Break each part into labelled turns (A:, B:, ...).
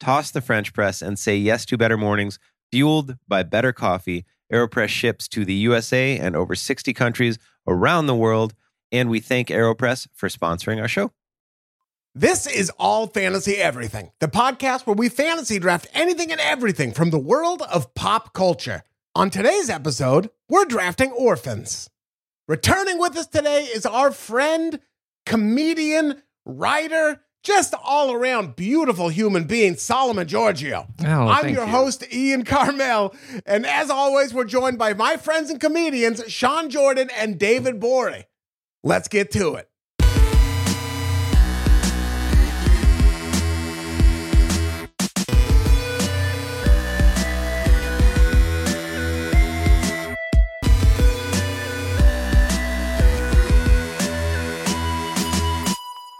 A: toss the french press and say yes to better mornings fueled by better coffee aeropress ships to the usa and over 60 countries around the world and we thank AeroPress for sponsoring our show.
B: This is All Fantasy Everything, the podcast where we fantasy draft anything and everything from the world of pop culture. On today's episode, we're drafting orphans. Returning with us today is our friend, comedian, writer, just all around beautiful human being, Solomon Giorgio.
C: Oh, well,
B: I'm
C: thank
B: your
C: you.
B: host, Ian Carmel. And as always, we're joined by my friends and comedians, Sean Jordan and David Borey. Let's get to it.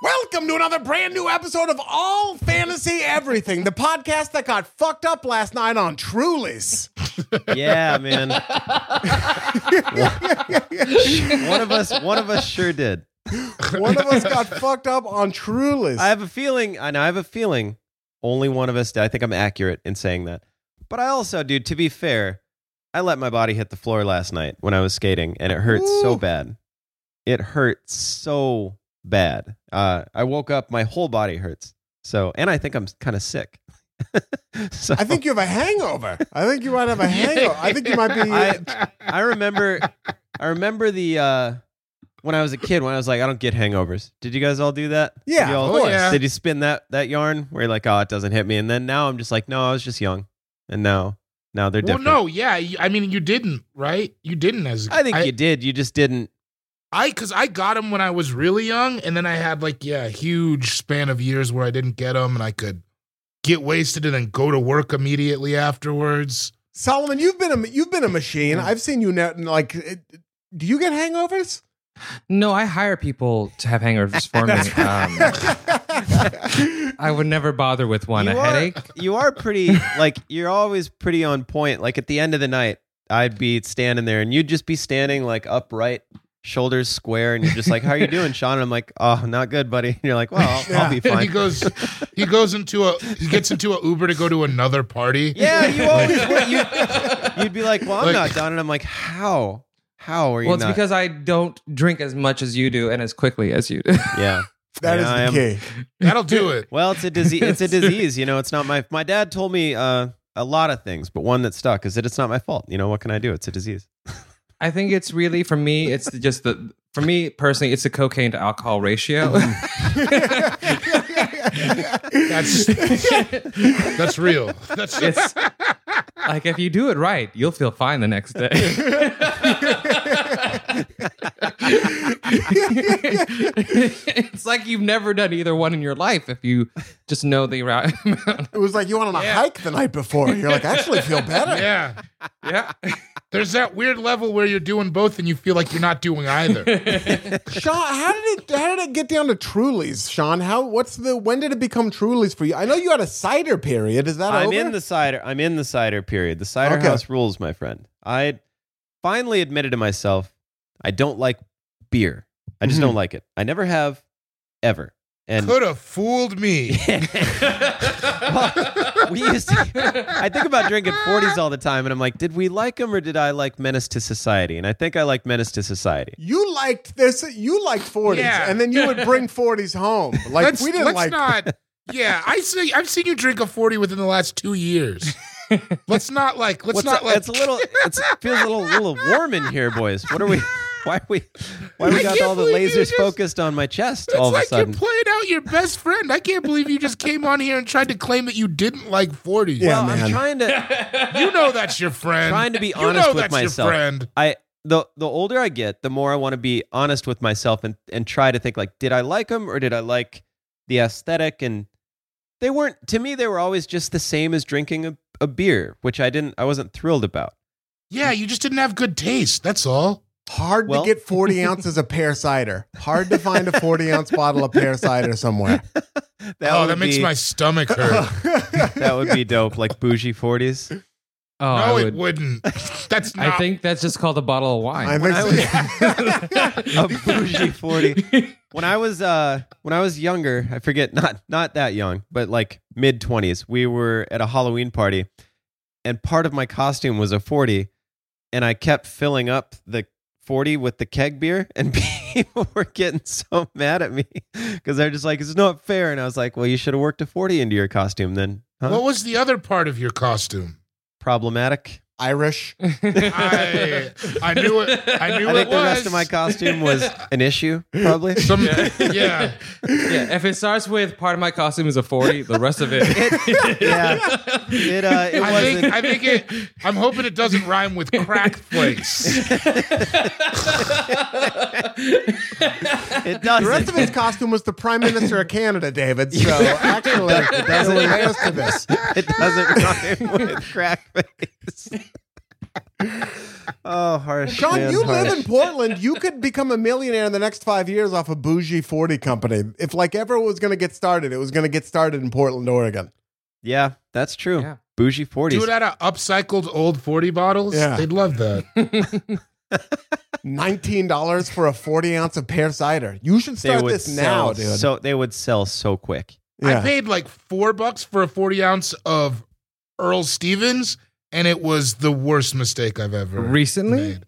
B: Welcome to another brand new episode of All Fantasy Everything, the podcast that got fucked up last night on Truly's.
A: Yeah, man. one of us, one of us sure did.
B: One of us got fucked up on Truly's.
A: I have a feeling, and I have a feeling, only one of us did. I think I'm accurate in saying that. But I also, dude, to be fair, I let my body hit the floor last night when I was skating, and it hurt so
B: Ooh.
A: bad. It hurt so bad. Uh, I woke up, my whole body hurts. So, and I think I'm kind of sick. so
B: I think you have a hangover. I think you might have a hangover. I think you might be.
A: I, I remember I remember the uh when I was a kid when I was like, I don't get hangovers. Did you guys all do that?
B: Yeah,
A: Did you all-
B: of course.
C: Yeah.
A: Did you spin that that yarn where you're like, oh, it doesn't hit me? And then now I'm just like, no, I was just young. And now now they're
C: Well,
A: different.
C: no, yeah. you- I mean, you didn't, right? You didn't as a
A: I think
C: I,
A: you did. You just didn't
C: I because I got them when I was really young, and then I had like yeah, a huge span of years where I didn't get them, and I could get wasted and then go to work immediately afterwards.
B: Solomon, you've been a you've been a machine. I've seen you now. Like, it- do you get hangovers?
D: No, I hire people to have hangovers for me. Um, I would never bother with one.
A: You
D: a
A: are-
D: headache?
A: you are pretty like you're always pretty on point. Like at the end of the night, I'd be standing there and you'd just be standing like upright, shoulders square, and you're just like, How are you doing, Sean? And I'm like, Oh, not good, buddy. And you're like, Well, I'll, I'll be
C: And he
A: fine.
C: goes, he goes into a, he gets into a Uber to go to another party.
A: Yeah, you always would. You, you'd be like, "Well, I'm
C: Like-
A: not done," and I'm like, "How? How are you
D: Well, it's
A: not?"
D: because I don't drink as much as you do and as quickly as you do.
A: yeah,
B: That is
A: Yeah, I am.
B: the key.
C: That'll do it.
A: Well, it's a disease. It's a disease. You know, it's not my. My dad told me uh, a lot of things, but one that stuck is that it's not my fault. You know, what can I do? It's a disease.
D: I think it's really for me. It's just the for me personally, it's the cocaine to alcohol ratio.
C: That's that's real. That's
D: it's like if you do it right, you'll feel fine the next day. it's like you've never done either one in your life if you just know the right amount.
B: It was like you went on a hike the night before. You're like, I actually feel better.
C: yeah.
D: Yeah.
C: There's that weird level where you're doing both and you feel like you're not doing either.
B: Sean, how did it how did it get down to Truly's, Sean? How what's the when did it become Truly's for you? I know you had a cider period. Is that
A: I'm
B: over?
A: in the cider. I'm in the cider period. The cider
B: Okay.
A: house rules, my friend. I finally admitted to myself I don't like beer. I just don't like it. I never have ever. And
C: Could have fooled me.
A: Well, we used to, I think about drinking 40s all the time, and I'm like, did we like them or did I like Menace to Society? And I think I like Menace to Society.
B: you liked this you liked 40s
C: Yeah.
B: and then you would bring 40s home. Like
C: Let's,
B: we didn't
C: let's
B: like
C: not. Yeah, I see. I've seen you drink a forty within the last two years. Let's not like. Let's
A: What's
C: not
A: up?
C: like.
A: it's a little. It's, it feels a little, little warm in here, boys. What are we? Why are we? Why
C: I
A: we got
C: can't
A: all the
C: believe you
A: lasers
C: just-
A: focused on my chest
C: it's
A: all of
C: like
A: a sudden?
C: you're playing out your best friend. I can't believe you just came on here and tried to claim that you didn't like forty.
B: Yeah,
A: Well,
B: man.
A: I'm trying to.
C: you know that's your friend.
A: trying to be
C: you
A: honest
C: know
A: with
C: that's
A: myself.
C: your friend.
A: I the the older I get, the more I want to be honest with myself and and try to think like, did I like them or did I like the aesthetic? And they weren't to me. They were always just the same as drinking a, a beer, which I didn't. I wasn't thrilled about.
C: Yeah, you just didn't have good taste. That's all.
B: hard
A: Well-
B: to get 40 ounces of pear cider. Hard to find a 40 ounce bottle of pear cider somewhere.
C: oh,
A: would
C: that makes
A: be-
C: my stomach hurt.
A: that would be dope, like bougie forties.
D: Oh,
C: no,
D: I
C: it
D: would.
C: wouldn't. That's not.
D: I think that's just called a bottle of wine.
B: I think so.
A: a bougie 40 when i was uh when i was younger i forget not not that young but like mid 20s we were at a halloween party and part of my costume was a 40 and i kept filling up the 40 with the keg beer and people were getting so mad at me because they're just like it's not fair and i was like well you should have worked a 40 into your costume then huh?
C: What was the other part of your costume?
A: problematic
B: Irish.
C: I I knew it. I knew
A: i think
C: it was.
A: the rest of my costume was an issue probably
C: Some, yeah.
D: yeah, if it starts with part of my costume is a 40, the rest of it.
A: yeah it, uh, it
C: I
A: wasn't
C: think I think it. I'm hoping it doesn't rhyme with crack flakes.
A: it doesn't.
B: The rest of his costume was the Prime Minister of Canada, David. So actually, it doesn't relate to this.
A: it doesn't rhyme with crack face. oh, harsh.
B: Sean,
A: man,
B: you
A: harsh.
B: live in Portland. You could become a millionaire in the next five years off a bougie 40 company. If like ever it was going to get started, it was going to get started in Portland, Oregon.
A: Yeah, that's true.
D: Yeah.
A: Bougie 40s.
C: Do it out of upcycled old forty bottles.
B: Yeah.
C: They'd love that.
B: $19 for a 40 ounce of pear cider. You should start this now,
A: sell
B: dude.
A: so they would sell so quick.
B: yeah.
C: I paid like four bucks for a forty ounce of Earl Stevens, and it was the worst mistake I've ever
D: Recently?
C: made.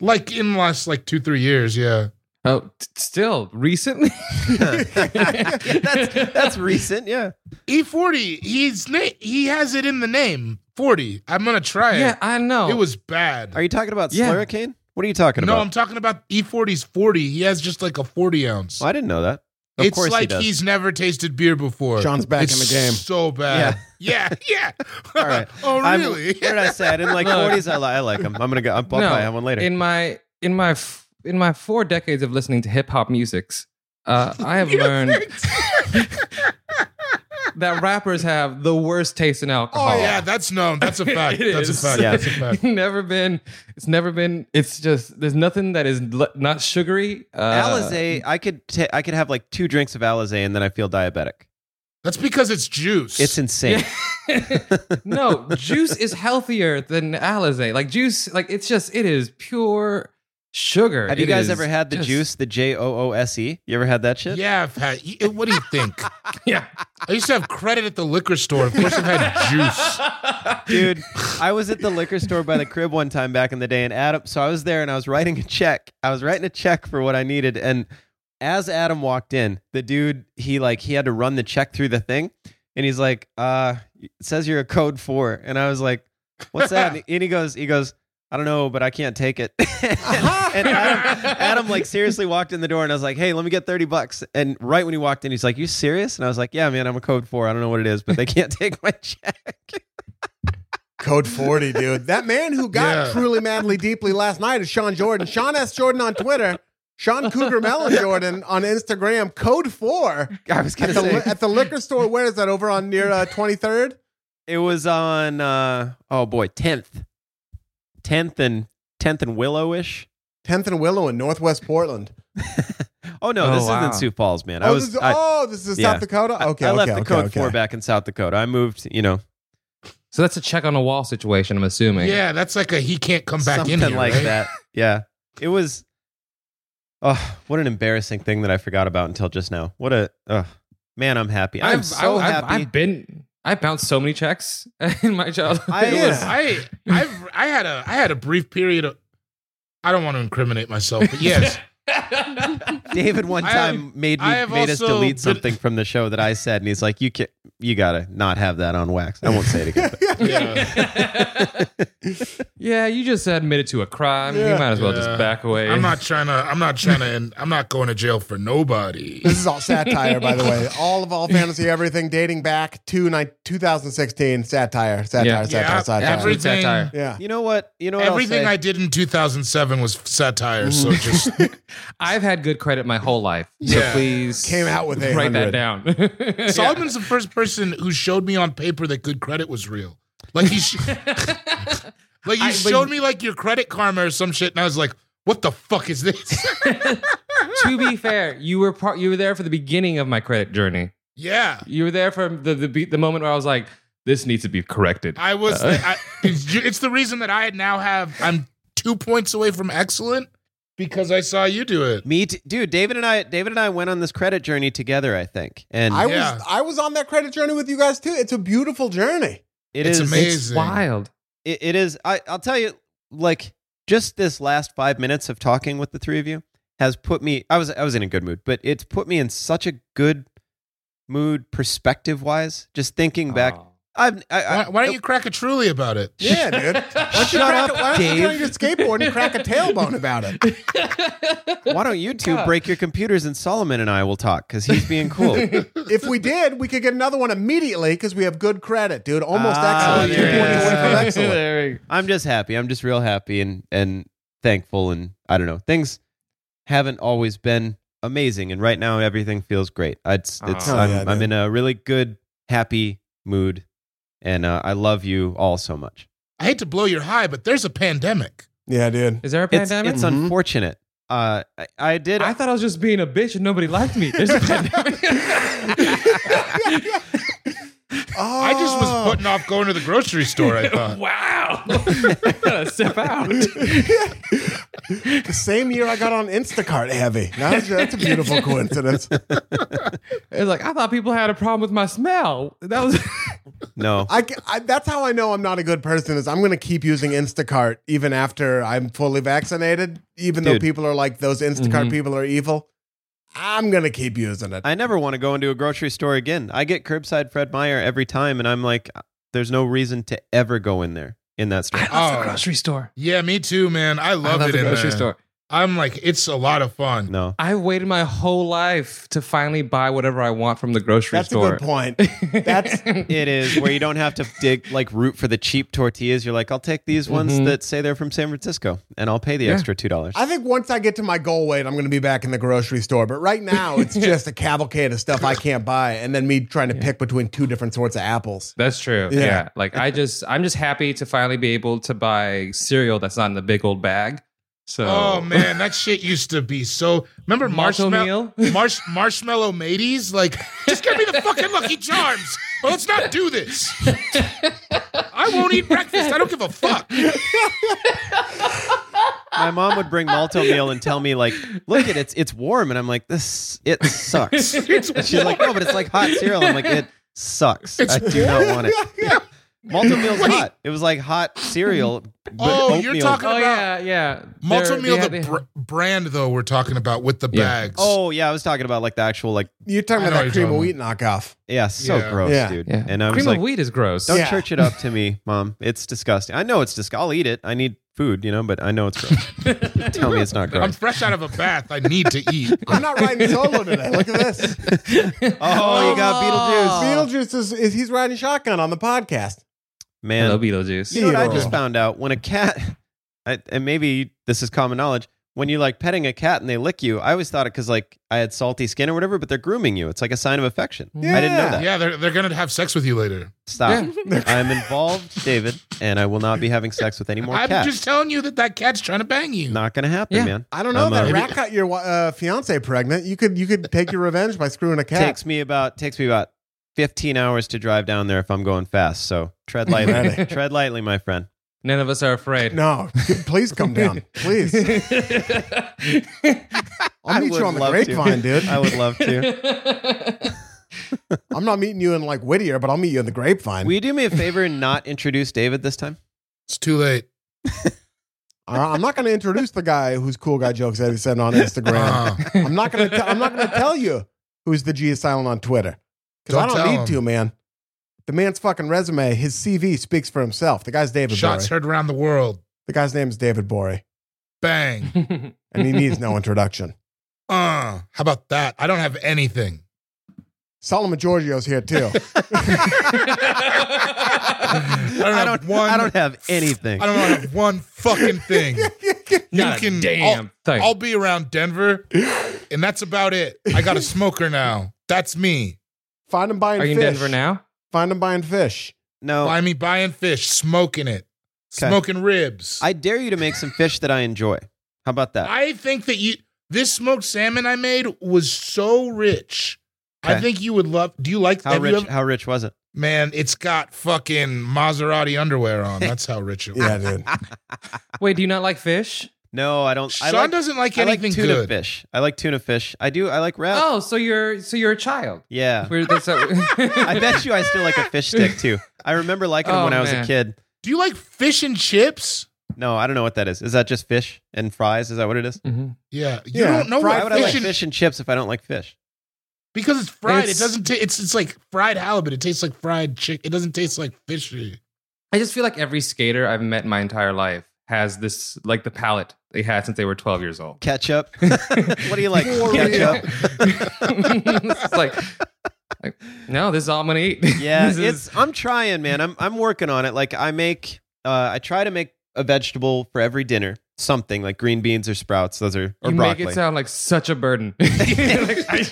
C: Like in the last like two three years, yeah.
D: Oh, t- still recently?
A: that's that's recent. Yeah,
C: E forty. He's na- he has it in the name forty. I'm gonna try
D: yeah,
C: it.
D: I know.
C: It was bad.
A: are you talking about
D: Yeah.
A: Slurricane? What are you talking
C: no,
A: about?
C: I'm talking about E 40s 40. He has just like a 40 ounce.
A: Well, I didn't know that. Of
C: it's
A: course he
C: like
A: does.
C: he's never tasted beer before.
B: Sean's back
C: It's
B: in the game.
C: So bad. Yeah, yeah.
A: All right.
C: oh,
A: I'm-
C: really?
A: what did I say? I didn't like
D: Look.
A: 40s. I, li- I like them. I'm gonna go. I'm, I'll buy one later.
D: In my in my f- in my four decades of listening to hip hop musics, uh, I have learned that rappers have the worst taste in alcohol.
C: oh, yeah. That's known. That's a fact.
D: It
C: That's
D: is.
C: a fact.
A: Yeah.
C: That's a fact.
D: never been. It's never been. It's just there's nothing that is l- not sugary. Uh,
A: Alizé, I could ta- I could have like two drinks of Alizé and then I feel diabetic.
C: That's because it's juice.
A: It's insane.
D: no, juice is healthier than Alizé. Like juice, like it's just it is pure sugar.
A: Have you
D: It
A: guys
D: is
A: ever had the
D: just-
A: juice, the J O O S E? You ever had that shit?
C: yeah, I've had. e- What do you think?
D: Yeah,
C: I used to have credit at the liquor store. Of course, I've had juice.
A: Dude, I was at the liquor store by the crib one time back in the day, and Adam, so I was there and I was writing a check. I was writing a check for what I needed, and as Adam walked in, the dude he like he had to run the check through the thing, and he's like, "Uh, it says you're a code four," and I was like, "What's that?" And he- and he goes, "He goes, I don't know, but I can't take it." and Adam, Adam like seriously walked in the door, and I was like, "Hey, let me get thirty bucks." And right when he walked in, he's like, "You serious?" And I was like, "Yeah, man, I'm a code four. I don't know what it is, but they can't take my check."
B: Code 40, dude. That man who got
C: Yeah.
B: truly, madly, deeply last night is Sean Jordan. Sean S. Jordan on Twitter. Sean Cougar Mellon Jordan on Instagram. Code 4
A: I was
B: at
A: gonna
B: the,
A: say
B: li- at the liquor store. Where is that? Over on near uh, 23rd?
A: it was on uh oh boy tenth, tenth and tenth and Willowish.
B: 10th and Willow in Northwest Portland.
A: Oh no,
D: Oh,
A: this
D: wow.
A: isn't Sioux Falls, man. I
B: oh,
A: was
B: this is,
A: I,
B: oh, this is
A: yeah.
B: South Dakota?
A: I-
B: Okay.
A: I left
B: okay,
A: the
B: okay,
A: code
B: okay.
A: four back in South Dakota. I moved, you know,
D: So that's a check on a wall situation, I'm assuming.
C: Yeah, that's like a he can't come back
A: something
C: in here,
A: like
C: right?
A: that. Yeah, it was. Oh, what an embarrassing thing that I forgot about until just now. What a oh, man, I'm happy. I'm
D: I've-
A: so
D: I've-
A: happy.
D: I've been I bounced so many checks in my childhood.
A: I-
D: It was-
B: Yeah.
C: I I've I had a I had a brief period of I don't want to incriminate myself, but yes,
A: David one
C: I
A: time made me
C: I have
A: made us
C: also
A: delete
C: been-
A: something from the show that I said, and he's like, "You can you gotta not have that on wax." I won't say it again. but-
C: yeah.
D: yeah, you just admitted to a crime. You
B: Yeah.
D: might as well
C: Yeah.
D: just back away.
C: I'm not trying to I'm not trying to and I'm not going to jail for nobody.
B: This is all satire, by the way. All of all fantasy everything dating back to ni- 2016. Satire, satire,
D: Yeah.
B: satire,
C: Yeah,
B: satire.
D: Absolute
C: Everything-
D: satire.
B: yeah.
A: you know what? You know what I'll
C: Everything
A: say?
C: I did in 2007 was satire, so just
D: I've had good credit my whole life. So
C: Yeah.
D: please
B: Came out with
D: write
B: 800.
D: that down.
C: Solomon's the first person who showed me on paper that good credit was real. Like he, sh- like you
D: I- but-
C: showed me like your credit karma or some shit, and I was like, "What the fuck is this?"
D: to be fair, you were part. You were there for the beginning of my credit journey.
C: yeah,
D: You were there for the the, be- the moment where I was like, "This needs to be corrected."
C: I was. I, it's, ju- it's the reason that I now have. I'm two points away from excellent because I saw you do it.
A: Me, t- dude. David and I, David and I went on this credit journey together. I think, and
B: I
C: Yeah.
B: was I was on that credit journey with you guys too. It's a beautiful journey.
A: it
C: it's
A: is
C: amazing.
D: Wild.
A: it, it is. I, I'll tell you, like just this last five minutes of talking with the three of you has put me. I was I was in a good mood, but it's put me in such a good mood, perspective wise. Just thinking back,
D: Oh.
A: I've I, I,
C: Why, why don't you crack a truly about it?
B: Yeah, dude. Why don't you,
A: Shut
B: crack,
A: up,
B: why don't you get on
A: Dave.
B: your skateboard and crack a tailbone about it?
A: Why don't you two break your computers and Solomon and I will talk because he's being cool.
B: If we did, we could get another one immediately because we have good credit, dude. Almost
A: Ah,
B: excellent.
A: there
B: Two points
A: it
B: away from
A: is.
B: excellent.
D: There we go.
A: I'm just happy. I'm just real happy and and thankful and I don't know. Things haven't always been amazing and right now everything feels great. It's it's
D: Oh,
A: I'm,
B: yeah,
A: I'm
B: dude.
A: in a really good happy mood and uh, I love you all so much.
C: I hate to blow your high, but there's a pandemic.
B: Yeah, dude.
D: Is there a
A: It's
D: pandemic?
A: it's
B: Mhm.
A: unfortunate. Uh I, I did
D: I thought I was just being a bitch and nobody liked me. There's a pandemic.
B: Oh.
C: I just was putting off going to the grocery store. I thought.
D: wow. I gotta step out.
B: the same year I got on Instacart heavy. Now, That's, that's a beautiful coincidence.
D: It's like I thought people had a problem with my smell. That was
A: no.
B: I, ca- I- that's how I know I'm not a good person is I'm going to keep using Instacart even after I'm fully vaccinated, even though
A: Dude.
B: people are like those Instacart
C: Mm-hmm.
B: people are evil. I'm going to keep using it.
A: I never want to go into a grocery store again. I get curbside Fred Meyer every time and I'm like "Uh, there's no reason to ever go in there in that store.
C: Oh.
D: store.
C: Yeah, me too, man. I
D: I
C: love,
D: love
C: it
D: the
C: in
D: grocery
C: there.
D: store.
C: I'm like, it's a lot of fun.
A: No.
D: I waited my whole life to finally buy whatever I want from the grocery
B: That's
D: store.
B: a good point. That's
A: It is where you don't have to dig like root for the cheap tortillas. You're like, I'll take these ones
C: Mm-hmm.
D: Mhm.
A: that say they're from San Francisco, and I'll pay the
D: Yeah.
A: extra two dollars.
B: I think once I get to my goal weight, I'm going to be back in the grocery store. But right now, it's just a cavalcade of stuff I can't buy, and then me trying to pick between two different sorts of apples.
D: That's true.
B: Yeah.
D: Yeah. Like I just I'm just happy to finally be able to buy cereal that's not in the big old bag. So
C: Oh man, that shit used to be so. Remember
D: Marshall
C: marshmallow,
D: Meal?
C: marsh, marshmallow mateys? Like, just give me the fucking Lucky Charms. Well, let's not do this. I won't eat breakfast. I don't give a fuck.
A: My mom would bring malto meal and tell me like, look at it, it's it's warm, and I'm like, this it sucks. And she's like, no, but it's like hot cereal. I'm like, it sucks. I do not want it. Malto meal's
C: Wait.
A: hot. It was like hot cereal. But
C: Oh, you're
A: oatmeal.
C: talking
D: Oh
C: about
D: yeah, yeah.
C: Malto
D: They're-
C: Meal,
D: they
C: the
D: had- they had-
C: br- brand though we're talking about with the
D: Yeah.
C: bags.
A: Oh yeah, I was talking about like the actual like
B: You're talking
C: I know
B: about that
C: what
B: cream
C: you're
B: of wheat
C: talking
B: knockoff.
A: yeah, so
C: Yeah.
A: gross,
B: Yeah.
A: dude.
D: yeah.
A: And I was
D: cream
A: like,
D: of wheat is gross.
A: don't
B: Yeah.
A: church it up to me, mom. It's disgusting. I know it's disgusting. I'll eat it. I need food, you know, but I know it's gross. Tell me it's not
C: I'm
A: gross.
C: fresh out of a bath. I need to eat.
B: I'm not riding solo today. Look at this.
A: Oh, you got Beetlejuice.
B: Beetlejuice is, is he's riding shotgun on the podcast.
A: Man,
D: Hello, Beetlejuice.
A: You know what I just
B: Ew.
A: found out? When a cat, I, and maybe this is common knowledge, when you like petting a cat and they lick you, I always thought it because like I had salty skin or whatever, but they're grooming you. It's like a sign of affection. I didn't know that.
C: yeah, they're they're gonna have sex with you later.
A: Stop. I'm involved, David, and I will not be having sex with any more
C: I'm
A: cats.
C: just telling you that that cat's trying to bang you.
A: not gonna happen,
D: Yeah.
A: man.
B: I don't know.
A: I'm,
B: that
A: uh,
B: rat got your uh, fiance pregnant. You could you could take your revenge by screwing a cat.
A: Takes me about takes me about 15 hours to drive down there if I'm going fast. So tread
B: Really?
A: lightly, tread lightly, my friend.
D: None of us are afraid.
B: No, please come down, please. I'll
A: I
B: meet
A: would
B: you on the
A: love to.
B: grapevine, dude.
A: I would love to.
B: I'm not meeting you in like Whittier, but I'll meet you in the grapevine.
A: Will you do me a favor and not introduce David this time?
C: It's too late.
B: All right, I'm not going to introduce the guy whose cool guy jokes that he sent on Instagram.
A: Uh-huh.
C: Uh,
B: I'm not going to. I'm not going to tell you who's the G is silent on Twitter because I
C: Don't
B: don't
C: tell
B: need
C: him.
B: to, man. The man's fucking resume, his CV speaks for himself. The guy's David
C: shots
B: Borey.
C: heard around the world.
B: The guy's name is David Borey,
C: Bang.
B: and he needs no introduction.
C: Uh, how about that? I don't have anything.
B: Solomon Giorgio's here too.
C: I don't
A: I
C: have
A: don't.
C: one.
A: I don't have anything.
C: I don't have one fucking thing. You
D: Not a
C: can-
D: damn thing.
C: I'll, I'll be around Denver, and that's about it. I got a smoker now. That's me.
B: Find him buying
D: Are you
B: fish.
D: in Denver now?
B: Find him buying fish.
A: no,
C: Buy me buying fish, smoking it,
A: Oh. Okay.
C: smoking ribs.
A: I dare you to make some fish that I enjoy. How about that?
C: I think that you this smoked salmon I made was so rich. I
A: Okay.
C: think you would love. Do you like?
A: How
C: have you
A: rich?
C: ever-
A: How rich was it?
C: man, it's got fucking Maserati underwear on. That's how rich it was.
B: Yeah, dude.
D: Wait, do you not like fish?
A: No, I don't. I
C: Sean
A: like,
C: doesn't like
A: I like
C: anything
A: tuna
C: good.
A: fish. I like tuna fish. I do. I like rat.
D: Oh, so you're so you're a child.
A: Yeah.
D: We're, that's a,
A: I bet you I still like a fish stick too. I remember liking them
D: Oh,
A: when I was
D: man.
A: a kid.
C: Do you like fish and chips?
A: No, I don't know what that is. Is that just fish and fries? Is that what it is?
D: Mhm.
C: Yeah, you
B: Yeah,
C: don't know
B: fried
A: Why would
C: what
A: I
C: fish,
A: like
C: and,
A: fish and chips if I don't like fish?
C: because it's fried.
D: It's-
C: it doesn't. ta- it's it's like fried halibut. It tastes like fried chick. It doesn't taste like fishy.
D: I just feel like every skater I've met my entire life has this like the palate they had since they were 12 years old.
A: Ketchup. what do you like?
B: For
A: Ketchup.
D: it's like, like, no, this is all I'm gonna eat.
A: Yeah,
D: This is-
A: it's. I'm trying, man. I'm I'm working on it. Like I make, uh, I try to make a vegetable for every dinner. Something like green beans or sprouts. Those are or
D: you
A: broccoli.
D: make it sound like such a burden. Like, I,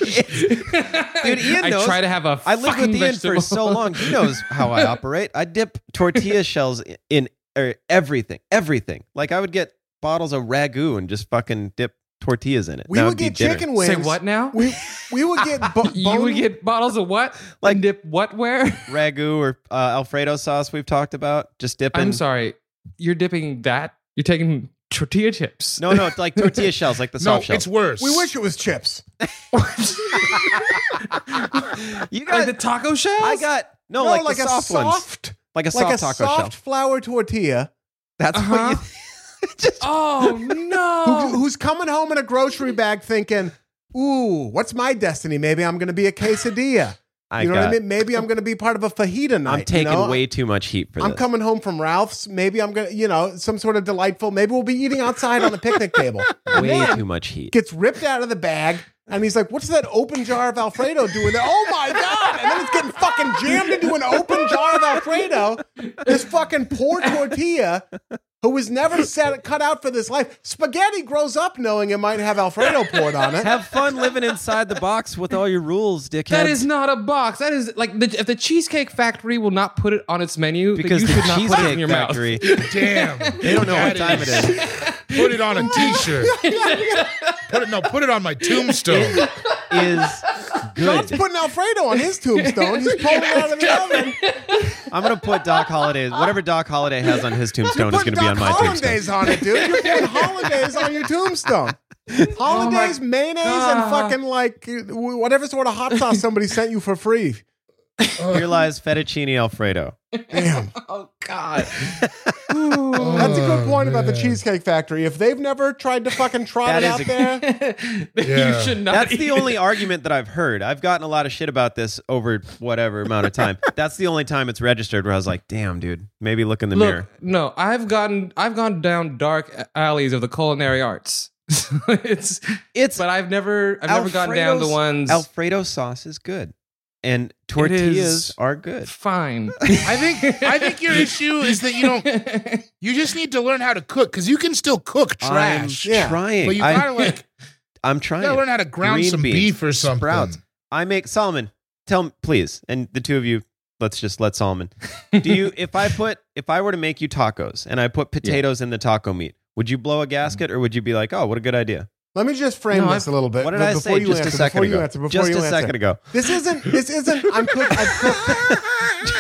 A: Dude, Ian
D: I
A: knows.
D: try to have a
A: I lived with
D: fucking
A: Ian for
D: vegetable.
A: so long. He knows how I operate. I dip tortilla shells i- in er, everything, everything. Like I would get bottles of ragu and just fucking dip tortillas in it.
B: We
A: That
B: would
A: be
B: get
A: dinner.
B: chicken wings.
D: Say what now?
B: We we would get bo- bone.
D: you would get bottles of what?
A: Like-
D: Like dip what where?
A: ragu or uh, Alfredo sauce. We've talked about just dipping.
D: I'm sorry. You're dipping that. You're taking tortilla chips.
A: No, no, it's like tortilla shells, like the
C: No,
A: soft
C: it's
A: shells.
C: worse.
B: we wish it was chips.
A: You
D: like
A: got,
D: the taco shells.
A: I got no, like, the soft, ones,
B: soft,
A: like a
B: like a
A: soft taco
B: soft
A: shell.
B: flour tortilla
A: That's
D: Uh-huh.
A: what you, just
D: Oh
B: who,
D: no!
B: who's coming home in a grocery bag thinking, "Ooh, what's my destiny? Maybe I'm going to be a quesadilla.
A: I
B: you know what
A: got-
B: I mean? Maybe I'm going to be part of a fajita night.
A: I'm taking
B: you know?
A: way too much heat for
B: I'm
A: this.
B: coming home from Ralph's. Maybe I'm gonna, you know, some sort of delightful. Maybe we'll be eating outside on the picnic table.
A: way too much heat.
B: Gets ripped out of the bag, and he's like, "What's that open jar of Alfredo doing there?" Oh my god! And then it's getting fucking jammed into an open jar of Alfredo. This fucking poor tortilla, who was never set cut out for this life. Spaghetti grows up knowing it might have Alfredo poured on it.
A: Have fun living inside the box with all your rules, dickhead.
D: That is not a box. That is like the, if the Cheesecake Factory will not put it on its menu, then
A: because
D: you
A: the
D: should not put it in
A: Cheesecake
D: your
A: Factory,
C: Damn,
A: they don't know what time it is.
C: Put it on a T-shirt. put it no. Put it on my tombstone.
A: Is
B: John's
A: good.
B: putting Alfredo on his tombstone. He's pulling it out of the oven.
A: I'm gonna put Doc Holiday. Whatever Doc Holiday has on his tombstone is
B: Put
A: gonna be
B: Doc
A: on my
B: Hollandaise
A: tombstone.
B: on it, dude. You're putting hollandaise on your tombstone.
A: Oh
B: Hollandaise, mayonnaise, and
D: God.
B: fucking like whatever sort of hot sauce somebody sent you for free.
A: Here lies fettuccine alfredo.
B: Damn.
D: Oh God.
B: That's a
A: Oh,
B: good point about the
C: man.
B: Cheesecake Factory. If they've never tried to fucking trot
A: That
B: it
A: is
B: out
A: a-
B: there,
D: You
C: Yeah.
D: should not.
A: That's
D: eat
A: the
D: it.
A: only argument that I've heard. I've gotten a lot of shit about this over whatever amount of time. That's the only time it's registered where I was like, damn, dude, maybe look in the
D: Look,
A: mirror.
D: no, I've gotten I've gone down dark alleys of the culinary arts. it's
A: It's
D: but I've never I've never gone down the
A: Alfredo's-
D: ones
A: Alfredo sauce is good, and tortillas
D: is-
A: are good.
D: fine. I think
C: I think your issue is that you don't.
D: don't
C: You just need to learn how to cook because you can still cook trash.
A: I'm
B: Yeah.
A: trying.
C: But you
A: I,
C: gotta like
A: am
C: you
A: trying.
C: gotta learn how to ground
A: Green
C: some
A: beans,
C: beef or something.
A: sprouts. I make Solomon. Tell me, please, and the two of you. Let's just let Solomon. Do you? if I put, if I were to make you tacos and I put potatoes in the taco meat, would you blow a gasket or would you be like, oh, what a good idea?
B: let me just frame
D: No,
B: this a little bit.
A: What did
B: but
A: I
B: before
A: say
B: you
A: just
B: answer,
A: a second
B: before
A: ago?
B: you answer, before
A: just
B: you
A: a
B: answer.
A: second ago.
B: This isn't. This isn't. I'm cooked. I've cooked.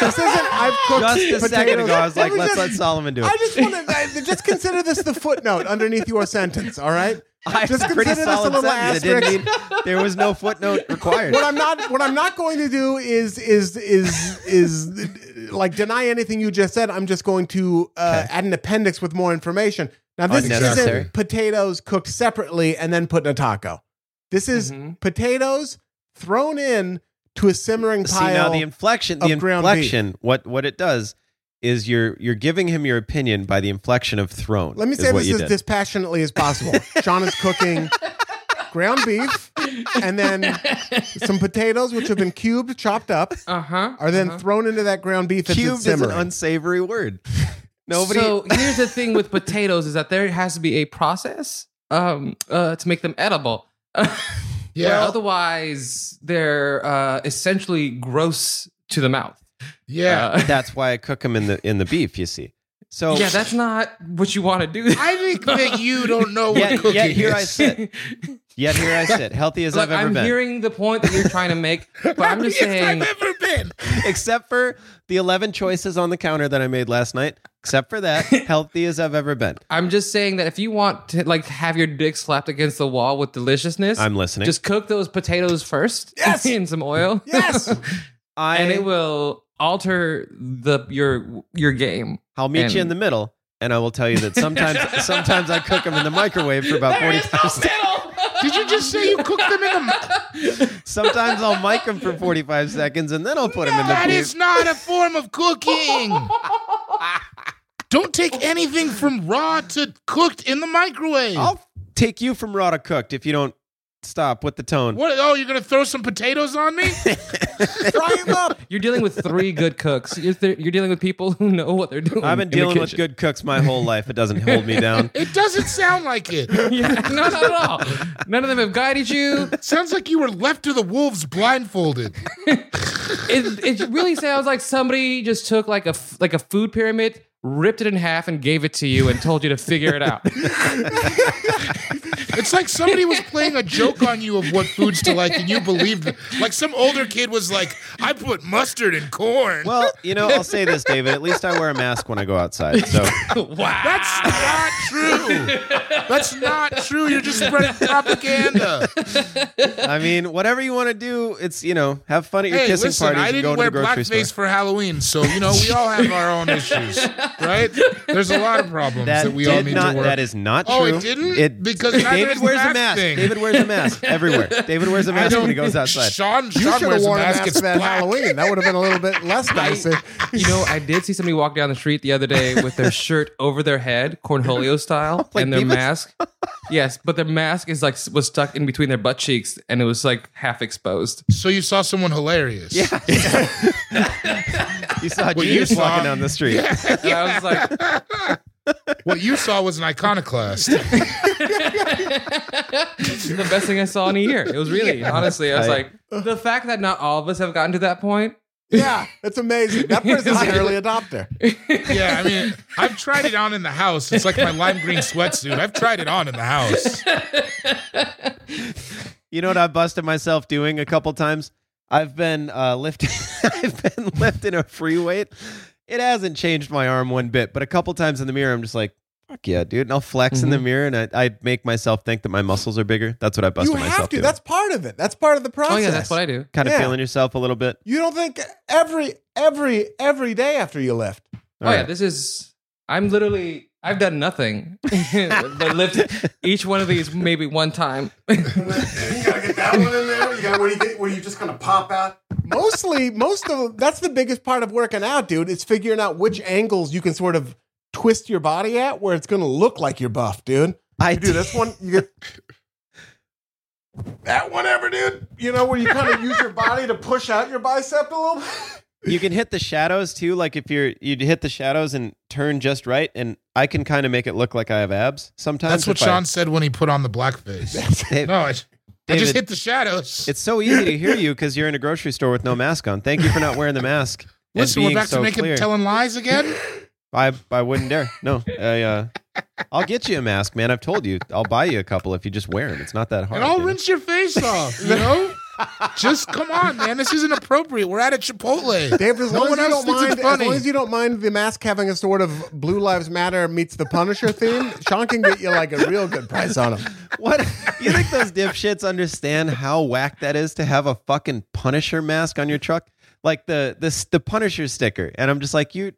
B: This isn't. I've cooked.
A: Just a second
B: potatoes.
A: ago, I was like,
B: me
A: let's let
B: just-
A: Solomon do it.
B: I just want to just consider this the footnote underneath your sentence. All right.
A: I
B: just
A: have a pretty
B: consider this a
A: solid
B: little
A: sentence. It didn't need- there was no footnote required.
B: What I'm not. What I'm not going to do is is is is like deny anything you just said. I'm just going to uh, add an appendix with more information. Now this
A: Unnecessary.
B: isn't potatoes cooked separately and then put in a taco. This is
A: Mm-hmm.
D: Mhm.
B: potatoes thrown in to a simmering
A: See now
B: pile.
A: the inflection,
B: of
A: the
B: ground beef.
A: inflection. What what it does is you're you're giving him your opinion by the inflection of throne.
B: Let me
A: is
B: say
A: what
B: this
A: you
B: as
A: did.
B: dispassionately as possible. Sean is cooking ground beef and then some potatoes, which have been cubed, chopped up,
D: uh-huh.
B: are then
D: uh-huh.
B: thrown into that ground beef that's been
A: Cubed is an
B: simmering.
A: unsavory word. Nobody.
D: So here's the thing with potatoes is that there has to be a process um uh to make them edible.
C: Yeah.
D: Or otherwise they're uh essentially gross to the mouth.
C: yeah.
D: Uh,
A: that's why I cook him in the in the beef. You see. So
D: yeah, that's not what you want to do.
C: I think that you don't know what
A: yet,
C: cooking
A: yet here I
C: is.
A: sit. Yet here I sit, healthy as
D: Look,
A: I've ever
D: I'm
A: been,
D: hearing the point that you're trying to make, but I'm
C: Happiest
D: just saying.
C: I've ever been.
A: except for the eleven choices on the counter that I made last night. Except for that, healthy as I've ever been.
D: I'm just saying that if you want to like have your dick slapped against the wall with deliciousness,
A: I'm listening.
D: just cook those potatoes first
B: Yes!
D: in some oil.
B: Yes!
A: I
D: and it will alter the your your game.
A: I'll meet you in
D: And-
A: the middle, and I will tell you that sometimes sometimes I cook them in the microwave for about forty five seconds.
C: Did you just say you cooked them in the?
A: Sometimes I'll mic them for forty five seconds, and then I'll put them in the
C: That
A: beef.
C: is not a form of cooking. Don't take anything from raw to cooked in the microwave.
A: I'll take you from raw to cooked if you don't stop with the tone.
C: What? Oh, you're gonna throw some potatoes on me?
B: Fry him up!
D: You're dealing with three good cooks. You're, th- you're dealing with people who know what they're doing.
A: I've been
D: in the
A: dealing with
D: kitchen.
A: good cooks my whole life. It doesn't hold me down.
C: It doesn't sound like it.
D: Yeah, not at all. None of them have guided you.
C: Sounds like you were left to the wolves blindfolded.
D: It, it really sounds like somebody just took like a f- like a food pyramid, ripped it in half, and gave it to you and told you to figure it out.
C: It's like somebody was playing a joke on you of what foods to like, and you believed it. Like some older kid was like, "I put mustard in corn."
A: Well, you know, I'll say this, David. At least I wear a mask when I go outside. So
C: That's
A: Ah.
C: not true. That's not true. You're just spreading propaganda.
A: I mean, whatever you want to do, it's you know, have fun at your
C: hey,
A: kissing
C: listen,
A: parties
C: I
A: and go
C: didn't
A: to the
C: wear
A: grocery store.
C: blackface for Halloween, so you know we all have our own issues, right? There's a lot of problems that,
A: That,
C: we
A: did
C: all need
A: not,
C: to work.
A: that is not
C: Oh,
A: true.
C: it didn't? Because neither
A: David
C: is
A: wears
C: that
A: a mask.
C: thing.
A: David wears a mask everywhere. David wears a mask when he goes outside.
C: Sean,
B: You
C: Sean
B: should have
C: wears a
B: worn a
C: mask.
B: mask
C: It's
B: for that
C: black.
B: Halloween. That would have been a little bit less dicey.
D: You know, I did see somebody walk down the street the other day with their shirt over their head, cornholio style,
A: Like
D: and their
A: Beavis?
D: mask. Yes, but their mask is like was stuck in between their butt cheeks, and it was like half exposed.
C: So you saw someone hilarious. Yeah.
A: You saw
C: What you
A: Jesus
C: saw.
A: walking down the street.
D: And I was like,
C: What you saw was an iconoclast.
D: "This is the best thing I saw in a year." It was really, honestly, I was
A: Right.
D: like, the fact that not all of us have gotten to that point.
B: Yeah, it's amazing. That person's an early adopter.
C: Yeah, I mean, I've tried it on in the house. It's like my lime green sweatsuit. I've tried it on in the house.
A: You know what I busted myself doing a couple times? I've been uh, lifting. I've been lifting a free weight. It hasn't changed my arm one bit, but a couple times in the mirror, I'm just like, fuck yeah, dude. And I'll flex
C: Mm-hmm.
A: in the mirror and I, I make myself think that my muscles are bigger. That's what I busted
B: you have
A: myself
B: to.
A: doing.
B: That's part of it. That's part of the process.
D: Oh yeah, that's what I do.
A: kind of
B: yeah.
A: feeling yourself a little bit.
B: You don't think every every every day after you lift.
D: oh yeah,
A: right.
D: this is. I'm literally. I've done nothing but lift each one of these maybe one time.
E: you gotta get that one in there. You got what do you get? Where you just gonna pop out?
B: Mostly, most of that's the biggest part of working out, dude. It's figuring out which angles you can sort of twist your body at where it's going to look like you're buff, dude.
A: I
B: You do this one, you get that one ever, dude. You know where you kind of use your body to push out your bicep a little. bit?
A: you can hit the shadows too. Like if you're you'd hit the shadows and turn just right, and I can kind of make it look like I have abs sometimes.
C: That's what
A: if I-
C: Sean said when he put on the blackface.
A: Dave-
C: no, I, I
A: David,
C: just hit the shadows.
A: It's so easy to hear you because you're in a grocery store with no mask on. Thank you for not wearing the mask. and
C: Listen, we're
A: being
C: back
A: so
C: to making
A: clear.
C: telling lies again.
A: I I wouldn't dare. No, I, uh, I'll get you a mask, man. I've told you, I'll buy you a couple if you just wear them. It's not that hard.
C: and I'll
A: you know?
C: rinse your face off. You know, just come on, man. This isn't appropriate. We're at a Chipotle.
B: Dave, as
C: No
B: long as
C: one
B: you
C: else
B: don't
C: thinks
B: mind,
C: it's
B: as
C: funny.
B: long as you don't mind the mask having a sort of Blue Lives Matter meets the Punisher theme, Sean can get you like a real good price on him.
A: What you think those dipshits understand how whack that is to have a fucking Punisher mask on your truck, like the the the Punisher sticker? And I'm just like, you,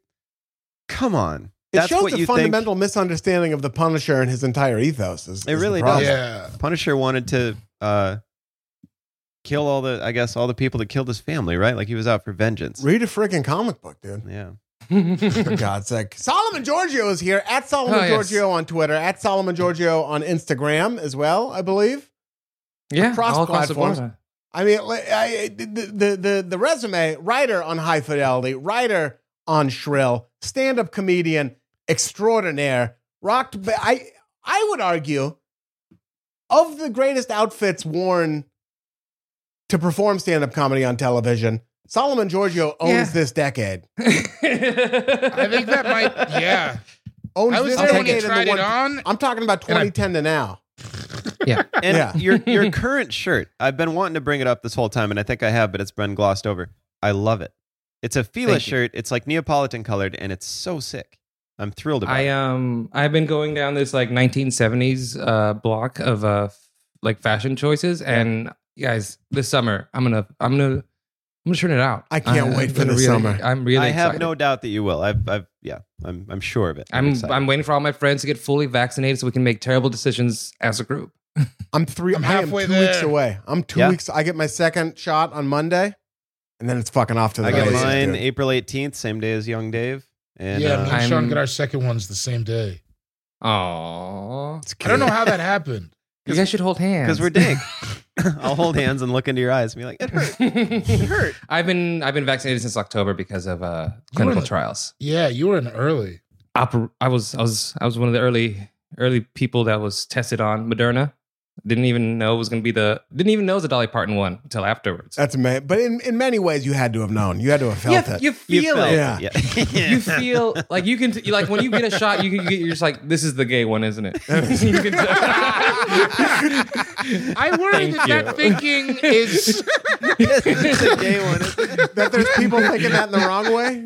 A: come on.
B: It
A: That's
B: shows
A: what
B: a
A: you
B: fundamental misunderstanding of the Punisher and his entire ethos. Is,
A: It
B: is the
A: really
B: problem.
C: yeah.
A: think. Punisher wanted to uh, kill all the, I guess, all the people that killed his family, right? Like he was out for vengeance.
B: Read a freaking comic book, dude.
A: Yeah.
B: For God's sake. Solomon Giorgio is here at Solomon
D: Oh, yes.
B: Giorgio on Twitter, at Solomon Giorgio on Instagram as well, I believe.
D: yeah,
B: Across
D: all across the
B: platforms.
D: board.
B: I mean, like, I, the, the, the, the resume writer on High Fidelity, writer on Shrill, stand up comedian extraordinaire, rocked. Ba- I, I would argue, of the greatest outfits worn to perform stand up comedy on television, Solomon Giorgio owns
D: Yeah.
B: this decade.
C: I think that might. Yeah,
B: Owns
C: I was
B: this
C: there when
B: decade.
C: he
B: in the
C: tried it
B: one-
C: on.
B: I'm talking about
C: And I-
B: 2010 to now.
A: And
B: Yeah.
A: your your current shirt, I've been wanting to bring it up this whole time, and I think I have, but it's been glossed over. I love it. It's a Fila
D: Thank you.
A: shirt. It's like Neapolitan colored, and it's so sick. I'm thrilled about
D: I
A: it.
D: um I've been going down this like 1970s uh block of uh f- like fashion choices and guys this summer I'm gonna I'm gonna I'm gonna turn it out.
B: I can't
D: I'm
B: wait for
D: gonna
B: this
D: really-
B: summer.
D: I'm really
A: I have
D: excited.
A: no doubt that you will. I've, I've, yeah, I'm, I'm sure of it.
D: I'm
A: excited.
D: I'm waiting for all my friends to get fully vaccinated so we can make terrible decisions as a group.
B: I'm three. I'm
C: I'm
B: I
C: halfway
B: am two
C: there.
B: weeks away. I'm two
A: Yeah.
B: weeks. I get my second shot on Monday, and then it's fucking off to the
A: I got
B: races,
A: mine
B: dude.
A: April 18th, same day as Young Dave. And
C: yeah,
A: uh,
C: me and Sean
D: I'm-
C: got our second ones the same day.
D: Oh,
B: It's
C: I don't know
B: cute.
C: how that happened.
D: you guys should hold hands
A: because we're dank. I'll hold hands and look into your eyes and be like, it hurt. It hurt.
D: I've been I've been vaccinated since October because of uh
C: You
D: clinical
C: were-
D: trials.
C: Yeah, you were in early.
D: oper- I was I was I was one of the early early people that was tested on Moderna. Didn't even know it was going to be the didn't even know it was a Dolly Parton one until afterwards.
B: That's amazing. But in, in many ways, you had to have known. You had to have felt
D: yeah,
B: it.
D: you
A: You
D: feel it.
A: felt it. Yeah.
D: You feel like you can like when you get a shot, you can get you're just like this is the gay one, isn't it? You can tell.
C: I worry
D: Thank
C: that
D: you.
C: that thinking is.
A: Yes, it's a gay one. isn't it?
B: that there's people thinking that in the wrong way.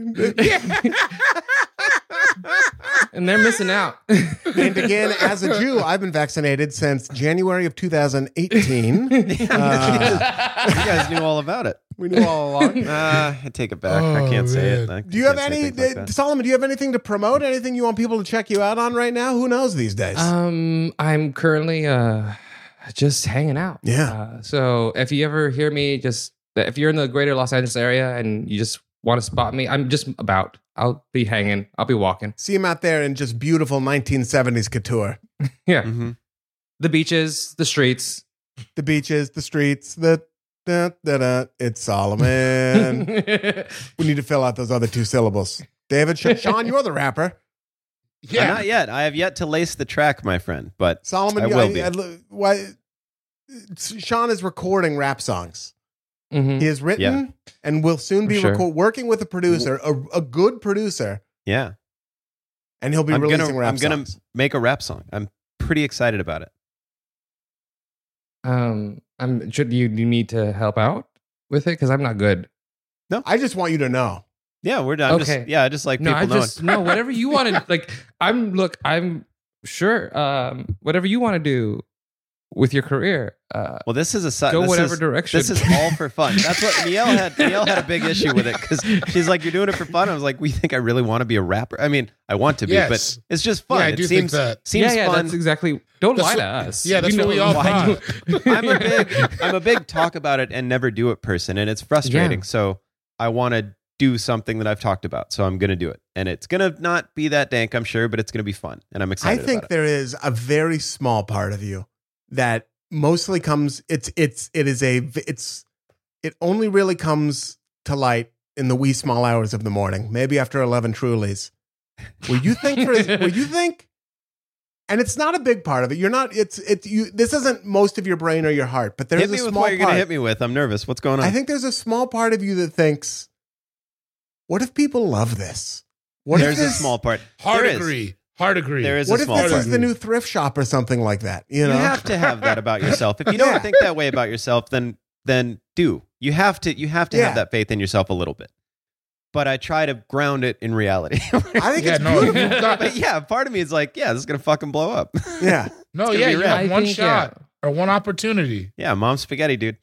D: and they're missing out.
B: And again, as a Jew, I've been vaccinated since January of 2018. Uh,
A: You guys knew all about it.
B: we knew all along.
A: Uh, I take it back. I
C: Oh,
A: can't say it.
C: man.
A: I
B: Do you have
A: can't say
B: any,
A: things like
B: uh,
A: that.
B: Solomon? Do you have anything to promote? Anything you want people to check you out on right now? Who knows these days?
D: Um, I'm currently uh just hanging out.
B: Yeah.
D: Uh, so if you ever hear me, just if you're in the greater Los Angeles area and you just want to spot me, I'm just about. I'll be hanging. I'll be walking.
B: See him out there in just beautiful 1970s couture.
D: Yeah.
A: Mhm.
D: The beaches, the streets.
B: the beaches, the streets, the da, da, da. it's Solomon. we need to fill out those other two syllables. David, Sh- Sean, you're the rapper.
A: Uh,
C: Yeah,
A: Not yet. I have yet to lace the track, my friend. But
B: Solomon,
A: I will be.
B: l- why? Sean is recording rap songs.
D: Mhm.
A: Hmm.
B: He has written and will soon be
D: For sure.
B: reco- working with a producer, a, a good producer,
A: yeah,
B: and he'll be
A: I'm
B: releasing
A: gonna
B: rap
A: I'm gonna
B: songs.
A: make a rap song. I'm pretty excited about it.
D: Um, I'm. Should you, you need to help out with it? Because I'm not good.
B: I just want you to know.
A: Yeah, we're done. I'm
D: Okay.
A: Just, yeah, I just like
D: no,
A: people
D: I
A: knowing.
D: just no. Whatever you want to like. I'm look. I'm sure, um, whatever you want to do with your career, uh,
A: Well, this is a side.
D: go
A: this
D: whatever
A: is,
D: direction.
A: This is all for fun. That's what Niel had. Niel had a big issue with it because she's like, "You're doing it for fun." I was like, "We think I really want to be a rapper. I mean, I want to be,
C: Yes.
A: but it's just fun.
C: Yeah, I
A: it
C: do think
A: seems
C: that.
A: seems
D: yeah, yeah,
A: fun.
D: that's exactly. Don't
C: That's
D: lie
C: what-
D: to us.
C: yeah, that's
D: We
C: what
D: know
C: we all
D: why you-
A: I'm a big, I'm a big talk about it and never do it person, and it's frustrating. So I want to do something that I've talked about, so I'm going to do it, and it's going to not be that dank, I'm sure, but it's going to be fun, and I'm
B: I
A: excited.
B: think
A: about it.
B: there is a very small part of you that mostly comes. It's it's it is a v- it's it only really comes to light in the wee small hours of the morning, maybe after eleven Trulies. Will you think? For, will you think? And it's not a big part of it. You're not. It's it. You. This isn't most of your brain or your heart, but there
A: hit
B: is a
A: me with
B: small
A: what you're
B: part.
A: to hit me with. I'm nervous. What's going on?
B: I think there's a small part of you that thinks, "What if people love this? What
A: there's
B: if
A: a
B: this,
A: small part.
C: Hard
A: There is.
C: agree. Hard agree.
A: There is
B: What
A: a
B: if
A: small
B: this
A: part.
B: is the new thrift shop or something like that? You
A: you,
B: know,
A: have to have that about yourself. If you don't
B: Yeah.
A: think that way about yourself, then then do. You have to you have to
B: Yeah.
A: have that faith in yourself a little bit. But I try to ground it in reality.
B: I think
C: Yeah,
B: it's
C: no,
B: beautiful.
C: you've got,
A: but yeah, part of me is like, yeah, this is gonna fucking blow up.
B: Yeah,
C: no,
A: gonna
C: yeah,
A: be
C: you
A: rad.
C: have
D: I
C: one
D: think, yeah.
C: shot or one opportunity.
A: yeah, mom spaghetti, dude.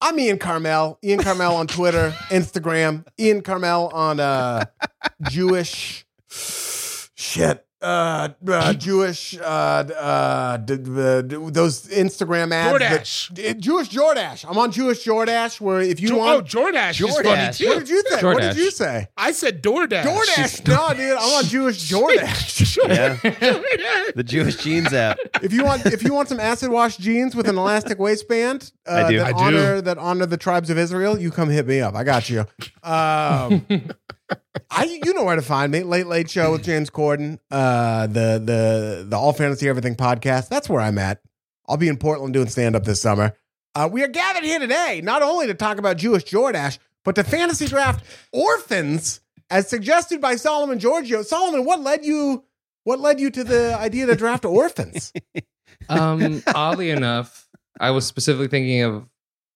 B: I'm Ian Carmel. Ian Carmel on Twitter, Instagram. Ian Carmel on uh, Jewish shit. Uh, uh, Jewish uh, uh, d- d- d- those Instagram ads. that-
C: DoorDash.
B: D- Jewish Jordash. I'm on Jewish Jordash. Where if you
C: Jo- oh,
B: want,
C: Jordash, is funny
A: Jordash.
C: too.
B: what did you think? What
D: Jordash.
B: did you say?
C: I said DoorDash.
B: DoorDash. No, dude, I'm on Jewish Jordash.
A: Yeah.
C: DoorDash.
A: The Jewish jeans app.
B: If you want, if you want some acid wash jeans with an elastic waistband uh,
A: I do.
B: that
C: I do.
B: honor that honor the tribes of Israel, you come hit me up. I got you. Um, I you know where to find me. Late Late Show with James Corden. Uh, the the the All Fantasy Everything podcast. That's where I'm at. I'll be in Portland doing stand up this summer. Uh, we are gathered here today not only to talk about Jewish Jordash, but to fantasy draft orphans as suggested by Solomon Giorgio. Solomon, what led you? What led you to the idea to draft orphans?
D: um oddly enough i was specifically thinking of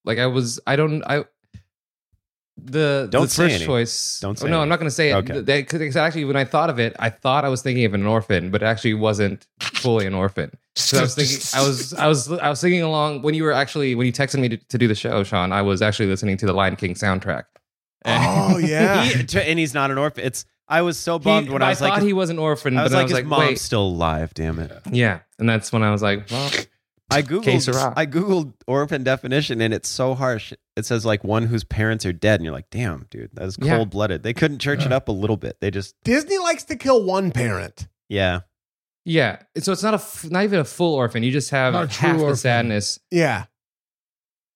D: like i was i don't i the, the
A: Don't say
D: first
A: any.
D: choice
A: Don't
D: oh,
A: say
D: no i'm
A: any.
D: not going to say it
A: Okay.
D: Th- that, 'cause it's actually when i thought of it i thought i was thinking of an orphan but it actually wasn't fully an orphan so i was thinking i was i was i was singing along when you were actually when you texted me to, to do the show sean i was actually listening to the lion king soundtrack
B: Oh yeah.
A: He- to- and he's not an orphan. It's I was so bummed
D: He-
A: when I was
D: thought
A: like
D: he was an orphan
A: I was
D: but
A: like,
D: i was
A: his
D: like
A: mom's
D: wait
A: still alive, damn it.
D: yeah and that's when i was like well
A: I
D: Que
A: googled
D: sera.
A: I googled orphan definition and it's so harsh. It says like one whose parents are dead, and you're like, damn, dude, that is
D: Yeah.
A: cold blooded. They couldn't church it up a little bit. They just
B: Disney likes to kill one parent.
A: yeah.
D: Yeah, so it's not a f- not even a full orphan. You just have
C: Not a true
D: half the
C: orphan.
D: sadness.
B: Yeah.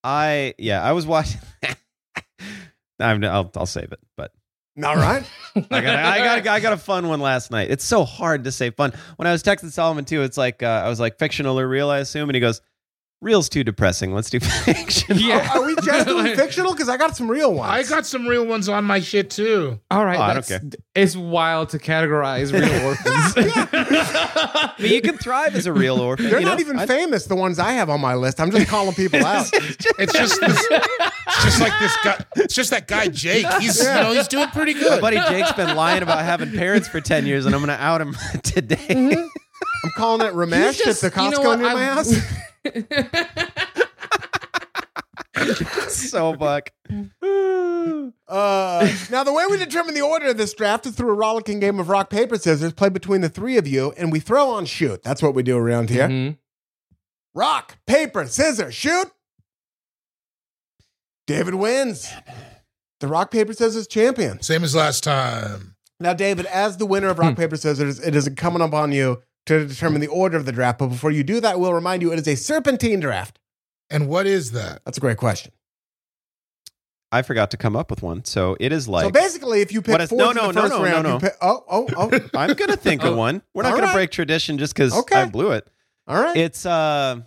A: I yeah, I was watching. I'm, I'll I'll save it, but
B: All right.
A: I got I got I got a fun one last night. It's so hard to say fun. When I was texting Solomon too, it's like uh, I was like fictional or real, I assume, and he goes, "Real's too depressing. Let's do fictional."
D: Yeah.
B: Are we just doing fictional? Because I got some real ones.
C: I got some real ones on my shit too.
D: All right,
A: Oh, I don't
D: that's, it's wild to categorize real orphans.
A: But you can thrive as a real orphan.
B: They're
A: you
B: not
A: know?
B: even
A: I-
B: famous. The ones I have on my list. I'm just calling people out.
C: It's just this, it's just like this guy. It's just that guy Jake. He's you know he's doing pretty
A: My
C: good.
A: buddy Jake's been lying about having parents for ten years, and I'm gonna out him today.
B: I'm calling it Ramesh at
D: just-
B: the
D: you
B: Costco
D: know what?
B: near my
D: I'm-
B: house.
A: so buck.
B: Uh, now, the way we determine the order of this draft is through a rollicking game of rock paper scissors played between the three of you, and we throw on shoot. That's what we do around here.
D: Mhm.
B: Rock paper scissors shoot. David wins. The rock paper scissors champion.
C: Same as last time.
B: Now, David, as the winner of Rock,
A: Hmm.
B: Paper, Scissors, it is incumbent upon you to determine the order of the draft. But before you do that, we'll remind you it is a serpentine draft.
C: And what is that?
B: That's a great question.
A: I forgot to come up with one, so it is like
B: so basically, if you pick
A: What is-
B: four
A: no,
B: in the
A: no, no,
B: first
A: no,
B: round,
A: no,
B: you
A: no.
B: pick- oh, oh, oh,
A: I'm gonna think
D: Oh.
A: of one. We're not
B: All
A: gonna
B: right.
A: break tradition just because
B: Okay.
A: I blew it.
B: all right.
A: It's uh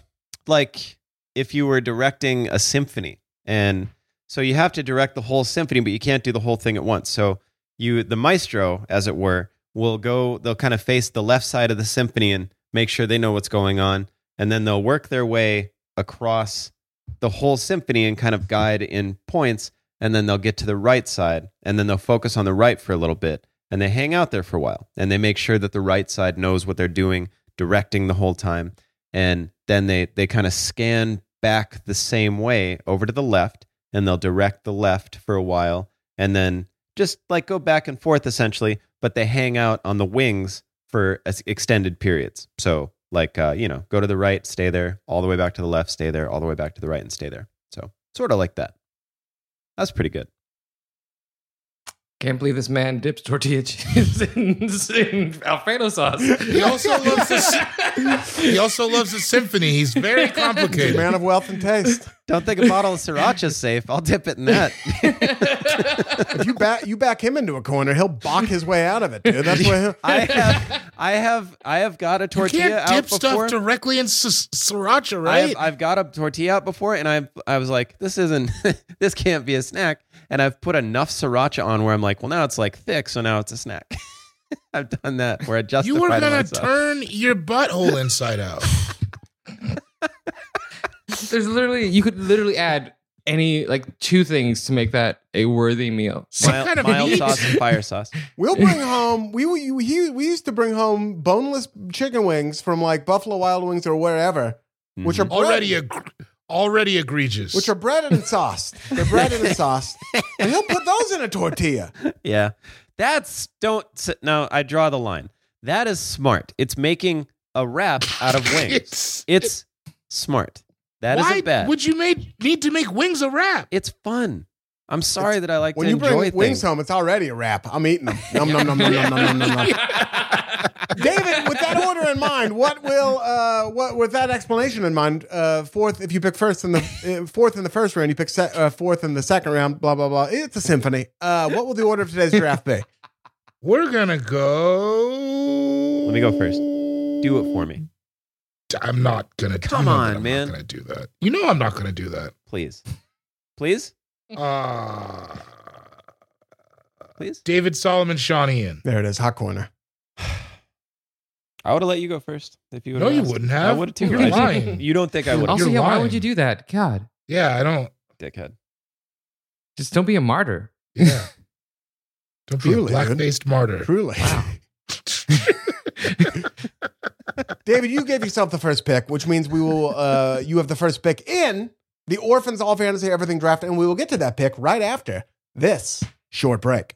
A: like if you were directing a symphony, and so you have to direct the whole symphony, but you can't do the whole thing at once. So you, the maestro, as it were, will go. They'll kind of face the left side of the symphony and make sure they know what's going on, and then they'll work their way across the whole symphony and kind of guide in points and then they'll get to the right side and then they'll focus on the right for a little bit and they hang out there for a while and they make sure that the right side knows what they're doing, directing the whole time. And then they, they kind of scan back the same way over to the left and they'll direct the left for a while and then just like go back and forth essentially, but they hang out on the wings for as- extended periods. So, like, uh, you know, go to the right, stay there, all the way back to the left, stay there, all the way back to the right, and stay there. So, sort of like that. That's pretty good.
D: Can't believe this man dips tortilla chips in, in Alfredo sauce.
C: He also loves the sy- he also loves the symphony. He's very
B: He's a
C: complicated.
B: man of wealth and taste.
A: Don't think a bottle of sriracha's safe. I'll dip it in that.
B: If you back you back him into a corner, he'll balk his way out of it, dude. That's where he'll,
A: I have, I have, I have got a
C: You
A: tortilla
C: can't
A: out
C: dip
A: before.
C: stuff directly in s- sriracha,
A: I have,
C: right?
A: I've got a tortilla out before, and I, I was like, this isn't, this can't be a snack. And I've put enough sriracha on where I'm like, well, now it's like thick, so now it's a snack. I've done that where I justified
C: you were gonna
A: myself.
C: turn your butthole inside out.
D: There's literally you could literally add any like two things to make that a worthy meal.
C: Some
A: mild,
C: kind of
A: mild
C: meat.
A: sauce and fire sauce.
B: we'll bring home we we, we we used to bring home boneless chicken wings from like Buffalo Wild Wings or wherever, which
A: Mm-hmm.
B: are
C: already
B: breaded-
C: egr- already egregious.
B: which are breaded and sauced. They're breaded and sauced, and he'll put those in a tortilla.
A: Yeah. That's don't s- no, I draw the line. That is smart. It's making a wrap out of wings.
C: It's-
A: it's smart. That
C: why
A: isn't bad.
C: would you made, need to make wings a wrap?
A: it's fun. I'm sorry that I like
B: When
A: to
B: you
A: enjoy
B: bring
A: things.
B: wings home, it's already a wrap. I'm eating them. Nom nom nom nom nom nom nom nom. nom. David, with that order in mind, what will uh, what with that explanation in mind, uh, fourth if you pick first in the uh, fourth in the first round, you pick se- uh, fourth in the second round, blah blah blah. It's a symphony. Uh, what will the order of today's draft be?
C: We're gonna go.
A: Let me go first. Do it for me,
C: I'm not gonna.
A: Come
C: you know that
A: on,
C: I'm
A: man.
C: Not gonna do that. You know I'm not gonna do that.
A: please. Please?
C: Uh,
A: Please?
C: David Solomon Shawnean.
B: There it is, hot corner.
A: I would have let you go first if you would
C: No, you wouldn't have.
A: I would have too.
D: You're
A: I just-
C: lying.
A: You don't think I would have,
D: Also,
C: You're
D: yeah, why
C: lying.
D: would you do that? God,
C: Yeah, I don't.
A: dickhead.
D: just don't be a martyr.
C: Yeah. Don't be
B: Truly,
C: a black faced martyr.
B: Truly, David, you gave yourself the first pick, which means we will. Uh, you have the first pick in the orphans all fantasy everything draft, and we will get to that pick right after this short break.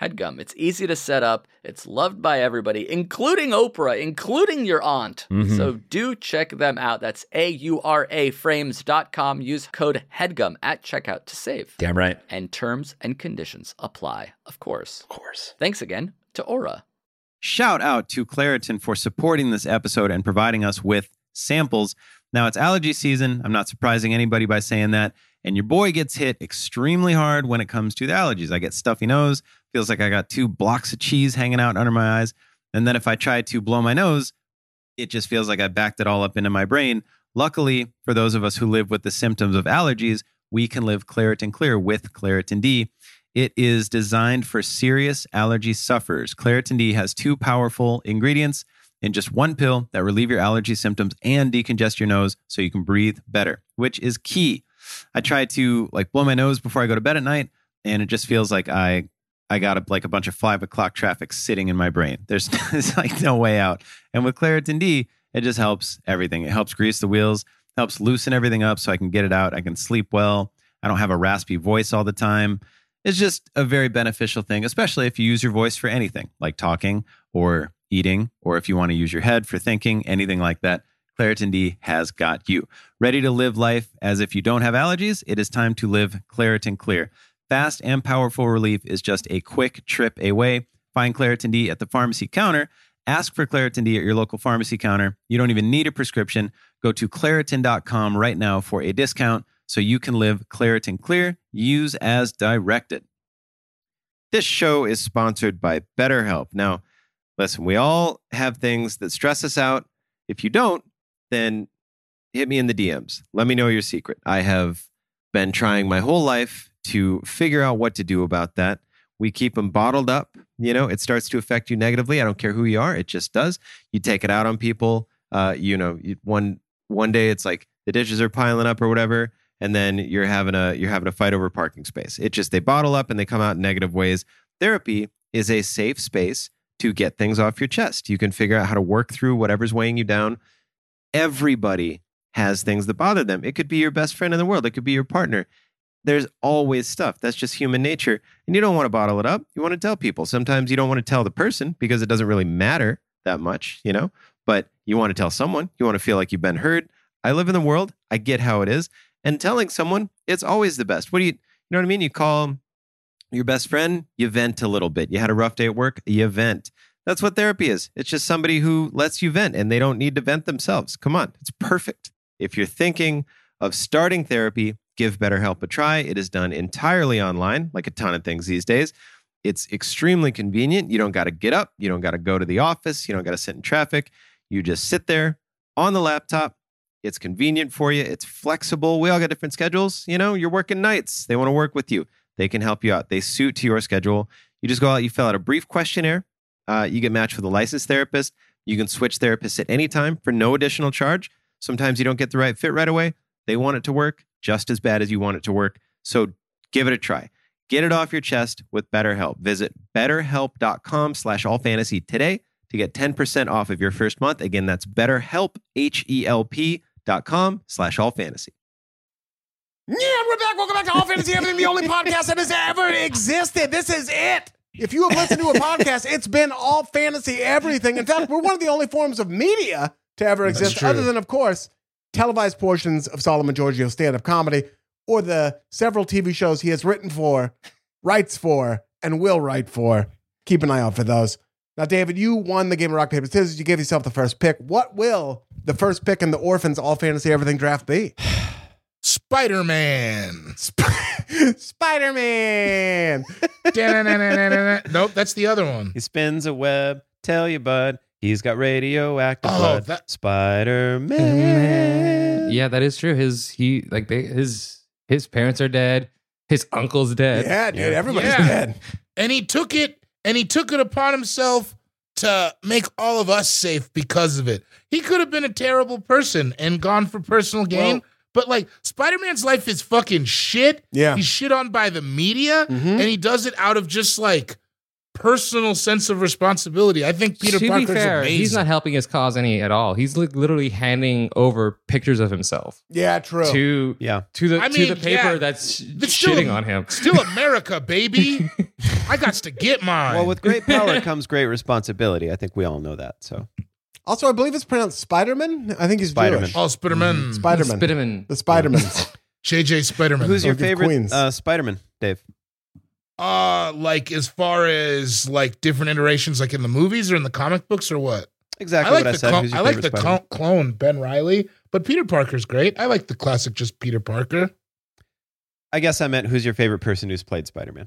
F: HEADGUM. It's easy to set up, it's loved by everybody, including Oprah, including your aunt.
G: Mhm.
F: So do check them out. That's A U R A frames.com. Use code HEADGUM at checkout to save.
G: Damn right.
F: And terms and conditions apply, of course.
G: Of course.
F: Thanks again to Aura.
H: Shout out to Claritin for supporting this episode and providing us with samples. Now it's allergy season. I'm not surprising anybody by saying that. And your boy gets hit extremely hard when it comes to the allergies. I get stuffy nose, feels like I got two blocks of cheese hanging out under my eyes. And then if I try to blow my nose, it just feels like I backed it all up into my brain. Luckily, for those of us who live with the symptoms of allergies, we can live Claritin Clear with Claritin D. It is designed for serious allergy sufferers. Claritin D has two powerful ingredients in just one pill that relieve your allergy symptoms and decongest your nose so you can breathe better, which is key.
A: I try to like blow my nose before I go to bed at night, and it just feels like I I got a, like a bunch of five o'clock traffic sitting in my brain. There's, there's like no way out. And with Claritin D, it just helps everything. It helps grease the wheels, helps loosen everything up so I can get it out. I can sleep well. I don't have a raspy voice all the time. It's just a very beneficial thing, especially if you use your voice for anything like talking or eating, or if you want to use your head for thinking, anything like that. Claritin D has got you. Ready to live life as if you don't have allergies? It is time to live Claritin Clear. Fast and powerful relief is just a quick trip away. Find Claritin D at the pharmacy counter. Ask for Claritin D at your local pharmacy counter. You don't even need a prescription. Go to Claritin.com right now for a discount so you can live Claritin Clear. Use as directed. This show is sponsored by BetterHelp. Now, listen, we all have things that stress us out. If you don't, then hit me in the DMs. Let me know your secret. I have been trying my whole life to figure out what to do about that. We keep them bottled up. You know, it starts to affect you negatively. I don't care who you are; it just does. You take it out on people. Uh, you know, you, one one day it's like the dishes are piling up or whatever, and then you're having a you're having a fight over parking space. It just they bottle up and they come out in negative ways. Therapy is a safe space to get things off your chest. You can figure out how to work through whatever's weighing you down everybody has things that bother them. It could be your best friend in the world, it could be your partner. There's always stuff. That's just human nature. And you don't want to bottle it up. You want to tell people. Sometimes you don't want to tell the person because it doesn't really matter that much, you know, but you want to tell someone. You want to feel like you've been heard. I live in the world. I get how it is. And telling someone, it's always the best. What do you, you know what I mean? You call your best friend, you vent a little bit. You had a rough day at work, you vent. That's what therapy is. It's just somebody who lets you vent and they don't need to vent themselves. Come on, it's perfect. If you're thinking of starting therapy, give BetterHelp a try. It is done entirely online, like a ton of things these days. It's extremely convenient. You don't got to get up, you don't got to go to the office, you don't got to sit in traffic. You just sit there on the laptop. It's convenient for you, it's flexible. We all got different schedules. You know, you're working nights, they want to work with you. They can help you out. They suit to your schedule. You just go out, you fill out a brief questionnaire. Uh, you get matched with a licensed therapist. You can switch therapists at any time for no additional charge. Sometimes you don't get the right fit right away. They want it to work just as bad as you want it to work. So give it a try. Get it off your chest with BetterHelp. Visit betterhelp.com slash allfantasy today to get 10% off of your first month. Again, that's betterhelp, E H-E-L-P dot com slash allfantasy.
B: Yeah, we're back. Welcome back to All Fantasy Everything, the only podcast that has ever existed. This is it. If you have listened to a podcast, it's been All Fantasy Everything. In fact, we're one of the only forms of media to ever
C: That's
B: exist,
C: true.
B: other than, of course, televised portions of Solomon Giorgio's stand up comedy or the several TV shows he has written for, writes for, and will write for. Keep an eye out for those. Now, David, you won the game of rock, paper, scissors. You gave yourself the first pick. What will the first pick in the Orphans All Fantasy Everything draft be?
C: Spider Man.
B: Spider Man.
C: nope, that's the other one.
I: He spins a web. Tell you, bud, he's got radioactive
C: Oh,
I: blood.
C: that-
I: Spider Man.
D: Yeah, that is true. His he like they his his parents are dead. His uncle's dead.
B: Yeah, dude, everybody's
C: Yeah.
B: dead.
C: And he took it and he took it upon himself to make all of us safe because of it. He could have been a terrible person and gone for personal gain. but like Spider Man's life is fucking shit.
B: Yeah.
C: He's shit on by the media
D: Mm-hmm.
B: Mhm.
C: and he does it out of just like personal sense of responsibility. I think Peter
D: to
C: Parker's
D: be fair,
C: amazing.
D: he's not helping his cause any at all. He's li- literally handing over pictures of himself
B: Yeah, true.
D: to
I: Yeah.
D: to the
C: I
D: to the
C: mean,
D: paper
C: yeah.
D: that's sh-
C: That's still-
D: shitting on him.
C: Still America, baby. I got to get mine.
I: Well, with great power comes great responsibility. I think we all know that. So
B: Also, I believe it's pronounced Spider-Man. I think he's
I: Spider-Man.
B: Jewish. Mm-hmm.
C: all Spider Man.
D: Mm-hmm.
B: Spider-Man.
D: Spiderman.
B: the Spider-Man.
C: JJ Spider Man.
I: who's your
B: Don't give
I: favorite
B: Queens.
I: uh, Spider Man, Dave?
C: Uh like as far as like different iterations, like in the movies or in the comic books or what?
I: Exactly
C: I like
I: what I
C: the
I: said.
C: clone.
I: Who's your
C: I like
I: favorite
C: the
I: Spider-Man?
C: clone, clone Ben Riley, but Peter Parker's great. I like the classic just Peter Parker.
I: I guess I meant who's your favorite person who's played Spider Man.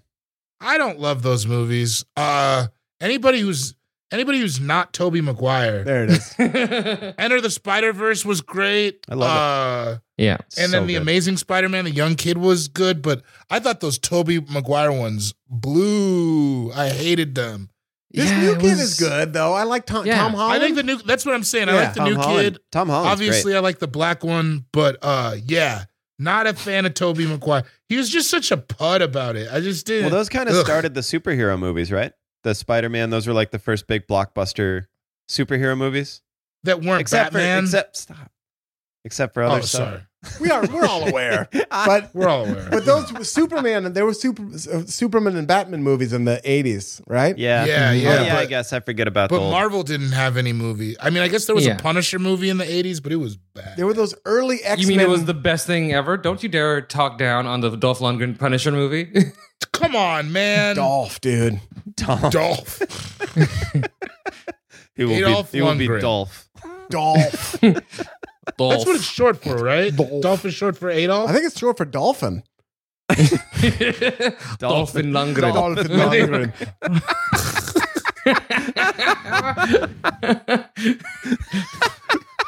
C: I don't love those movies. Uh anybody who's anybody who's not Toby Maguire.
B: there it is.
C: Enter the Spider Verse was great.
I: I love
C: uh,
D: yeah.
C: And then the Amazing Spider-Man, the young kid was good, but I thought those Toby Maguire ones blew. I hated them.
B: This
D: Yeah,
B: new
D: it
B: kid
D: was-
B: is good though. I like Tom,
D: Yeah.
B: Tom
C: I
B: Holland.
C: like the new. That's what I'm saying. I
A: Oh,
B: Yeah.
C: like the
I: Tom
C: new
I: Holland.
C: kid.
I: Tom Holland.
C: Obviously, I like the black one, but uh, yeah, Not a fan of Toby McGuire. He was just such a pud about it. I just didn't.
A: Well, those kind of
C: Ugh.
A: started the superhero movies, right? The Spider Man, those were like the first big blockbuster superhero movies.
C: that weren't
A: Except
C: Batman.
A: for except stop. Except for other
C: oh,
A: stuff.
C: sorry.
B: We are we're all aware, but
C: We're all aware.
B: but those Superman and there were super uh, Superman and Batman movies in the eighties, right?
A: Yeah.
C: Yeah,
A: Oh,
C: yeah,
A: I
C: but-
A: guess I forget about the
C: but
A: old-
C: Marvel didn't have any movie. I mean, I guess there was
D: Yeah.
C: a Punisher movie in the 80s, but it was bad.
B: There were those early X Men.
D: You mean it was the best thing ever? Don't you dare talk down on the Dolph Lundgren Punisher movie.
C: Come on, man.
B: Dolph, dude.
A: Dolph.
C: Dolph.
A: He will
C: Adolf
A: be, he will be
C: Lundgren.
A: Dolph.
B: Dolph.
D: Dolph.
C: That's what it's short for, right?
B: Dolph.
C: Dolph, is short for Adolf.
B: I think it's short for dolphin.
D: Dolphin Lundgren.
B: Dolphin Lundgren.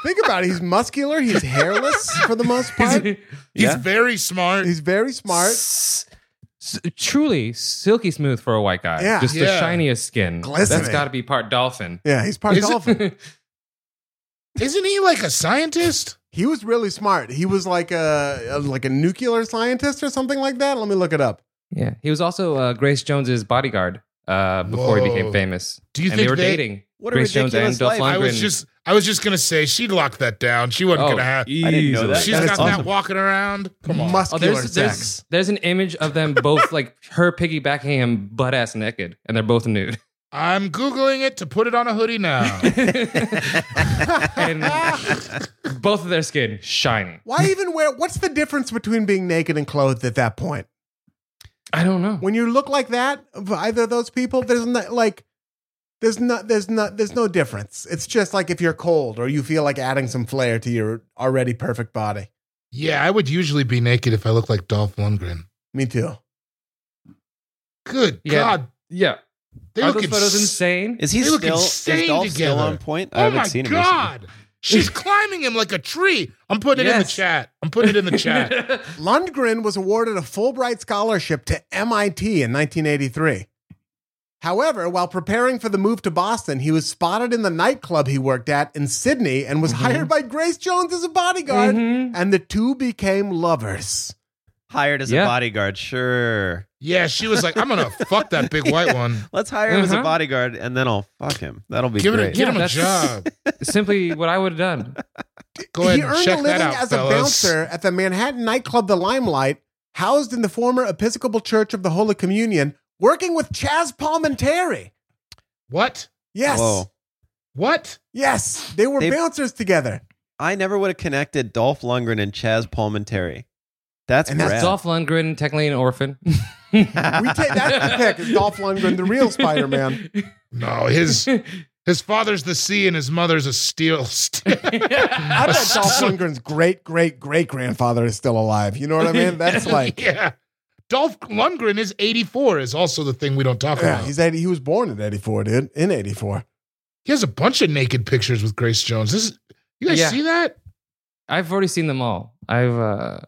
B: Think about it. He's muscular. He's hairless for the most part.
C: He's
A: Yeah.
C: very smart.
B: He's very smart.
D: S- s- truly silky smooth for a white guy.
B: Yeah.
D: Just the
C: Yeah.
D: shiniest skin.
B: Glistening.
D: That's got to be part dolphin.
B: Yeah, he's part
C: Is it-
B: dolphin.
C: Isn't he like a scientist?
B: He was really smart. He was like a, a- like a nuclear scientist or something like that. Let me look it up.
D: Yeah, he was also uh, Grace Jones's bodyguard uh, before he became
C: Whoa.
D: famous.
C: Do you
D: and
C: think
D: they were
C: they-
D: dating?
A: What a
D: Grace Jones and
A: ridiculous
D: Dolph
A: life.
D: Lundgren.
C: I was just I was just gonna say she locked that down. She wasn't
D: Oh,
C: gonna have
D: easily.
A: I didn't know that.
C: She's
B: That is
C: got
A: awesome.
C: that walking around. Come on.
D: Oh,
B: Muscular
D: there's,
B: sex.
D: there's there's an image of them both like her piggybacking him butt ass naked, and they're both nude.
C: I'm Googling it to put it on a hoodie now.
D: and both of their skin shiny.
B: Why even wear? What's the difference between being naked and clothed at that point?
D: I don't know.
B: When you look like that, of either of those people, there's not like there's not there's not there's no difference. It's just like if you're cold or you feel like adding some flair to your already perfect body.
C: yeah, I would usually be naked if I looked like Dolph Lundgren.
B: Me too.
C: Good
D: Yeah.
C: God.
D: Yeah,
C: They
D: are
C: look
D: those photos insane?
A: Is he
C: They look
A: still is
C: insane
A: Dolph still
C: together.
A: on point? I
C: oh
A: haven't
C: my
A: seen him. recently.
C: God. She's climbing him like a tree. I'm putting it in the
D: Yes.
C: chat. I'm putting it in the chat.
B: Lundgren was awarded a Fulbright scholarship to MIT in 1983. However, while preparing for the move to Boston, he was spotted in the nightclub he worked at in Sydney and was hired by Grace Jones as a bodyguard,
D: Mhm.
B: and the two became lovers.
A: Hired as
D: Yeah.
A: a bodyguard, sure.
C: Yeah, she was like, I'm gonna fuck that big white one.
A: Let's hire him as a
D: Uh-huh.
A: bodyguard, and then I'll fuck him. That'll be
C: Give it a,
A: great.
C: get
D: Yeah,
C: him a
D: that's-
C: job.
D: Simply what I would have done.
C: Go ahead
B: he
C: and
B: earned
C: check
B: a
C: that
B: living
C: out,
B: as
C: fellas.
B: a bouncer at the Manhattan nightclub The Limelight, housed in the former Episcopal Church of the Holy Communion, working with Chaz Palminteri.
C: What?
B: Yes.
A: Whoa.
C: What?
B: Yes. They were
A: They-
B: bouncers together.
A: I never would have connected Dolph Lundgren and Chaz Palminteri. That's
B: And that's
A: rad.
D: Dolph Lundgren, technically an orphan.
B: We take that's the pick. is Dolph Lundgren, the real Spider-Man.
C: No, his his father's the sea and his mother's a steel. steel.
B: I bet Dolph Lundgren's great, great, great grandfather is still alive. You know what I mean? That's like,
C: yeah. Dolph Lundgren is 84. Is also the thing we don't talk
B: yeah,
C: about.
B: he's 80, he was born in 84, dude, in 84.
C: He has a bunch of naked pictures with Grace Jones. This is, you guys
D: Yeah.
C: see that?
D: I've already seen them all. I've uh,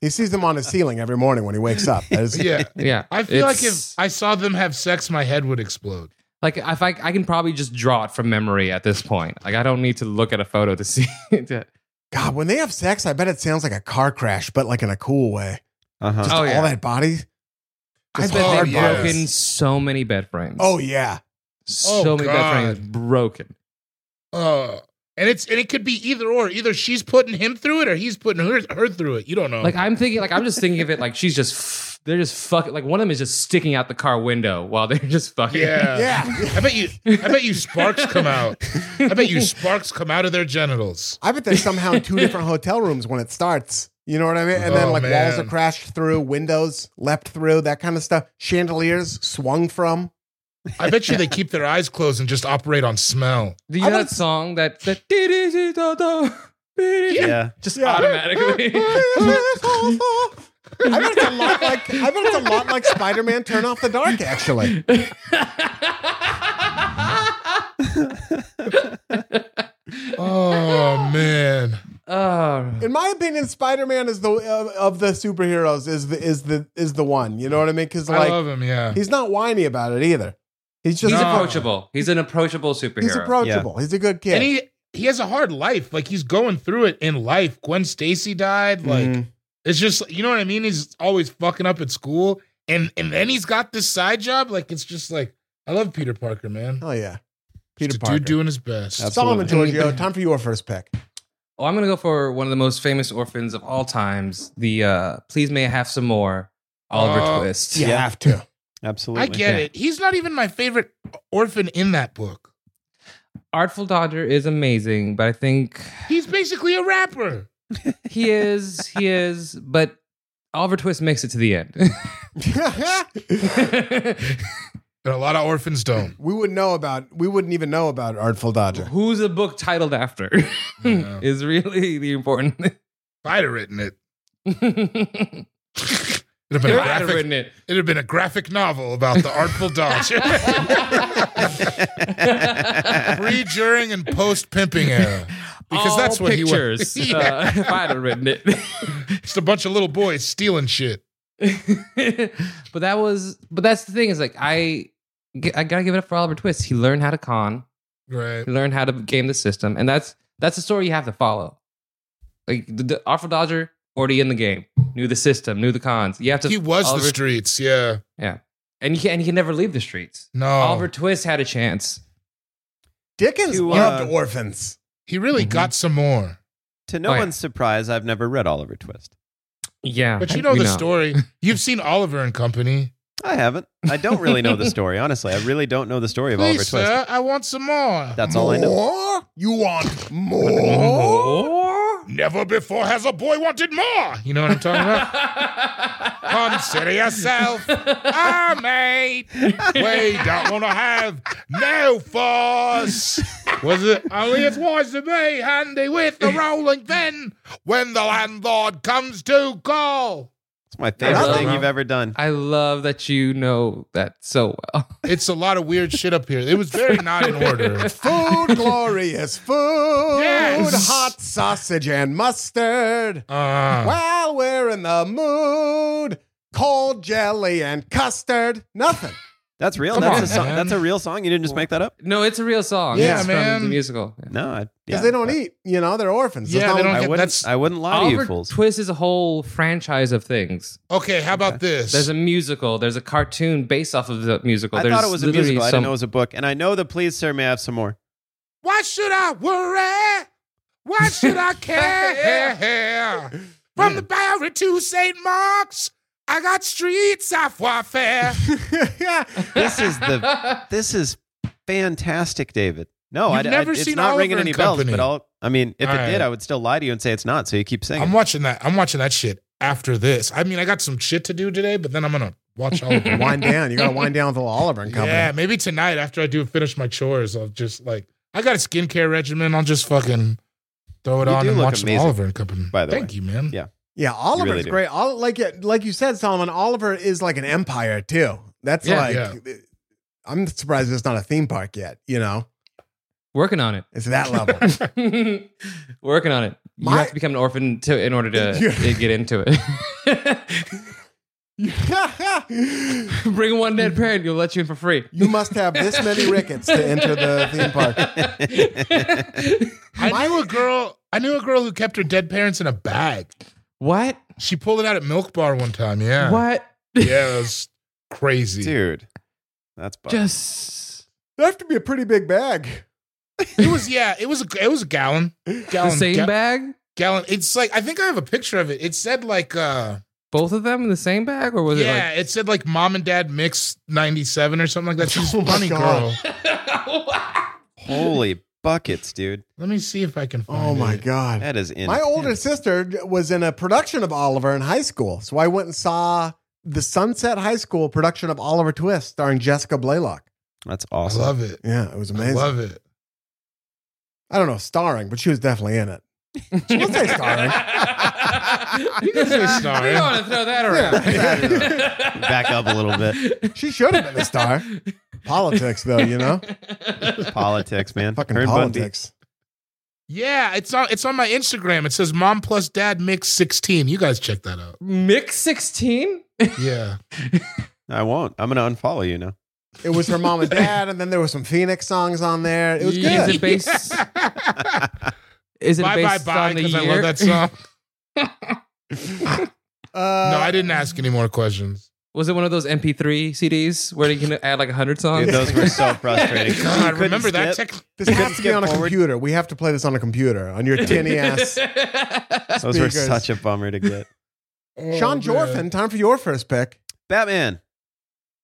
B: He sees them on his ceiling every morning when he wakes up. That is-
C: Yeah.
D: yeah.
C: I feel like if
D: It's-
C: I saw them have sex, my head would explode.
D: like if I I can probably just draw it from memory at this point. Like I don't need to look at a photo to see. it.
B: God, when they have sex, I bet it sounds like a car crash, but like in a cool way.
A: Uh-huh.
D: Oh, yeah.
B: All that body.
D: I
B: Just
D: bet
B: hard
D: they've
C: yes.
D: broken so many bed frames.
B: Oh, yeah.
D: so
C: Oh,
D: many
C: God.
D: bed frames broken.
C: Uh, and it's and it could be either or. Either she's putting him through it or he's putting her, her through it. You don't know.
D: Like I'm thinking, like I'm just thinking of it. Like she's just, f- they're just fucking. Like one of them is just sticking out the car window while they're just fucking.
C: yeah.
B: Yeah.
C: I bet you I bet you sparks come out. I bet you sparks come out of their genitals.
B: I bet they're somehow in two different hotel rooms when it starts. You know what I mean? And then
C: Oh,
B: like walls
C: man.
B: are crashed through, windows leapt through, that kind of stuff. Chandeliers swung from.
C: I bet you they keep their eyes closed and just operate on smell.
D: Do you
B: I
D: know
B: don't-
D: that song that that yeah.
A: Yeah.
D: just
B: Yeah.
D: automatically?
B: I bet it's a lot like I bet it's a lot like Spider-Man Turn Off the Dark, actually.
C: Oh man.
D: Oh,
B: In my opinion, Spider-Man is the of, of the superheroes is the is the is the one. You know what I mean? Because
C: I
B: like
C: love him, yeah.
B: he's not whiny about it either. He's just
D: he's
C: No.
D: approachable. He's an approachable superhero.
B: He's approachable. He's a good kid.
C: And he he has a hard life. Like he's going through it in life. Gwen Stacy died. Like
B: Mm-hmm.
C: it's just you know what I mean. He's always fucking up at school, and and then he's got this side job. Like it's just like I love Peter Parker, man.
B: Oh yeah,
C: Just
B: Peter
C: a
B: Parker.
C: dude doing his best.
B: Solomon Giorgio, time for your first pick.
D: Oh, I'm gonna go for one of the most famous orphans of all times. The uh, please may I have some more Oliver
C: Oh,
D: Twist.
B: You have to.
A: Absolutely.
C: I get
D: Yeah.
C: it. He's not even my favorite orphan in that book.
D: Artful Dodger is amazing, but I think
C: He's basically a rapper.
D: he is he is. But Oliver Twist makes it to the end.
C: And a lot of orphans don't.
B: we wouldn't know about. We wouldn't even know about Artful Dodger.
D: Who's a book titled after
C: Yeah.
D: is really the important. thing.
C: If I'd have written it, it'd
D: I'd
C: have been a
D: have
C: graphic,
D: written it.
C: it'd have been a graphic novel about the Artful Dodger. Pre, during, and post pimping era. Because
D: All
C: that's what
D: pictures.
C: he was. Yeah.
D: uh, if I'd have written it.
C: Just a bunch of little boys stealing shit.
D: but that was but that's the thing is like i i gotta give it up for oliver twist he learned how to con
C: Right.
D: he learned how to game the system and that's that's a story you have to follow like the, the awful dodger already in the game knew the system knew the cons you have to
C: He was
D: Oliver-
C: the streets. Yeah.
D: and you can, and he can never leave the streets
C: No.
D: oliver twist had a chance
B: Dickens
A: To, uh,
B: loved orphans.
C: he really
D: Mhm.
C: got some more.
A: To no
D: Oh, yeah.
A: one's surprise, I've never read Oliver Twist.
D: yeah
C: But you know
D: we
C: the story. You've seen Oliver and Company.
A: I haven't. I don't really know the story, honestly. I really don't know the story of
C: Please,
A: Oliver Twist.
C: sir, I want some more.
A: That's all I know.
B: More? You want more?
D: Oh.
C: Never before has a boy wanted more. You know what I'm talking about? Consider yourself a mate. We don't want to have no force. Was it only it wise to be handy with the rolling pin when the landlord comes to call?
A: It's my favorite
D: Yeah.
A: thing you've ever done.
D: i love that you know that so well
C: It's a lot of weird shit up here. It was very not in order.
B: Food, glorious food.
C: Yes.
B: Hot sausage and mustard.
C: Uh,
B: While we're in the mood, cold jelly and custard. Nothing.
A: That's real.
C: Come
A: That's
C: on,
A: a song.
C: man.
A: That's a real song. You didn't just make that up.
D: no it's a real song
B: Yeah,
D: It's from
C: man.
D: the musical Yeah.
A: No, I, yeah,
B: Because they don't eat. You know, they're orphans. That's
C: Yeah,
B: not
C: they
B: what-
C: don't
A: I
C: Okay,
A: wouldn't.
C: that's-
A: I wouldn't lie to you
D: Oliver
A: fools.
D: Twist is a whole franchise of things.
C: okay, how about this?
D: There's a musical. There's a cartoon based off of the musical.
A: I
D: there's
A: thought it was a
D: literally
A: musical. I
D: some-
A: didn't know it was a book. And I know the Please Sir May I Have Some More.
C: Why should I worry? Why should I care? From the Bowery to St. Mark's, I got street savoir faire.
A: This is the. this is fantastic, David. No, I,
C: You've
A: I-
C: never
A: it's
C: seen
A: not
C: Oliver
A: ringing
C: and
A: any
C: Company.
A: bells. But I'll, I mean, if
C: All
A: it
C: right.
A: did, I would still lie to you and say it's not. So you keep saying.
C: I'm
A: it.
C: watching that. I'm watching that shit after this. I mean, I got some shit to do today, but then I'm gonna watch all of it.
B: wind down. You got to wind down with a little Oliver and company.
C: yeah, maybe tonight after I do finish my chores, I'll just like I got a skincare regimen. I'll just fucking throw it
A: You
C: on
A: do
C: and
A: look
C: watch some
A: amazing,
C: Oliver and Company.
A: by the
C: Thank
A: way.
C: you, man.
A: Yeah.
B: Yeah, Oliver's
A: really do.
B: great. All, like like you said, Solomon, Oliver is like an empire too. That's
D: Yeah,
B: like uh, I'm surprised it's not a theme park yet, you know?
D: working on
B: It's that level.
D: it. working on it.
B: My-
D: you have to become an orphan to in order to
B: Yeah.
D: get into it. Bring one dead parent, you'll let you in for free.
B: you must have this many rickets to enter the theme park.
C: I knew a girl. I knew a girl who kept her dead parents in a bag.
D: what?
C: She pulled it out at Milk Bar one time. Yeah.
D: What?
C: Yeah, it was crazy.
A: dude. That's bugged.
D: Just
B: That have to be a pretty big bag.
C: It was yeah. It was a it was a gallon.
D: the
C: Gallon.
D: same
C: ga-
D: bag?
C: Gallon. It's like I think I have a picture of it. It said like uh
D: Both of them in the same bag, or was
C: yeah. It, said like mom and dad mix ninety seven or something like that. She's
B: Oh
C: a
B: my
C: funny
B: God.
C: girl.
D: it like?
A: Holy buckets, dude.
C: Let me see if I can. Find
B: Oh my
C: it.
B: god.
A: That is in.
B: My older sister was in a production of Oliver in high school. So I went and saw the Sunset High School production of Oliver Twist starring Jessica Blaylock.
A: That's
C: I
A: awesome.
C: love it.
B: Yeah, it was
C: I
B: amazing.
C: love it.
B: I don't know, starring, but she was definitely in it. She was starring.
D: you
C: can say sorry.
D: We don't want to throw that around.
A: Back up a little bit.
B: She should have been a star. Politics, though, you know?
A: Politics, man.
B: Fucking
A: Her and Bundy.
B: politics.
C: Yeah, it's on it's on my Instagram. It says mom plus dad mix sixteen. You guys check that out.
D: Mix 16?
C: Yeah.
A: I won't. I'm gonna unfollow you now.
B: It was her mom and dad, and then there were some Phoenix songs on there. It was
C: Yeah.
D: Is
B: good.
D: it based? Is it
C: bye bye
D: based
C: bye
D: on the
C: because
D: year?
C: I love that song.
B: Uh,
C: no, I didn't ask any more questions.
D: Was it one of those MP3 CDs where you can add like hundred songs?
A: Dude, those were so frustrating. You
C: God,
A: couldn't
C: remember that
A: skip.
C: tech?
B: This has to be
A: skip
B: on a
A: forward.
B: computer. We have to play this on a computer on your tinny ass.
A: Those were
B: speakers.
A: such a bummer to get.
B: Sean
C: Oh, man.
B: Jorfin, time for your first pick.
A: Batman.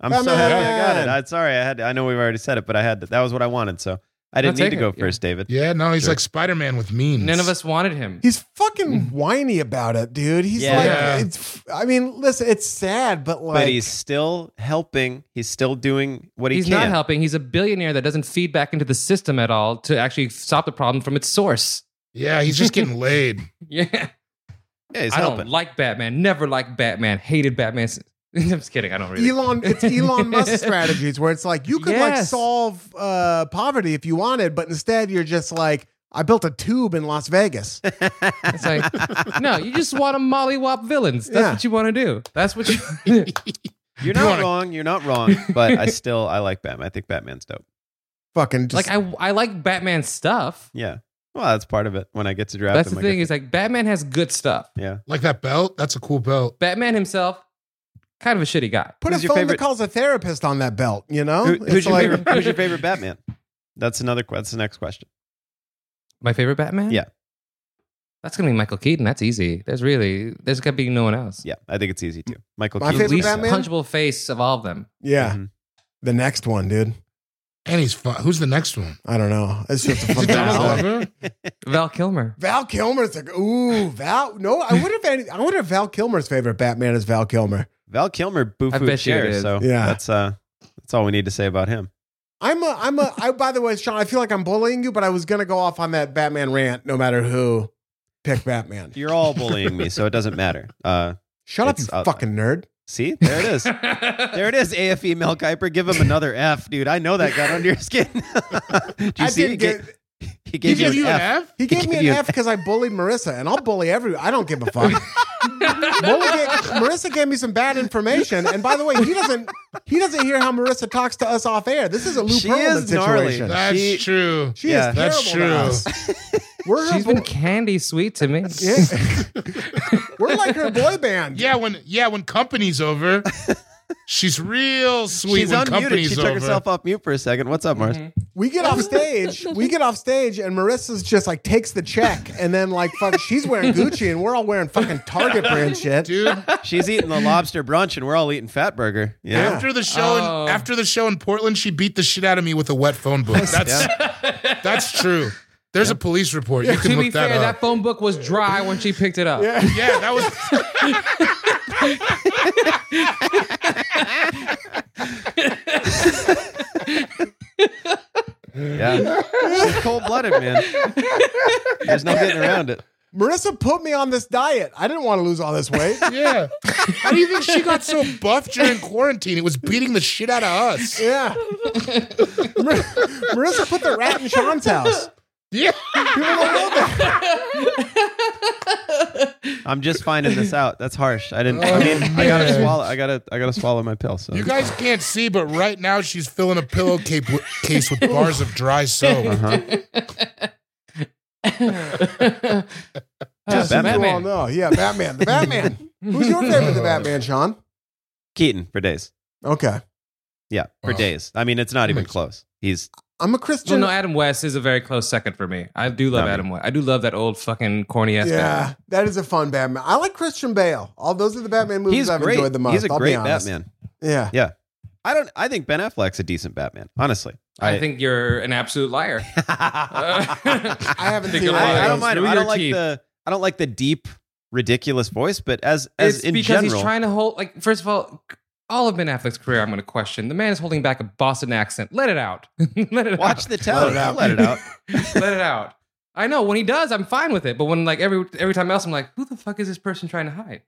A: I'm so happy I got it.
B: Batman.
A: I'm sorry I had. I know we've already said it, but I had that was what I wanted, so I didn't
D: I'll
A: need to
D: take
A: go
D: it, yeah.
A: first, David.
C: Yeah, no, he's
A: Sure.
C: like Spider Man with memes.
D: None of us wanted him.
B: He's fucking whiny about it, dude. He's
A: Yeah.
B: like,
C: Mm. Yeah.
B: it's. I mean, listen, it's sad, but like,
A: but he's still helping. He's still doing what he
D: He's
A: can.
D: not helping. He's a billionaire that doesn't feed back into the system at all to actually stop the problem from its source.
C: Yeah, he's just getting laid.
D: Yeah.
A: Yeah, he's
D: I
A: helping.
D: don't like Batman. Never liked Batman. Hated Batman. since- I'm just kidding. I don't really.
B: Elon. It's Elon Musk strategies where it's like you could like
D: Yes.
B: solve uh, poverty if you wanted, but instead you're just like, I built a tube in Las Vegas.
D: It's like, no, you just want to mollywop villains. That's
B: Yeah.
D: what you want to do. That's what you.
A: You're
C: You
A: not
C: wanna-
A: wrong. You're not wrong. But I still I like Batman. I think Batman's dope.
B: fucking just
D: like I, I like Batman stuff.
A: Yeah. Well, that's part of it. When I get to draft
D: That's
A: him,
D: the
A: I
D: thing
A: get
D: is like Batman has good stuff.
A: to- yeah.
C: Like that belt? That's a cool belt.
D: Batman himself, kind of a shitty guy.
B: put a
A: Who's your
B: phone
A: favorite-
B: that calls a therapist on that belt. You know,
A: Who-
B: Oh, It's
A: who's, your
B: like-
A: favorite, who's your favorite Batman? That's another. que- That's the next question.
D: My favorite Batman.
A: Yeah.
D: that's gonna be Michael Keaton. That's easy. There's really there's gotta be no one else.
A: Yeah, I think it's easy too. Michael.
B: My
D: The
A: Keaton's
B: favorite
D: least
A: dope.
B: Batman?
D: punchable face of all of them.
B: Yeah,
A: Mhm.
B: the next one, dude.
C: And he's fun. Who's the next one?
B: I don't know. It's just a
C: Is it
B: fucking.
C: Donald
B: outlier.
C: Glover?
D: Val Kilmer.
B: Val Kilmer's like, ooh, Val. No, I wonder if any, I wonder if Val Kilmer's favorite Batman is Val Kilmer.
A: Val Kilmer boo
D: I
A: foo
D: bet you it
A: chair.
D: is.
A: So
B: Yeah.
A: that's uh, that's all we need to say about him.
B: I'm a, I'm a, I, by the way, Sean, I feel like I'm bullying you, but I was going to go off on that Batman rant no matter who picked Batman.
A: You're all bullying me, so it doesn't matter. Uh,
B: Shut up, you
A: It's out
B: fucking nerd.
A: see, there it is.
D: There
A: There it is, AFE Mel Kiper. Give him another F, dude. I know that got under your skin. Did you
B: I
A: see? He
B: didn't get,
A: gave, he
C: He
A: gave
C: gave
A: you an F.
B: he gave me
A: gave
B: an
A: you an
B: F because I bullied Marissa, and I'll bully every. I don't give a fuck. Mully gave, Marissa gave me some bad information, and by the way, he doesn't he doesn't hear how Marissa talks to us off air. This is a Lou
A: She
B: Pearlman
A: is gnarly.
B: situation.
C: That's
A: She-
C: true.
B: She
A: Yeah,
B: is
C: that's
B: terrible to us. We're her
D: She's been
B: bo-
D: candy sweet to me.
B: Yeah. We're like her boy band.
C: Yeah, when yeah, when company's over, she's real sweet
A: She's
C: when
A: unmuted.
C: company's
A: She took
C: over.
A: herself off mute for a second. What's up, Mars?
D: Mm-hmm.
B: We get off stage. We get off stage, and Marissa's just like takes the check, and then like fuck, she's wearing Gucci, and we're all wearing fucking Target brand shit.
C: Dude,
A: She's eating the lobster brunch, and we're all eating fat burger. Yeah.
C: after the show in,
D: Oh.
C: after the show in Portland, she beat the shit out of me with a wet phone book. That's that's true. There's a police report. You can
D: To be
C: look that
D: fair,
C: up.
D: that phone book was dry when she picked it up.
C: yeah, that was
A: Yeah. She's cold blooded, man. There's no getting around it.
B: Marissa put me on this diet. I didn't want to lose all this weight.
C: yeah. How do you think she got so buff during quarantine? It was beating the shit out of us.
B: Yeah. Mar- Marissa put the rat in Sean's house.
C: Yeah.
A: I'm just finding this out. That's harsh. I didn't. I mean, I gotta
B: Oh.
A: swallow. I gotta. I gotta swallow my pill. So
C: You guys can't see, but right now she's filling a pillowcase with, case with bars of dry soap.
A: Uh-huh.
C: Oh,
B: Just so
D: Batman.
B: you all know. Yeah, Batman. The Batman. Who's your favorite the Batman, Sean?
A: Keaton for days.
B: Okay.
A: Yeah, for
C: Wow.
A: days. I mean, it's not even close. He's
B: I'm a
D: Well,
B: Christian.
D: no, Adam West is a very close second for me. I do love
A: Not me.
D: Adam West. I do love that old fucking corny ass.
B: yeah, that is a fun Batman. I like Christian Bale. All those are the Batman movies
A: he's
B: I've
A: great.
B: enjoyed the most.
A: he's a
B: I'll
A: great
B: be honest.
A: Batman.
B: Yeah.
A: I don't. I think Ben Affleck's a decent Batman. Honestly,
D: I, think you're an absolute liar.
A: I,
B: I haven't
D: Think
B: seen
D: a
B: all
D: lot.
B: those.
A: I don't mind him.
D: Through
A: I don't
D: your
A: like
D: teeth.
A: the. I don't like the deep, ridiculous voice. But as as
D: it's
A: in
D: because
A: general,
D: he's trying to hold like first of all, all of Ben Affleck's career I'm gonna question. The man is holding back a Boston accent. Let it out. Let it
A: watch
D: out.
A: the talent.
B: out.
A: Let it out.
D: Let it out. I know when he does, I'm fine with it. But when like every every time else, I'm like, who the fuck is this person trying to hide?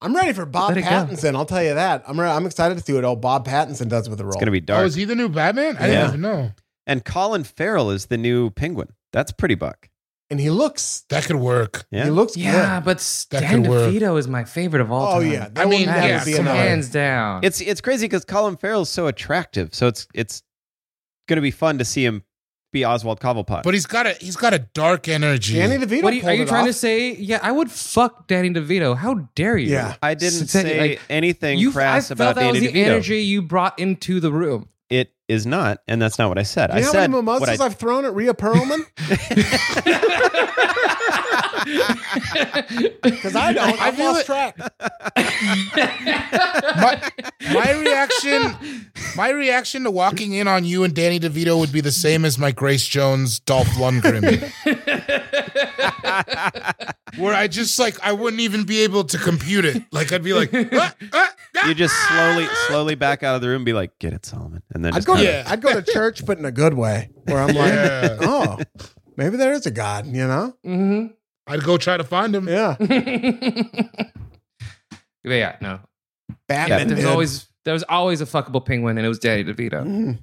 B: I'm ready for Bob
D: Let it go.
B: Pattinson. I'll tell you that. I'm re- I'm excited to see what old Bob Pattinson does with the role.
A: It's gonna be
C: Oh,
A: dark.
C: is he the new Batman?
A: Yeah.
C: I didn't even know.
A: and Colin Farrell is the new Penguin. That's pretty buck.
B: and he looks
C: That could work.
A: Yeah.
B: he looks
D: Yeah,
B: good.
D: but
C: That
D: Stan
C: could work.
D: DeVito is my favorite of all
B: Oh
D: time.
B: yeah,
C: I mean,
B: will never
C: yeah,
B: be
C: come
B: another.
C: on.
D: hands down.
A: It's it's crazy because Colin Farrell's so attractive, so it's it's gonna be fun to see him be Oswald Cobblepot.
C: But he's got a he's got a dark energy.
B: Danny DeVito.
D: what are you,
B: pulled
D: are you
B: it
D: trying to
B: off.
D: say? Yeah, I would fuck Danny DeVito. How dare you?
B: Yeah.
A: I didn't
D: Say,
A: say
D: like,
A: anything
D: You, I
A: crass
D: felt
A: about
D: that
A: Danny
D: was the
A: DeVito.
D: energy you brought into the room.
A: It is not, and that's not what I said.
B: Do you
A: I
B: know how
A: said
B: many
A: what
B: mimosas
A: I,
B: I've thrown at Rhea Perlman? Because I don't.
C: I
B: I've
C: feel
B: lost
C: it-
B: track.
C: my, my reaction my reaction to walking in on you and Danny DeVito would be the same as my Grace Jones Dolph Lundgren. Where I just like I wouldn't even be able to compute it. Like I'd be like, "Ah, ah, ah."
A: you just slowly slowly back out of the room, and be like, "Get it, Solomon," and then
B: I'd
A: just
B: go. To,
A: kinda-
C: Yeah.
B: I'd go to church, but in a good way, where I'm like,
C: Yeah.
B: oh, maybe there is a God. You know?
D: hmm
C: I'd go try to find him.
B: Yeah.
D: But yeah, no.
B: Batman.
D: There's
B: did.
D: always there was always a fuckable penguin, and it was Danny DeVito.
B: Mm.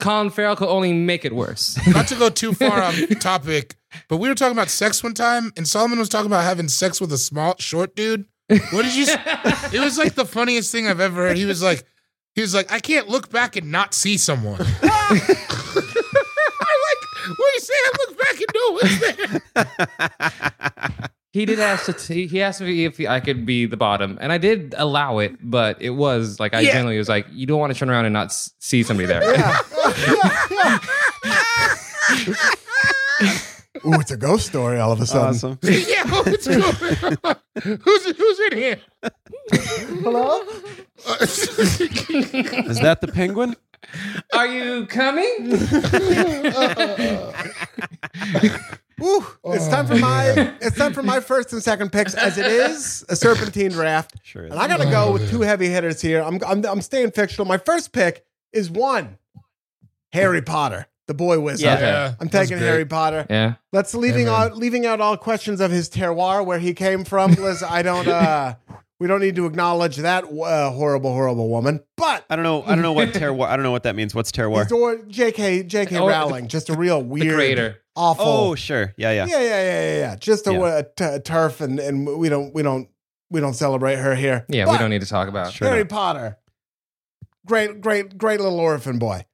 D: Colin Farrell could only make it worse.
C: Not to go too far on topic, but we were talking about sex one time, and Solomon was talking about having sex with a small, short dude. What did you? s- it was like the funniest thing I've ever heard. He was like, he was like, I can't look back and not see someone. I'm like, what do you say? I look back and know what's there.
D: He did ask to t- he asked me if I could be the bottom, and I did allow it, but it was like I
C: Yeah.
D: generally was like, you don't want to turn around and not s- see somebody there.
B: Ooh, it's a ghost story all of a sudden.
A: awesome.
C: yeah, what's going on? Who's who's in here? Hello.
A: Is that the penguin?
D: Are you coming?
B: Ooh, it's time for my it's time for my first and second picks as it is a serpentine draft.
A: Sure is.
B: And I got to go with two heavy hitters here. I'm, I'm I'm staying fictional. My first pick is one Harry Potter, the boy wizard.
D: Yeah.
B: I'm
C: That was
B: taking
C: great.
B: Harry Potter.
D: Yeah.
B: Let's leaving
C: Amen.
B: out leaving out all questions of his terroir where he came from. Liz, I don't uh we don't need to acknowledge that uh, horrible horrible woman. But
A: I don't know. I don't know what terroir. I don't know what that means. What's terroir?
B: or J.K. J.K.
D: Oh,
B: Rowling, just a real
D: The
B: weird,
D: creator.
B: awful.
A: Oh, sure. Yeah, yeah.
B: Yeah, yeah, yeah, yeah, yeah. Just a,
A: Yeah.
B: a t- a turf, and and we don't we don't we don't celebrate her here.
D: Yeah, we
B: But
D: don't uh, need to talk about.
A: Sure
B: Harry
A: not.
B: Potter, great, great, great little orphan boy,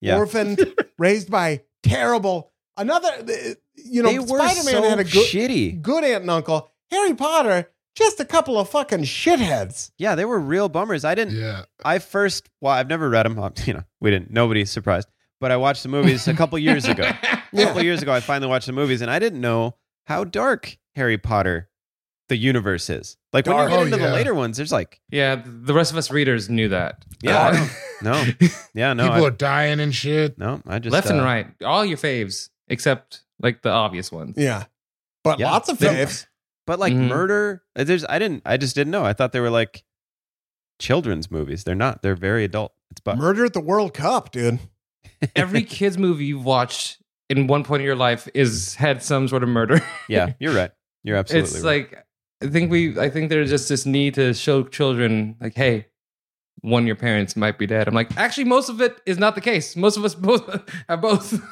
A: Yeah.
B: orphaned, raised by terrible another. uh, You know,
A: they were
B: Spider Man
A: so
B: had a good
A: shitty.
B: good aunt and uncle. Harry Potter, just a couple of fucking shitheads.
A: Yeah, they were real bummers. I didn't.
C: Yeah.
A: I first. Well, I've never read them. You know, we didn't. Nobody's surprised. But I watched the movies a couple years ago. a couple years ago, I finally watched the movies, and I didn't know how dark Harry Potter the universe is. Like when
B: Dark.
A: you
C: Oh,
A: get into
C: yeah.
A: the later ones, there's like,
D: Yeah, the rest of us readers knew that.
A: yeah,
D: Uh,
A: I don't- no, yeah, no,
C: People
A: I,
C: are dying and shit.
A: no, I just
D: left and
A: uh,
D: right, all your faves except like the obvious ones.
B: Yeah, but
A: Yeah.
B: lots of faves.
A: But like
D: Mhm.
A: murder, uh, there's I didn't, I just didn't know. I thought they were like children's movies. They're not. They're very adult. It's but
B: Murder at the World Cup, dude.
D: Every kids movie you've watched in one point of your life is had some sort of murder.
A: yeah, you're right. You're absolutely
D: it's
A: right.
D: like I think we I think there's just this need to show children like, hey, one of your parents might be dead. I'm like, actually, most of it is not the case. Most of us both are both.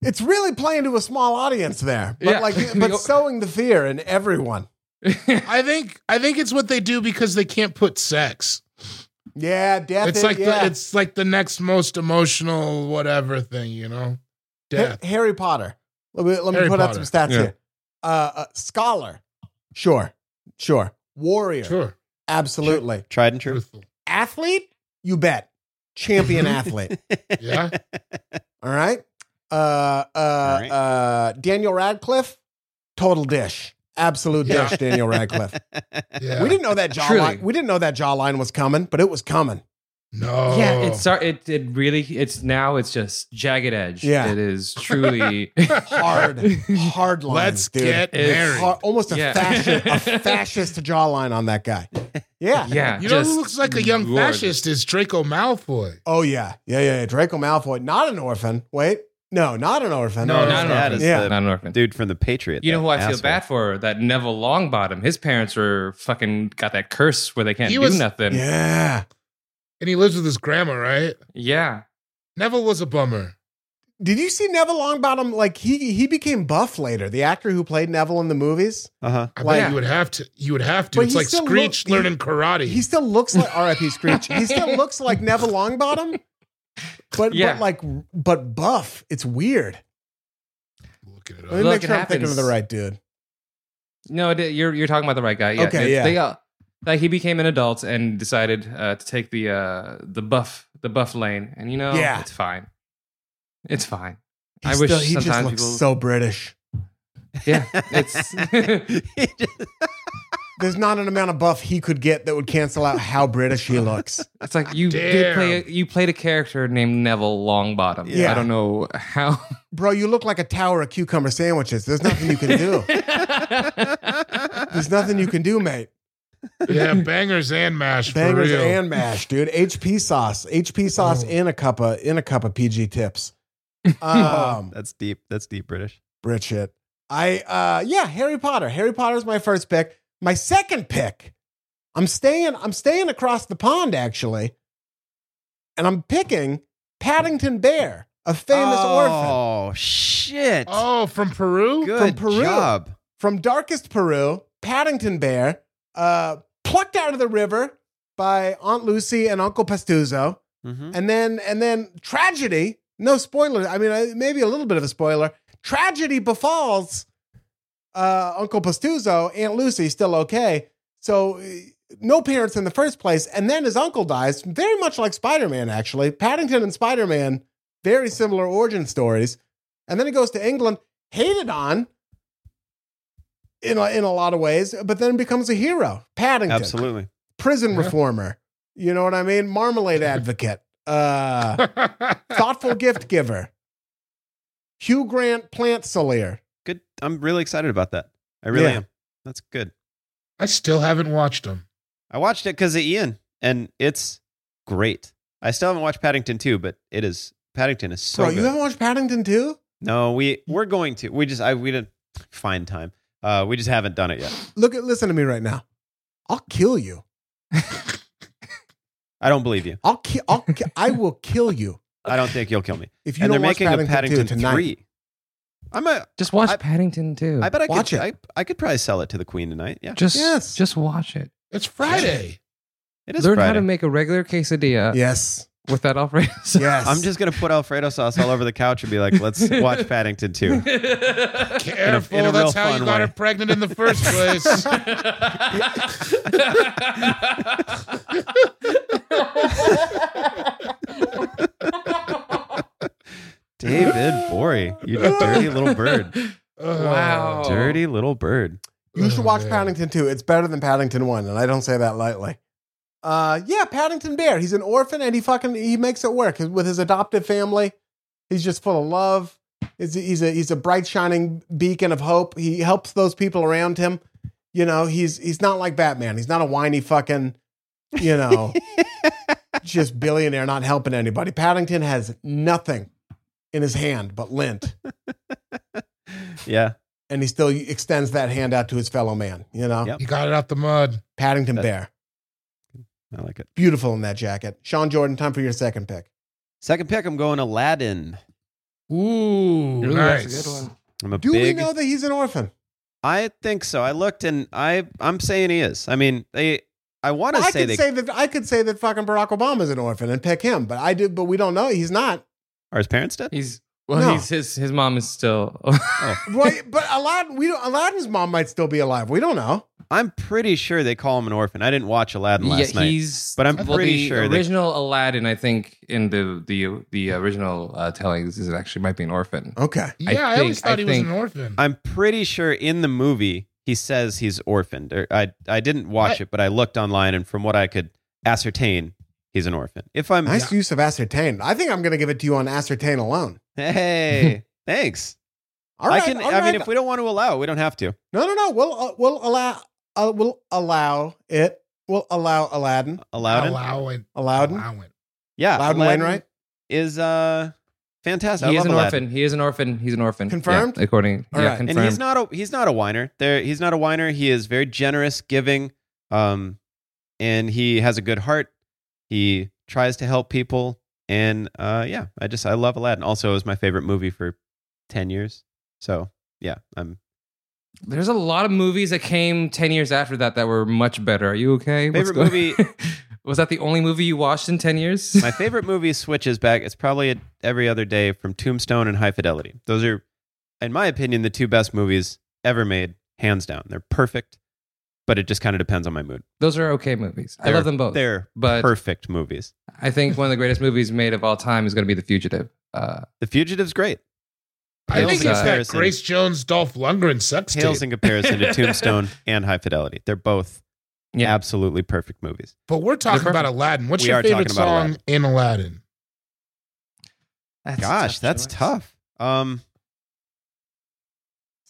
B: It's really playing to a small audience there, but
D: Yeah.
B: like, but sowing the fear in everyone.
C: I think I think it's what they do because they can't put sex.
B: Yeah, death.
C: it's
B: is-
C: like
B: yeah.
C: the, it's like the next most emotional whatever thing, you know? Death.
B: Ha- Harry Potter. Let me, let me
C: Harry
B: put out
C: Potter.
B: some stats
D: Yeah.
B: here. Uh, uh, scholar, sure, sure. Warrior,
C: Sure.
B: absolutely.
A: tried and true.
C: Truthful.
B: Athlete, you bet. Champion athlete.
C: Yeah.
B: All right. Uh, uh,
A: right.
B: uh, Daniel Radcliffe, total dish. Absolute
C: Yeah.
B: dish, Daniel Radcliffe.
C: Yeah.
B: We didn't know that jawline.
D: Truly.
B: We didn't know that jawline was coming, but it was coming.
C: No.
D: Yeah, it's sor- it it really it's now it's just jagged edge.
B: Yeah.
D: it is truly.
B: Hard, hard lines.
C: Let's
B: dude.
C: get
D: It's
C: married.
B: Har- almost a
D: Yeah.
B: fascist, a fascist jawline on that guy. Yeah.
D: Yeah,
C: You know
D: just
C: who looks like a young
D: gorgeous.
C: fascist is Draco Malfoy.
B: Oh yeah, yeah, yeah. yeah. Draco Malfoy, not an orphan. Wait, no, not an orphan.
D: No, not an
A: that
D: orphan.
A: is
B: Yeah.
A: the
D: Not an orphan.
A: dude from the Patriot.
D: You know
A: that
D: who I feel
A: asshole.
D: bad for? That Neville Longbottom. His parents are fucking got that curse where they can't
C: He
D: do
C: was-
D: nothing. Yeah.
B: Yeah,
C: And he lives with his grandma, right? Neville was a bummer.
B: Did you see Neville Longbottom? Like he he became buff later. The actor who played Neville in the movies.
A: Uh huh.
C: I
B: Like-
C: bet you would have to. You would have to.
B: But
C: it's
B: he
C: like
B: still look-
C: Screech
B: he-
C: learning karate.
B: He still looks like R.I.P. Screech. He still looks like Neville Longbottom. But
D: Yeah.
B: but like but buff. It's weird.
C: Looking it
B: Let me
C: up.
D: Look,
B: make
D: it
B: sure I'm thinking of
D: happens.
B: the right dude.
D: No, it- you're you're talking about the right guy. Yeah.
B: Okay,
D: It's-
B: yeah.
D: They, uh, like he became an adult and decided uh, to take the uh, the buff the buff lane, and you know,
B: Yeah.
D: it's fine. It's fine.
B: He
D: I wish
B: still- he just
D: sometimes
B: looks
D: people-
B: so British.
D: Yeah, it's
B: There's not an amount of buff he could get that would cancel out how British he looks.
D: it's like you
C: Damn.
D: did play a, you played a character named Neville Longbottom.
B: Yeah.
D: I don't know how.
B: Bro, you look like a tower of cucumber sandwiches. There's nothing you can do. There's nothing you can do, mate.
C: yeah, bangers and mash.
B: Bangers
C: for real.
B: and mash, dude. HP sauce, HP sauce
C: Oh.
B: in a cup of in a cup of PG tips. Um,
A: That's deep. That's deep British.
B: Brit shit. I uh yeah, Harry Potter. Harry Potter's my first pick. My second pick. I'm staying I'm staying across the pond actually. And I'm picking Paddington Bear, a famous orphan
A: Oh shit!
C: oh, from Peru.
A: Good
B: Peru.
A: job.
B: from darkest Peru, Paddington Bear, uh plucked out of the river by Aunt Lucy and Uncle Pastuzo.
A: Mm-hmm.
B: and then and then tragedy no spoiler i mean uh, maybe a little bit of a spoiler tragedy befalls uh, uncle pastuzo aunt lucy still okay so uh, no parents in the first place and then his uncle dies very much like spider-man actually paddington and spider-man very similar origin stories and then he goes to england hated on in a, in a lot of ways but then becomes a hero paddington
A: Absolutely.
B: prison
A: Uh-huh.
C: Yeah.
B: reformer. You know what I mean? Marmalade advocate, uh, thoughtful gift giver, Hugh Grant plant sommelier.
A: Good. I'm really excited about that. I really
B: Yeah.
A: am. That's good.
C: I still haven't watched them.
A: I watched it because of Ian, and it's great. I still haven't watched Paddington 2, but it is Paddington is so
B: Bro,
A: good.
B: you haven't watched Paddington too?
A: no, we we're going to. We just I we didn't find time. Uh, we just haven't done it yet.
B: Look at, listen to me right now. I'll kill you.
A: I don't believe you.
B: I'll kill. I'll ki- I will kill you
A: I don't think you'll kill me.
B: if you
A: and they're
B: don't watch
A: making
B: Paddington,
A: a Paddington
B: 2 tonight.
A: three. I'm a.
D: Just watch
A: I-
D: Paddington too.
A: I bet I
B: Watch
A: could.
B: it.
A: I, I could probably sell it to the Queen tonight. Yeah,
D: just
B: Yes.
D: just watch it.
C: It's Friday.
A: it is.
D: Learn
A: Friday.
D: how to make a regular quesadilla
B: Yes,
D: with that Alfredo.
B: yes.
A: I'm just gonna put Alfredo sauce all over the couch and be like, "Let's watch Paddington 2.
C: Careful,
A: in a real
C: that's how you
A: fun
C: got
A: way.
C: her pregnant in the first place.
A: David Bory, you dirty little bird.
D: Wow.
A: Dirty little bird.
B: You should watch
C: Oh, man.
B: Paddington 2. It's better than Paddington 1, and I don't say that lightly. Uh, yeah, Paddington Bear. He's an orphan and he fucking he makes it work with his adoptive family. He's just full of love. He's a, he's a he's a bright shining beacon of hope. He helps those people around him. You know, he's he's not like Batman. He's not a whiny fucking, you know, just billionaire not helping anybody. Paddington has nothing in his hand but lint,
A: Yeah,
B: and he still extends that hand out to his fellow man, you know?
A: Yep.
C: You got it out the mud.
B: Paddington
A: That-
B: Bear.
A: I like it.
B: beautiful in that jacket. Sean Jordan, time for your second pick.
A: Second pick, I'm going Aladdin.
C: Ooh,
D: Ooh,
C: nice.
D: That's a good one.
A: I'm a
B: Do
A: big.
B: we know that he's an orphan?
A: I think so. I looked and I I'm saying he is. I mean, they. I want to
B: I
A: say
B: could
A: they
B: say that I could say that fucking Barack Obama's an orphan and pick him, but I do. But we don't know. He's not.
A: are his parents dead.
D: He's well,
B: No.
D: he's his his mom is still.
A: Oh,
B: Right, but Aladdin, we don't, Aladdin's mom might still be alive. We don't know.
A: I'm pretty sure they call him an orphan. I didn't watch Aladdin last
D: yeah,
A: night.
D: he's.
A: But I'm
D: well,
A: pretty
D: the
A: sure they-
D: original Aladdin, I think, in the the the original uh, tellings, is actually might be an
A: Oh,
D: orphan.
B: Okay,
C: Yeah,
D: I
C: I, always
D: think-
C: thought
D: I
C: he
D: think-
C: was an orphan.
A: I'm pretty sure in the movie he says he's orphaned. Or I I didn't watch
C: I-
A: it, but I looked online and from what I could ascertain, he's an orphan. If I'm
B: nice use of ascertain. I think I'm going to give it to you on ascertain alone.
A: hey, thanks.
B: All right,
A: I can.
B: all
A: I mean,
B: right.
A: if we don't want to allow, we don't have to.
B: no, no, no, we'll uh, we'll allow uh, we'll allow it. We'll allow Aladdin,
A: Allowed. him?
C: Allow it.
B: Aladdin,
C: Allow it.
A: Yeah,
B: Loudon
A: Aladdin
B: Wainwright.
A: is uh fantastic.
D: he
A: I
D: is
A: love
D: an
A: Aladdin.
D: orphan. He is an orphan. He's an orphan.
B: Confirmed?
D: Yeah, according.
B: All
D: yeah,
B: right. And
D: confirmed.
A: and he's not a he's not a whiner. There, he's not a whiner. He is very generous, giving, um, and he has a good heart. He tries to help people. And uh, yeah, I just I love Aladdin. Also, it was my favorite movie for ten years. So yeah, I'm
D: There's a lot of movies that came 10 years after that that were much better. Are you okay? What's
A: Favorite
D: going- Was that the only movie you watched in 10 years?
A: my favorite movie switches back. It's probably a, every other day from Tombstone and High Fidelity. Those are, in my opinion, the two best movies ever made, hands down. They're perfect, but it just kind of depends on my mood.
D: Those are okay movies. I
A: They're-
D: love them both.
A: They're
D: but-
A: perfect movies.
D: I think one of the greatest movies made of all time is going to be The Fugitive. Uh,
A: The Fugitive's great.
C: I think
D: Pales in
C: it's that
A: comparison.
C: Grace Jones, Dolph Lundgren sex tape.
A: Pales in comparison to Tombstone and High Fidelity. They're both
D: yeah.
A: absolutely perfect movies.
C: But we're talking
D: They're
C: about
D: perfect.
C: Aladdin. What's
A: We
C: your
A: are talking
C: favorite
A: about
C: song
A: Aladdin.
C: in Aladdin?
D: That's a
A: Gosh,
D: tough
A: that's
D: choice.
A: tough. Um,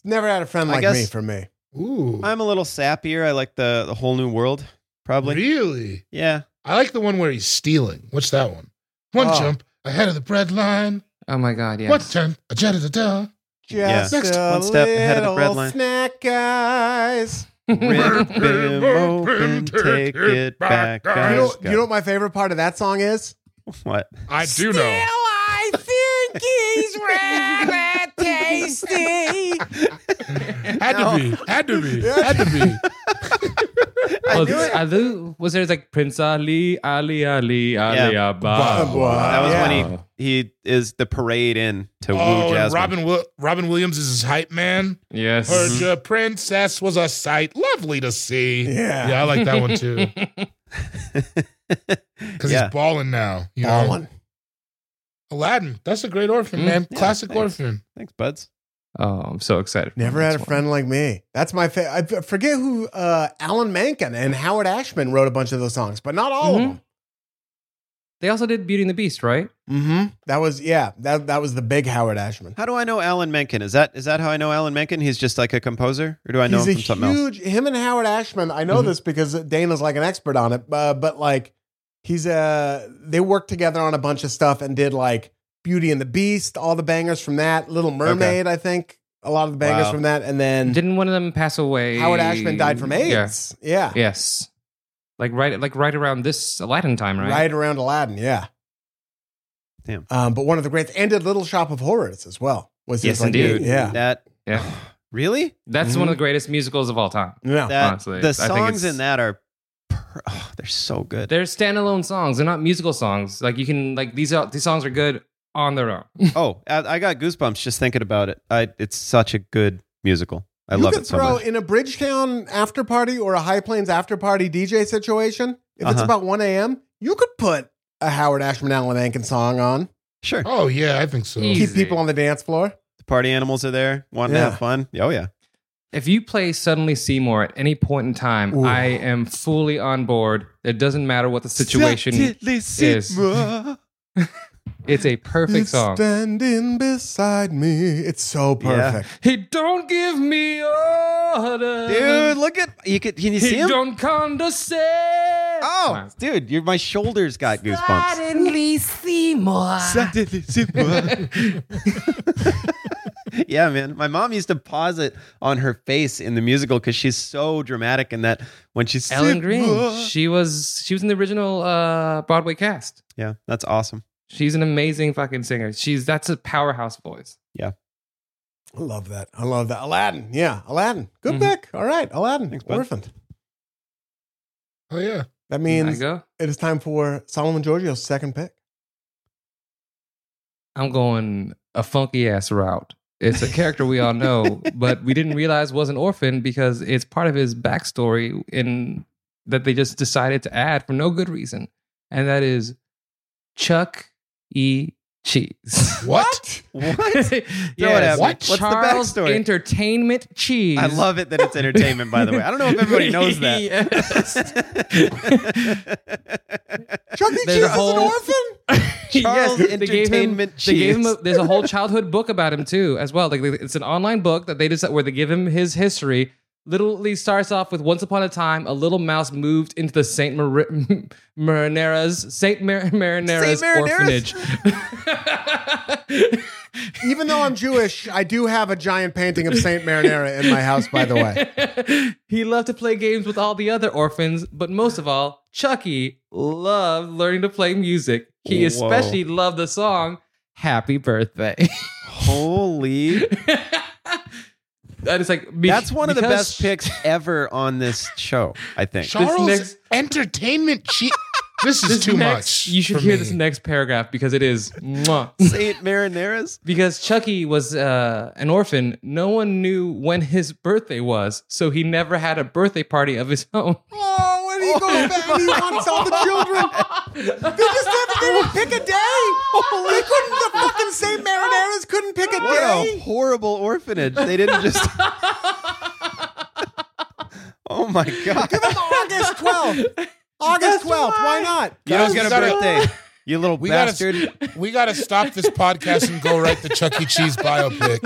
B: Never had a friend
A: I
B: like
A: guess-
B: me for me.
C: Ooh,
A: I'm a little sappier. I like the, the whole new world, probably.
C: really?
A: Yeah.
C: I like the one where he's stealing. What's that one? One
A: Oh.
C: jump ahead of the bread line.
D: Oh my God, yes.
C: One turn. A da da da.
A: Yeah.
B: Just
C: Next
B: a
A: one step ahead of the bread
B: little
A: line.
B: snack, guys.
A: Rip him open, take it back.
C: Guys,
B: you, know,
A: go.
B: you know what my favorite part of that song is?
A: what?
C: I do
B: Still,
C: know.
B: I think he's rather tasty.
C: Had to be. Had to be. Had to be.
D: was, Ali, was there like Prince Ali, Ali, Ali, Ali,
A: Yeah.
D: Abba.
A: That was
B: Yeah.
A: when he he is the parade in to woo
C: Oh, and
A: Jasmine.
C: Robin, Wil- Robin Williams is his hype man.
D: Yes.
C: Heard your princess was a sight lovely to see.
B: Yeah.
C: I like that one too. Because
A: yeah,
C: he's balling now. You know?
B: Ballin'.
C: Aladdin. That's a great orphan,
D: Mm.
C: man.
A: Yeah,
C: Classic
A: thanks.
C: orphan.
A: thanks, buds.
D: Oh, I'm so excited. for
B: Never
D: this
B: had a
D: one.
B: friend like me. That's my favorite. I f- forget who uh, Alan Menken and Howard Ashman wrote a bunch of those songs, but not all
A: Mm-hmm.
D: Mhm.
B: of them.
D: They also did Beauty and the Beast, right?
B: Mm-hmm. That was yeah. That that was the big Howard Ashman.
A: How do I know Alan Menken? Is that is that how I know Alan Menken? He's just like a composer, or do I know
B: He's
A: him
B: a
A: from something else? Mm-hmm.
B: huge. Him and Howard Ashman. I know
D: Mhm.
B: this because Dana's like an expert on it. Uh, but like, he's uh They worked together on a bunch of stuff and did like Beauty and the Beast, all the bangers from that. Little Mermaid, I think, a lot of the bangers
A: Wow.
B: from that. And then
D: Didn't one of them pass away?
B: Howard Ashman died from
D: Yeah.
B: AIDS. Yeah,
D: Yes. Like right, like right around this Aladdin time,
B: right?
D: right?
B: around Aladdin. Yeah.
A: Damn.
B: Um, but one of the greats, and did Little Shop of Horrors as well. Was his,
D: Yes,
B: like,
D: indeed.
B: Yeah.
A: That
D: Yeah.
A: really
D: That's
B: Mm-hmm.
D: one of the greatest musicals of all time.
B: No.
A: that
D: Oh, Honestly,
A: the
D: I think
A: songs
D: it's-
A: in that are per- oh, they're so good.
D: They're standalone songs. They're not musical songs. Like you can like these are these songs are good on their own.
A: oh, I, I got goosebumps just thinking about it. I it's such a good musical. I
B: you
A: love
B: could
A: it so
B: throw
A: much.
B: in a Bridgetown after party or a High Plains after party DJ situation. If it's
A: Uh-huh.
B: about 1 a.m., you could put a Howard Ashman Alan Menken song on.
A: sure,
C: Oh, yeah, I think so.
D: He-
B: Keep
D: Easy.
B: people on the dance floor.
A: the party animals are there wanting
B: Yeah.
A: to have fun. Oh yeah,
D: If you play Suddenly Seymour at any point in time,
B: Ooh.
D: I am fully on board. It doesn't matter what the situation.
A: Suddenly Sigma.
D: It's a perfect
B: It's
D: song.
B: Standing beside me. It's so
A: Yeah.
B: perfect.
D: He don't give me orders.
A: Dude, look at you. Could, can you
D: he
A: see him?
D: don't condescend.
A: Oh, dude, you my shoulders got goosebumps.
D: Suddenly Seymour.
A: yeah, man. My mom used to pause it on her face in the musical because she's so dramatic in that when she's
D: Ellen Green. She was she was in the original uh, Broadway cast.
A: Yeah, that's awesome.
D: She's an amazing fucking singer. She's that's a powerhouse voice.
B: I love that. I love that. Aladdin. Yeah, Aladdin. Good
D: Mhm.
B: pick. All right, Aladdin.
A: Mm-hmm. Thanks, bud.
B: Orphaned.
C: oh, yeah.
B: That
D: There you
B: means
D: go.
B: it is time for Solomon Giorgio's second pick.
D: I'm going a funky ass route. It's a character we all know, but we didn't realize was an orphan because it's part of his backstory in that they just decided to add for no good reason. And that is Chuck E. Cheese.
C: What?
A: What?
D: yes.
A: at me. What's the
D: Charles
A: backstory?
D: Entertainment Cheese.
A: I love it that it's entertainment, by the way. I don't know if everybody knows that.
B: Chuck E. Cheese
D: There's a
B: is an
D: whole-
B: orphan?
A: Charles
D: they gave him,
A: Entertainment
D: They gave him a,
A: Cheese.
D: there's a whole childhood book about him too, as well. Like it's an online book that they just where they give him his history. Literally starts off with once upon a time a little mouse moved into the Saint Mar- Marinera's Saint Mar- Marinera's
A: Marinera's?
D: orphanage.
B: Even though I'm Jewish, I do have a giant painting of Saint Marinara in my house, by the way.
D: he loved to play games with all the other orphans, but most of all, Chucky loved learning to play music. He
A: Whoa.
D: especially loved the song Happy Birthday.
A: Holy.
D: that is like be-
A: That's one of the
D: because
A: best picks ever on this show, I think.
C: Charles
D: next-
C: Entertainment Chief. This is
D: this
C: too
D: next-
C: much.
D: You should
C: for
D: hear
C: me.
D: this next paragraph because it is mwah.
A: St. Marinera's?
D: because Chucky was uh, an orphan. No one knew when his birthday was, so he never had a birthday party of his own.
B: Oh, and he goes back and he wants all the children. They just said that they would pick a day. They couldn't. The fucking St. Marinara's couldn't pick a
A: What a
B: day.
A: horrible orphanage. They didn't just. oh my God.
B: Give them August 12th. August 12th. Why not?
A: You don't get a
C: We gotta-
A: birthday, you little
C: We gotta-
A: bastard.
C: We got to stop this podcast and go write the Chuck E. Cheese biopic.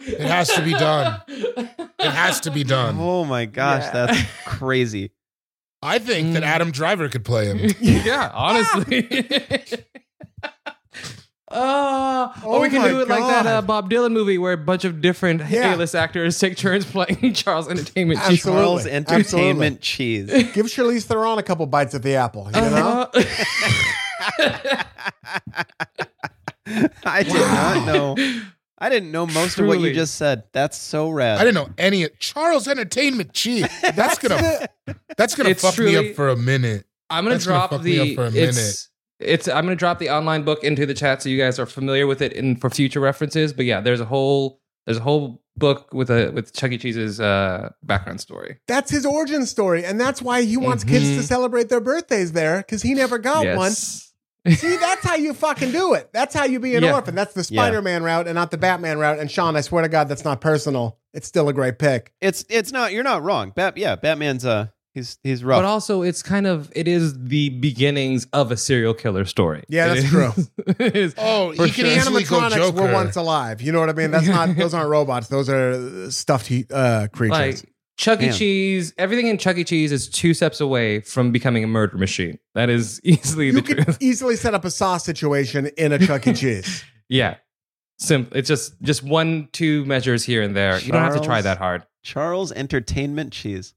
C: It has to be done. It has to be done.
A: Oh my gosh,
D: Yeah.
A: that's crazy.
C: I think
D: Mm.
C: that Adam Driver could play him.
D: yeah, honestly. Uh, or
B: Oh
D: we can
B: my
D: do it like that
B: God.
D: uh, Bob Dylan movie where a bunch of different
B: Yeah.
D: A-list actors take turns playing Charles Entertainment. Chief.
B: Absolutely.
A: Charles Entertainment Cheese.
B: Give Charlize Theron a couple bites at the apple. You know?
D: Uh,
A: I did not know. I didn't know most of what you
D: Truly.
A: just said. That's so rad.
C: I didn't know any of Charles Entertainment Chief. That's gonna that's gonna
D: It's
C: fuck me
D: truly-
C: up for a minute.
D: I'm gonna
C: That's gonna
D: drop
C: fuck me
D: the
C: up for a minute.
D: it's it's I'm gonna drop the online book into the chat so you guys are familiar with it and for future references. But yeah, there's a whole there's a whole book with a with Chuck E. Cheese's uh, background story.
B: That's his origin story, and that's why he wants kids to
D: Mhm.
B: celebrate their birthdays there because he never got Oh, one. See, that's how you fucking do it. That's how you be an
D: Yeah.
B: orphan. That's the
A: Yeah.
B: Spider Man route and not the Batman route. And Sean, I swear to God, that's not personal. It's still a great pick.
A: It's it's not. You're not wrong. Bat, yeah, Batman's uh, he's he's rough.
D: But also, it's kind of it is the beginnings of a serial killer story.
B: Yeah,
D: It
B: that's
D: is- it is-
C: Oh,
D: For
C: he can
D: sure.
C: easily go
B: Animatronics
C: Joker.
B: were once alive. You know what I mean? That's not. Those aren't robots. Those are uh, stuffed he- uh,
D: like
B: creatures.
D: Chuck E.
A: Man.
D: Cheese. Everything in Chuck E. Cheese is two steps away from becoming a murder machine. That is easily
B: you
D: the
B: could
D: truth.
B: easily set up a saw situation in a Chuck E. Cheese.
D: Yeah. Simple. It's just just one, two measures here and there. You don't have to try
A: Charles.
D: that hard.
A: Charles Entertainment Cheese.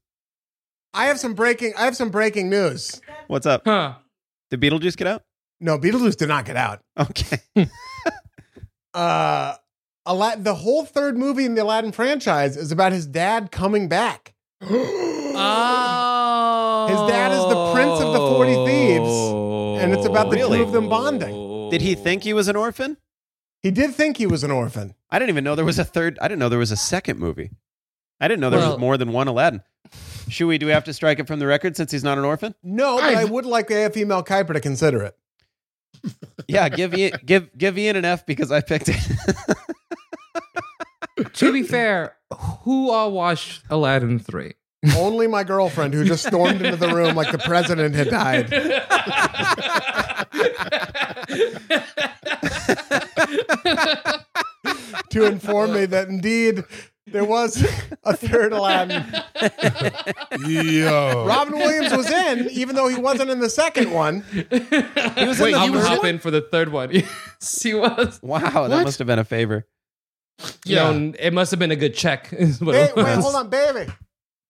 B: I have some breaking. I have some breaking news.
A: What's up?
D: Huh.
A: Did Beetlejuice get out?
B: No, Beetlejuice did not get out.
A: Okay.
B: Uh, Ala- the whole third movie in the Aladdin franchise is about his dad coming back.
D: Oh.
B: His dad is the prince of the 40 thieves, and it's about the
D: Oh.
A: two
B: of them bonding.
A: Did he think he was an orphan?
B: He did think he was an orphan.
A: I didn't even know there was a third. I didn't know there was a second movie. I didn't know there
D: Well-
A: was more than one Aladdin. Should we? Do we have to strike it from the record since he's not an orphan?
B: No, but I,
C: I-
B: would like AFE Mel Kiper to consider it.
A: Yeah, give Ian, give give Ian an F because I picked it.
D: To be fair, who all watched Aladdin 3?
B: Only my girlfriend, who just stormed into the room like the president had died. to inform me that indeed there was a third Aladdin.
C: Yo.
B: Robin Williams was in, even though he wasn't in the second one.
C: Wait, he
D: I'm
C: was
D: hop
C: in-
D: in for the third one. yes, he was.
A: Wow, that must have been a favor.
D: You
C: Yeah.
D: know, it must have been a good check. Is what
B: Hey,
D: it
B: wait,
D: was.
B: hold on, baby.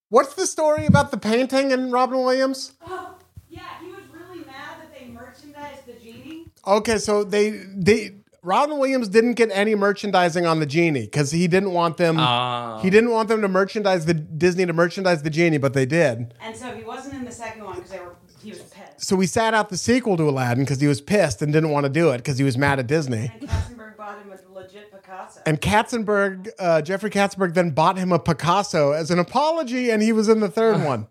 B: What's the story about the painting and Robin Williams?
J: Oh, yeah, he was really mad that they merchandised the genie.
B: Okay, so they they Robin Williams didn't get any merchandising on the genie because he didn't want them.
D: Ah.
B: he didn't want them to merchandise the Disney to merchandise the genie, but they did.
J: And so he wasn't in the second one because they were he was pissed.
B: So we sat out the sequel to Aladdin because he was pissed and didn't want to do it because he was mad at Disney.
J: And Katzenberg bought him a legit Picasso.
B: And Katzenberg, uh, Jeffrey Katzenberg, then bought him a Picasso as an apology, and he was in the third one.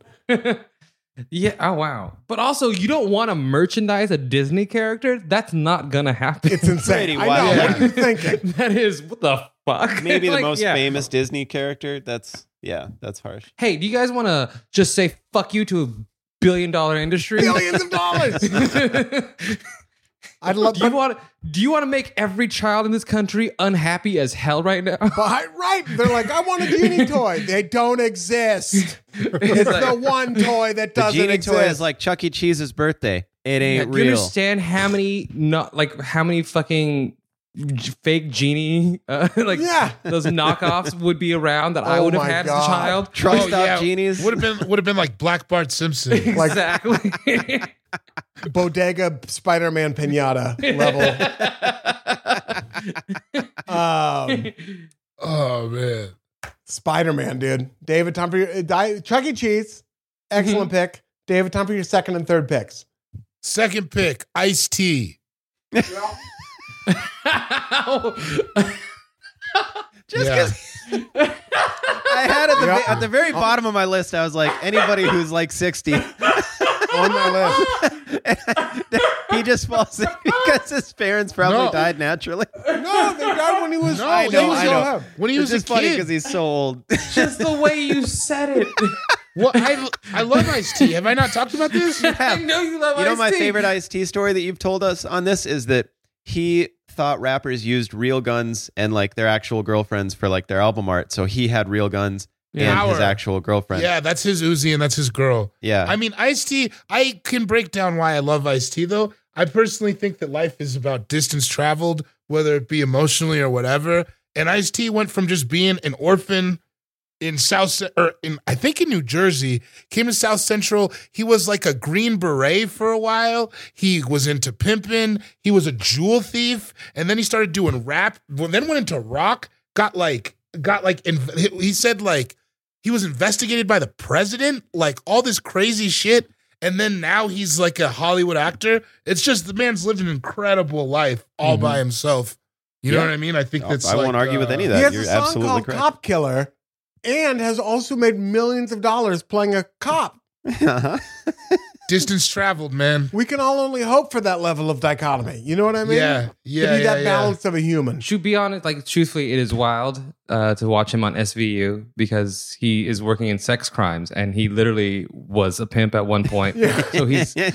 D: Yeah. Oh wow. But also, you don't want to merchandise a Disney character. That's not gonna happen.
B: It's
A: Pretty
B: insane. I know.
A: wild.
B: What are you thinking?
D: that is what the fuck.
A: Maybe the
D: Like,
A: most
D: yeah.
A: famous Disney character. That's yeah, that's harsh.
D: Hey, do you guys want to just say fuck you to a billion dollar industry?
B: Billions of dollars. I'd love.
D: do you
B: But,
D: want? Do you want to make every child in this country unhappy as hell right now?
B: but I- right, they're like, I want a genie toy. They don't exist. It's the one toy that
A: The
B: doesn't
A: genie
B: exist.
A: toy is like Chuck E. Cheese's birthday. It
D: Yeah,
A: ain't
D: do you
A: real.
D: understand how many not like how many fucking g- fake genie, uh, like
B: Yeah.
D: those knockoffs would be around that I
B: Oh
D: would have
B: my
D: had as
B: God.
D: a child.
A: Truck
C: Oh,
A: stop
C: yeah.
A: genies.
C: Would have been would have been like Black Bart Simpson.
B: Like-
D: exactly.
B: bodega Spider-Man pinata level. Um,
C: oh man.
B: Spider-Man, dude. David, time for your uh, Di- Chuck E. Cheese. Excellent
A: Mm-hmm.
B: pick. David, time for your second and third picks.
C: Second pick, Ice T.
A: Just
C: Yeah.
A: 'cause- I had at the
B: Yep.
A: at the very
C: Oh.
A: bottom of my list, I was like, anybody who's like sixty,
B: On my list.
A: he just falls in because his parents probably
C: No.
A: died naturally.
B: No, they died when he was.
C: No,
B: when he
C: know,
B: was
C: I
B: young.
A: know.
C: When he
A: It's
C: was
A: just
C: a
A: funny
C: kid,
A: because he's so old.
D: Just the way you said it.
C: well, I, I love Ice T. Have I not talked about this?
D: I know you love
A: You know, my
D: Ice-T.
A: favorite iced tea story that you've told us on this is that he thought rappers used real guns and like their actual girlfriends for like their album art. So he had real guns and
C: Yeah.
A: his actual girlfriend.
C: Yeah, that's his Uzi and that's his girl.
A: Yeah.
C: I mean, Ice T. I can break down why I love Ice T. Though I personally think that life is about distance traveled, whether it be emotionally or whatever. And Ice T went from just being an orphan in South or in I think in New Jersey, came to South Central. He was like a green beret for a while. He was into pimping. He was a jewel thief, and then he started doing rap. Well, then went into rock. Got like got like. inv- he- He said like he was investigated by the president. Like all this crazy shit. And then now he's like a Hollywood actor. It's just the man's lived an incredible life all by himself. You know
A: Mm-hmm. Yeah.
C: what I mean? I think
A: I
C: that's.
A: won't
C: like,
A: argue with
C: uh,
A: any of
B: He
A: that.
B: has
A: You're
B: a song
A: absolutely
B: called
A: correct.
B: Cop Killer and has also made millions of dollars playing a cop.
A: Uh-huh.
C: Distance traveled, man.
B: We can all only hope for that level of dichotomy. You know what I mean?
C: yeah, yeah,
B: to be
C: yeah,
B: that
C: yeah.
B: balance of a human.
D: To be honest, like truthfully, it is wild uh, to watch him on SVU because he is working in sex crimes and he literally was a pimp at one point. So he's
C: Oh,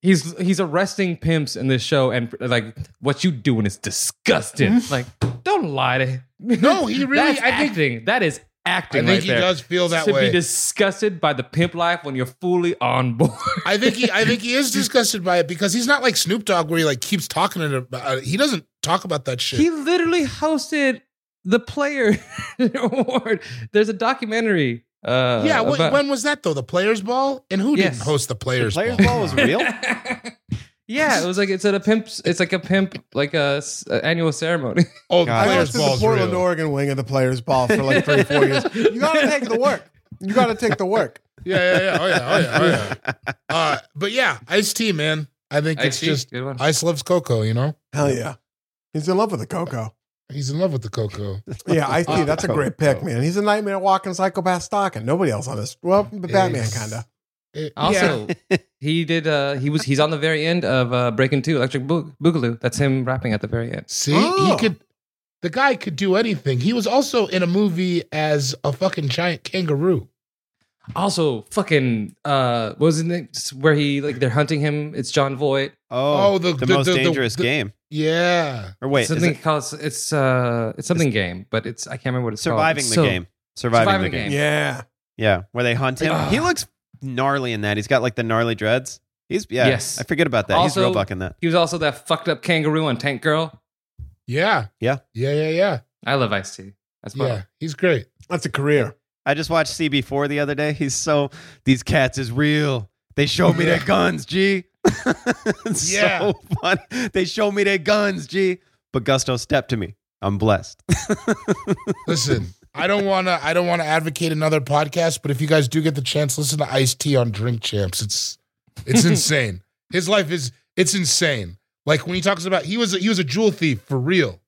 D: he's he's arresting pimps in this show and like what you doing is disgusting. like don't lie to him.
C: Mm-hmm. No, he really-
D: That's
C: I think-
D: acting. that is
C: I
D: acting.
C: think
D: right
C: he
D: there.
C: does feel that
D: to
C: way.
D: be disgusted by the pimp life when you're fully on board.
C: I think he, I think he is disgusted by it because he's not like Snoop Dogg where he like keeps talking to it about. He doesn't talk about that shit.
D: He literally hosted the Player Award. There's a documentary. Uh,
C: yeah, wh-
D: about-
C: when was that though? The Players Ball, and who
D: Yes.
C: didn't host the
A: The
C: Players,
A: players
C: Ball?
A: ball was real.
D: yeah, it was like it's at a pimp. It's like a pimp, like a, s- a annual ceremony.
A: God.
C: Oh, the
B: I
C: Players
B: watched the
C: Ball's
B: Portland,
C: real.
B: Oregon wing of the Players Ball for like three, four years. You got to take the work. You got to take the work.
C: Yeah, yeah, yeah. Oh yeah, oh yeah, oh yeah. Uh, but yeah, Ice T, man. I think it's
D: Ice-T,
C: just
D: good one.
C: Ice loves Coco. You know,
B: Hell yeah. He's in love with the cocoa.
C: he's in love with the Coco.
B: Yeah, I see.
C: Uh,
B: That's a great pick, man. He's a nightmare walking psychopath stalking. Nobody else on this. Well, the Batman
C: It's-
B: kind of.
C: It- yeah.
D: Also, he did. Uh, he was. He's on the very end of uh, Breaking Two, Electric Boog- Boogaloo. That's him rapping at the very end.
C: See,
B: Oh.
C: he could. The guy could do anything. He was also in a movie as a fucking giant kangaroo.
D: Also, fucking uh, what was it where he like they're hunting him? It's John Voight.
A: Oh,
C: Oh, the-
A: the,
C: the-
A: most
C: the- the-
A: dangerous
C: the-
A: game.
C: Yeah.
A: Or wait, is
D: something
A: it
D: called it's uh, it's something game, but it's I can't remember what it's
A: surviving
D: called.
A: the
D: It's so-
A: game. Surviving,
D: Surviving
A: the
D: the
A: game.
D: game.
B: Yeah.
A: Yeah, where they hunt him.
D: Ugh.
A: he looks gnarly in that. He's got like the gnarly dreads. He's yeah.
D: Yes.
A: I forget about that.
D: Also-
A: He's real buck in that.
D: He was also that fucked up kangaroo on Tank Girl.
C: Yeah.
A: Yeah.
C: Yeah. Yeah. Yeah.
D: I love Ice T. That's
C: Yeah.
D: yeah.
C: He's great.
B: That's a career.
A: I just watched CB4 the other day. He's so these cats is real. They show me their guns, G. It's
C: Yeah.
A: so fun. They show me their guns, G. But Gusto stepped to me. I'm blessed.
C: Listen, I don't wanna I don't wanna advocate another podcast, but if you guys do get the chance, listen to Ice T on Drink Champs. It's it's insane. His life is it's insane. Like when he talks about he was a, he was a jewel thief for real.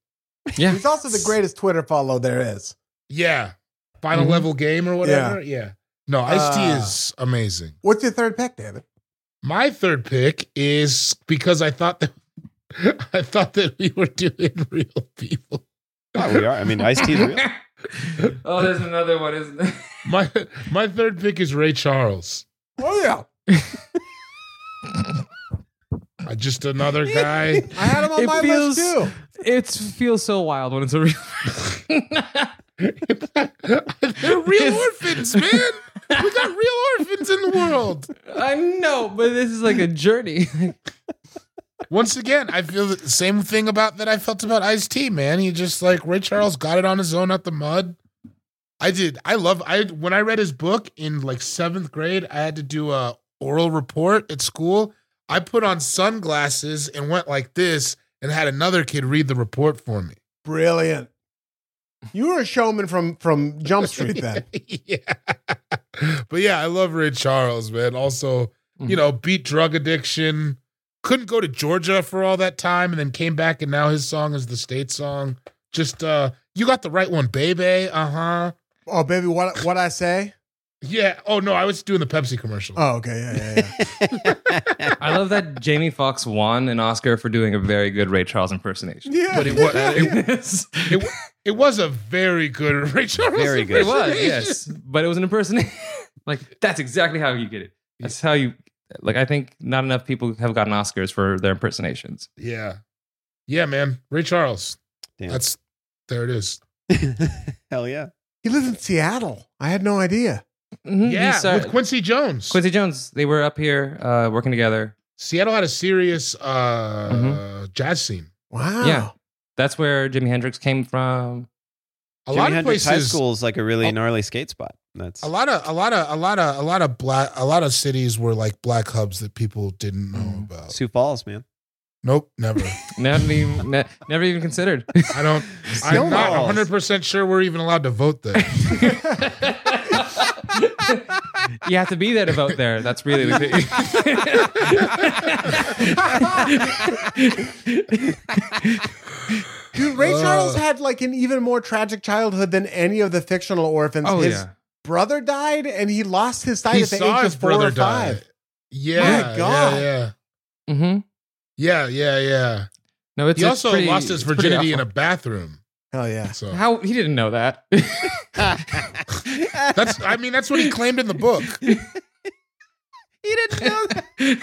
D: yeah.
B: He's also the greatest Twitter follow there is.
C: Yeah. Final
D: Mhm.
C: level game or whatever. Yeah. No, Ice T
B: Ah.
C: is amazing.
B: What's your third pick, David?
C: My third pick is because I thought that I thought that we were doing real people.
A: we are. I mean, Ice T's real.
D: oh, there's another one, isn't there?
C: My my third pick is Ray Charles.
B: Oh, yeah.
C: Uh, Just another guy.
B: I had him on
D: It
B: Oh, my
D: feels-
B: list too.
D: It feels so wild when it's a real.
C: They're real orphans, man. We got real orphans in the world.
D: I know, but this is like a journey.
C: Once again, I feel the same thing about that I felt about Ice T, man. He just like Ray Charles got it on his own out the mud. I did. I love I when I read his book in like seventh grade, I had to do a oral report at school. I put on sunglasses and went like this and had another kid read the report for me.
B: Brilliant. You were a showman from from Jump Street then.
C: yeah. But yeah, I love Ray Charles, man. Also,
B: Mm.
C: you know, beat drug addiction. Couldn't go to Georgia for all that time and then came back and now his song is the state song. Just uh you got the right one, baby. Uh-huh.
B: Oh baby, what what I say?
C: Yeah. Oh no, I was doing the Pepsi commercial.
B: Oh okay, yeah, yeah, yeah.
D: I love that Jamie Foxx won an Oscar for doing a very good Ray Charles impersonation.
B: Yeah.
C: But it was it,
D: Yes.
C: it, wa- it was a very good Ray Charles.
A: Very good.
D: It was,
C: impersonation.
D: yes. But it was an impersonation. like, that's exactly how you get it. That's how you, like, I think not enough people have gotten Oscars for their impersonations.
C: Yeah. Yeah, man. Ray Charles.
A: Damn.
C: That's there it is.
A: Hell yeah.
B: He lives in Seattle. I had no idea.
D: Mhm,
C: Yeah,
D: he's, uh,
C: with Quincy Jones.
D: Quincy Jones, they were up here uh, working together.
C: Seattle had a serious uh jazz scene.
B: Wow.
D: Yeah. That's where Jimi Hendrix came from.
C: A
A: Jimi
C: lot of
A: Hendrix High
C: places
A: School is like a really
C: Oh.
A: gnarly skate spot. That's
C: a lot of a lot of a lot of a lot of black a lot of cities were like black hubs that people didn't know
D: Mhm.
C: about.
A: Sioux Falls, man.
C: Nope, never.
D: Never even, ne- never even considered.
C: I don't I'm not 100% sure we're even allowed to vote there.
D: you have to be there to vote there. That's really the
B: Dude, Ray
C: Uh.
B: Charles had like an even more tragic childhood than any of the fictional orphans.
D: Oh,
B: his
D: yeah.
B: brother died and he lost his sight
C: he
B: at the
C: saw
B: age
C: his
B: of four
C: brother
B: or
C: die.
B: five.
C: Yeah.
B: My God.
C: Yeah, yeah.
D: hmm
C: Yeah, yeah, yeah.
D: No, it's
C: He
D: it's
C: also
D: pretty-
C: lost his
D: it's pretty
C: virginity in a
D: awful.
C: bathroom.
B: Hell yeah.
C: So
D: How he didn't know that.
C: that's I mean that's what he claimed in the book.
A: He didn't know that.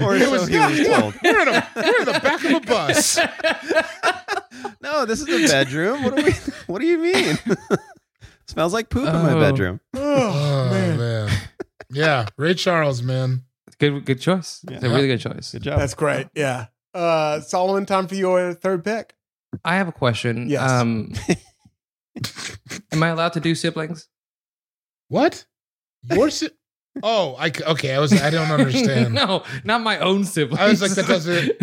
A: or so he was told.
C: We're in, a, we're in the back of a bus.
D: Oh,
A: No, this is a bedroom. What do we? What do you mean? Smells like poop in my
D: Oh.
A: bedroom.
C: Oh man. Yeah, Ray Charles, man.
D: good, good choice. It's a really good choice.
A: Good job.
B: That's great. Yeah. Uh, Solomon, time for your third pick.
D: I have a question.
B: Yes.
D: Um, am I allowed to do siblings?
C: What? Your si- Oh, I c- okay. I was I don't understand.
D: no, not my own siblings.
C: I was like, that doesn't-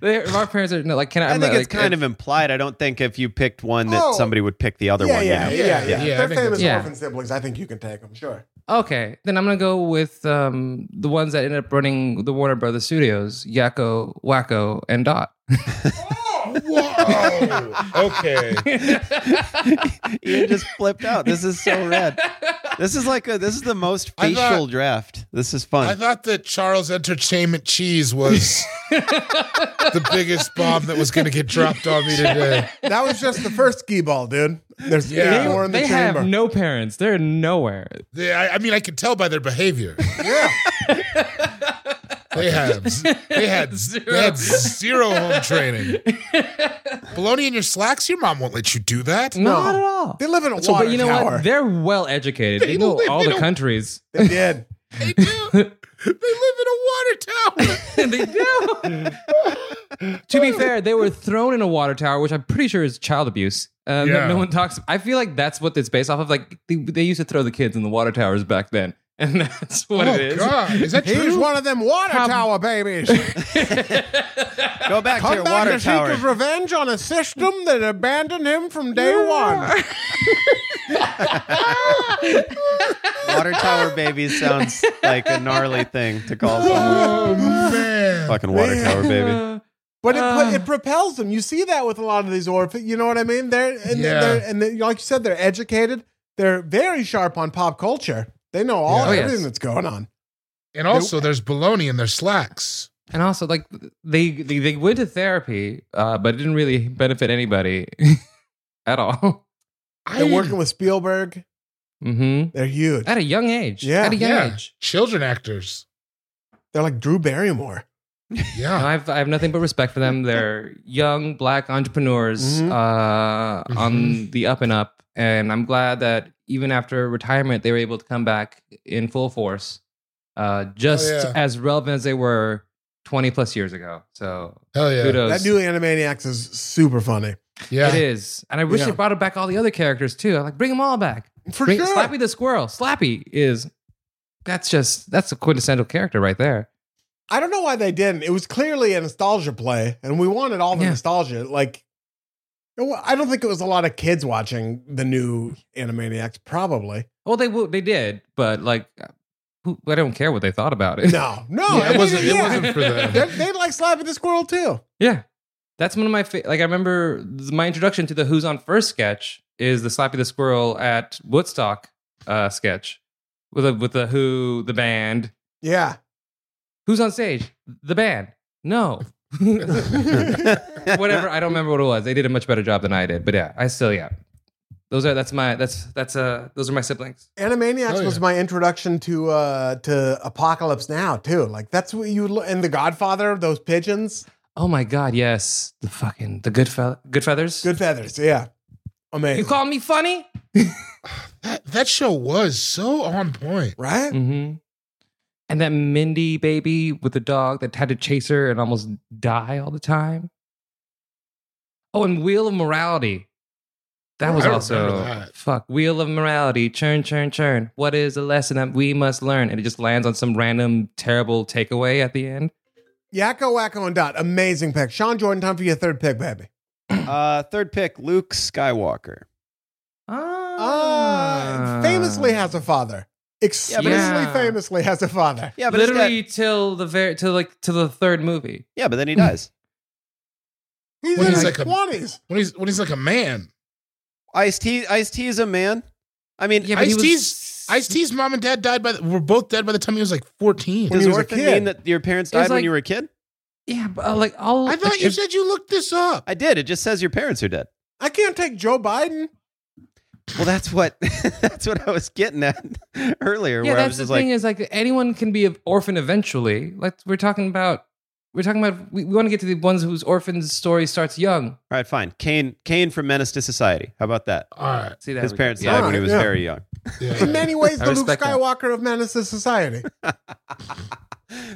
D: They- my parents are no, like, can I?
A: I
D: I'm
A: think
D: not,
A: it's
D: like,
A: kind of implied. I don't think if you picked one that
B: Oh.
A: somebody would pick the other
B: yeah,
A: one. you
B: yeah,
A: know?
B: yeah, yeah,
C: Yeah, yeah, I
B: They're
C: think
B: famous
C: that's-
D: Yeah.
B: orphan siblings. I think you can take them. Sure.
D: Okay, then I'm gonna go with um, the ones that ended up running the Warner Brothers Studios: Yakko, Wacko, and Dot.
C: Whoa. Okay.
A: Ian just flipped out. This is so rad. This is like a. This is the most
C: I thought-
A: facial draft. This is
C: I
A: fun.
C: thought that Charles Entertainment Cheese was the biggest bomb that was going to get dropped on me today.
B: That was just the first skee ball, dude. There's
C: Yeah.
B: eight more in the
D: they
B: chamber.
D: have no parents. They're nowhere.
C: They- I, I mean, I could tell by their behavior.
B: yeah.
C: They had they had zero, they had zero home training. Baloney in your slacks. Your mom won't let you do that.
D: Not at all.
B: They live in a
D: So,
B: water
D: but you know
B: tower.
D: what? They're well educated.
C: They
D: They, know
C: don't- they-
D: all
C: they
D: the
C: don't-
D: countries.
B: They did.
C: They do. They live in a water tower.
D: they do. to be fair, they were thrown in a water tower, which I'm pretty sure is child abuse. Uh, no-
C: Yeah.
D: no, one talks. I feel like that's what it's based off of. Like they, they used to throw the kids in the water towers back then, and that's what
C: oh
D: it is.
C: God, is that
B: He's
C: true?
B: one of them water
D: Prob-
B: tower babies.
A: Go back to
B: Come
A: your
B: back
A: water
B: to
A: tower.
B: seek his revenge on a system that abandoned him from day one.
A: water tower babies sounds like a gnarly thing to call someone.
C: Oh man.
A: Fucking water
B: Man.
A: tower baby.
B: But it,
D: Ah.
B: it propels them. You see that with a lot of these orphans. You know what I mean? They're and,
C: Yeah.
B: they're, and they, like you said, they're educated. They're very sharp on pop culture. They know all
D: Yeah. Oh, yes.
B: everything that's going on.
C: And also, there's baloney in their slacks.
D: And also, like they they, they went to therapy, uh, but it didn't really benefit anybody at all.
C: I
B: They're working
C: didn't-
B: with Spielberg.
D: hmm
B: They're huge.
D: At a young age.
B: Yeah.
D: At a young
C: yeah,
D: age.
C: children actors.
B: They're like Drew Barrymore.
D: No,
C: Yeah,
D: I've I have nothing but respect for them. They're young black entrepreneurs
B: Mhm.
D: uh,
B: Mm-hmm.
D: on the up and up, and I'm glad that even after retirement, they were able to come back in full force, uh, just
C: yeah.
B: Oh,
D: as relevant as they were 20 plus years ago. So
C: Hell yeah.
D: kudos.
B: That new Animaniacs is super funny.
C: Yeah.
D: It is. And I wish
B: Yeah.
D: they brought back all the other characters too. I'm like, bring them all back.
B: For
D: Bring-
B: sure.
D: Slappy the squirrel. Slappy is that's just that's a quintessential character right there.
B: I don't know why they didn't. It was clearly a nostalgia play, and we wanted all the
D: Yeah.
B: nostalgia. Like, it wa- I don't think it was a lot of kids watching the new Animaniacs, probably.
D: Well, they wo- they did, but like, who, I don't care what they thought about it.
B: No, no.
C: Yeah,
B: I mean,
C: Oh, it wasn't. It
B: yeah.
C: wasn't for
B: They,
C: them.
B: they like slapping the squirrel too.
D: Yeah, that's one of my fa- like. I remember th- my introduction to the Who's on First sketch is the Slappy the Squirrel at Woodstock uh, sketch with a, with the Who the band.
B: Yeah.
D: Who's on stage? The band. No. Whatever. I don't remember what it was. They did a much better job than I did. But yeah, I still yeah. Those are that's my that's that's uh those are my siblings.
B: Animaniacs
C: Oh, yeah.
B: was my introduction to uh to Apocalypse Now too. Like that's what you lo- and The Godfather, those pigeons,
D: Oh my god, yes. The fucking the good fe- good feathers.
B: good feathers. Yeah, amazing.
D: You call me funny?
C: That, that show was so on point.
B: right?
D: Mm-hmm. And that Mindy baby with the dog that had to chase her and almost die all the time. Oh, and Wheel of Morality. That was
C: I
D: also
C: remember that.
D: fuck Wheel of Morality. Churn, churn, churn. What is the lesson that we must learn? And it just lands on some random terrible takeaway at the end.
B: Yakko, Wacko, and Dot. Amazing pick. Sean Jordan, time for your third pick, baby.
A: Uh, third pick, Luke Skywalker.
D: Ah,
B: Uh, famously has a father. Extremely
D: Yeah.
B: famously has a father.
A: Yeah, but this guy-
D: literally till the very till like to the third movie.
A: yeah, but then he dies.
B: He's
C: Well,
B: in
C: he's
B: his
C: like a-
B: twenties.
C: When he's when he's like a man.
A: Ice T. Ice T is a man. I mean,
D: Yeah, but he
C: Ice
D: was-
C: T's Ice T's mom and dad died by the, were both dead by the time he was like fourteen.
B: When
A: does
B: he was a
A: orphan
B: kid.
A: mean that your parents
D: It was
A: died when
D: like-
A: you were a kid?
D: Yeah, but uh, like all
C: I thought you said you looked this up.
A: I did. It just says your parents are dead.
B: I can't take Joe Biden.
A: Well, that's what that's what I was getting at earlier.
D: Yeah,
A: where I
D: that's
A: was
D: the
A: just
D: thing
A: like,
D: is like anyone can be an orphan eventually. Like we're talking about, we're talking about we, we want to get to the ones whose orphan's story starts young.
A: all right, fine. Kane, Kane from Menace to Society. How about that?
C: All right.
D: See that
A: His parents
D: yeah.
A: died when he was
B: Yeah.
A: very young.
C: Yeah.
B: In many ways,
D: I
B: the Luke
D: respect that.
B: Skywalker of Menace to Society.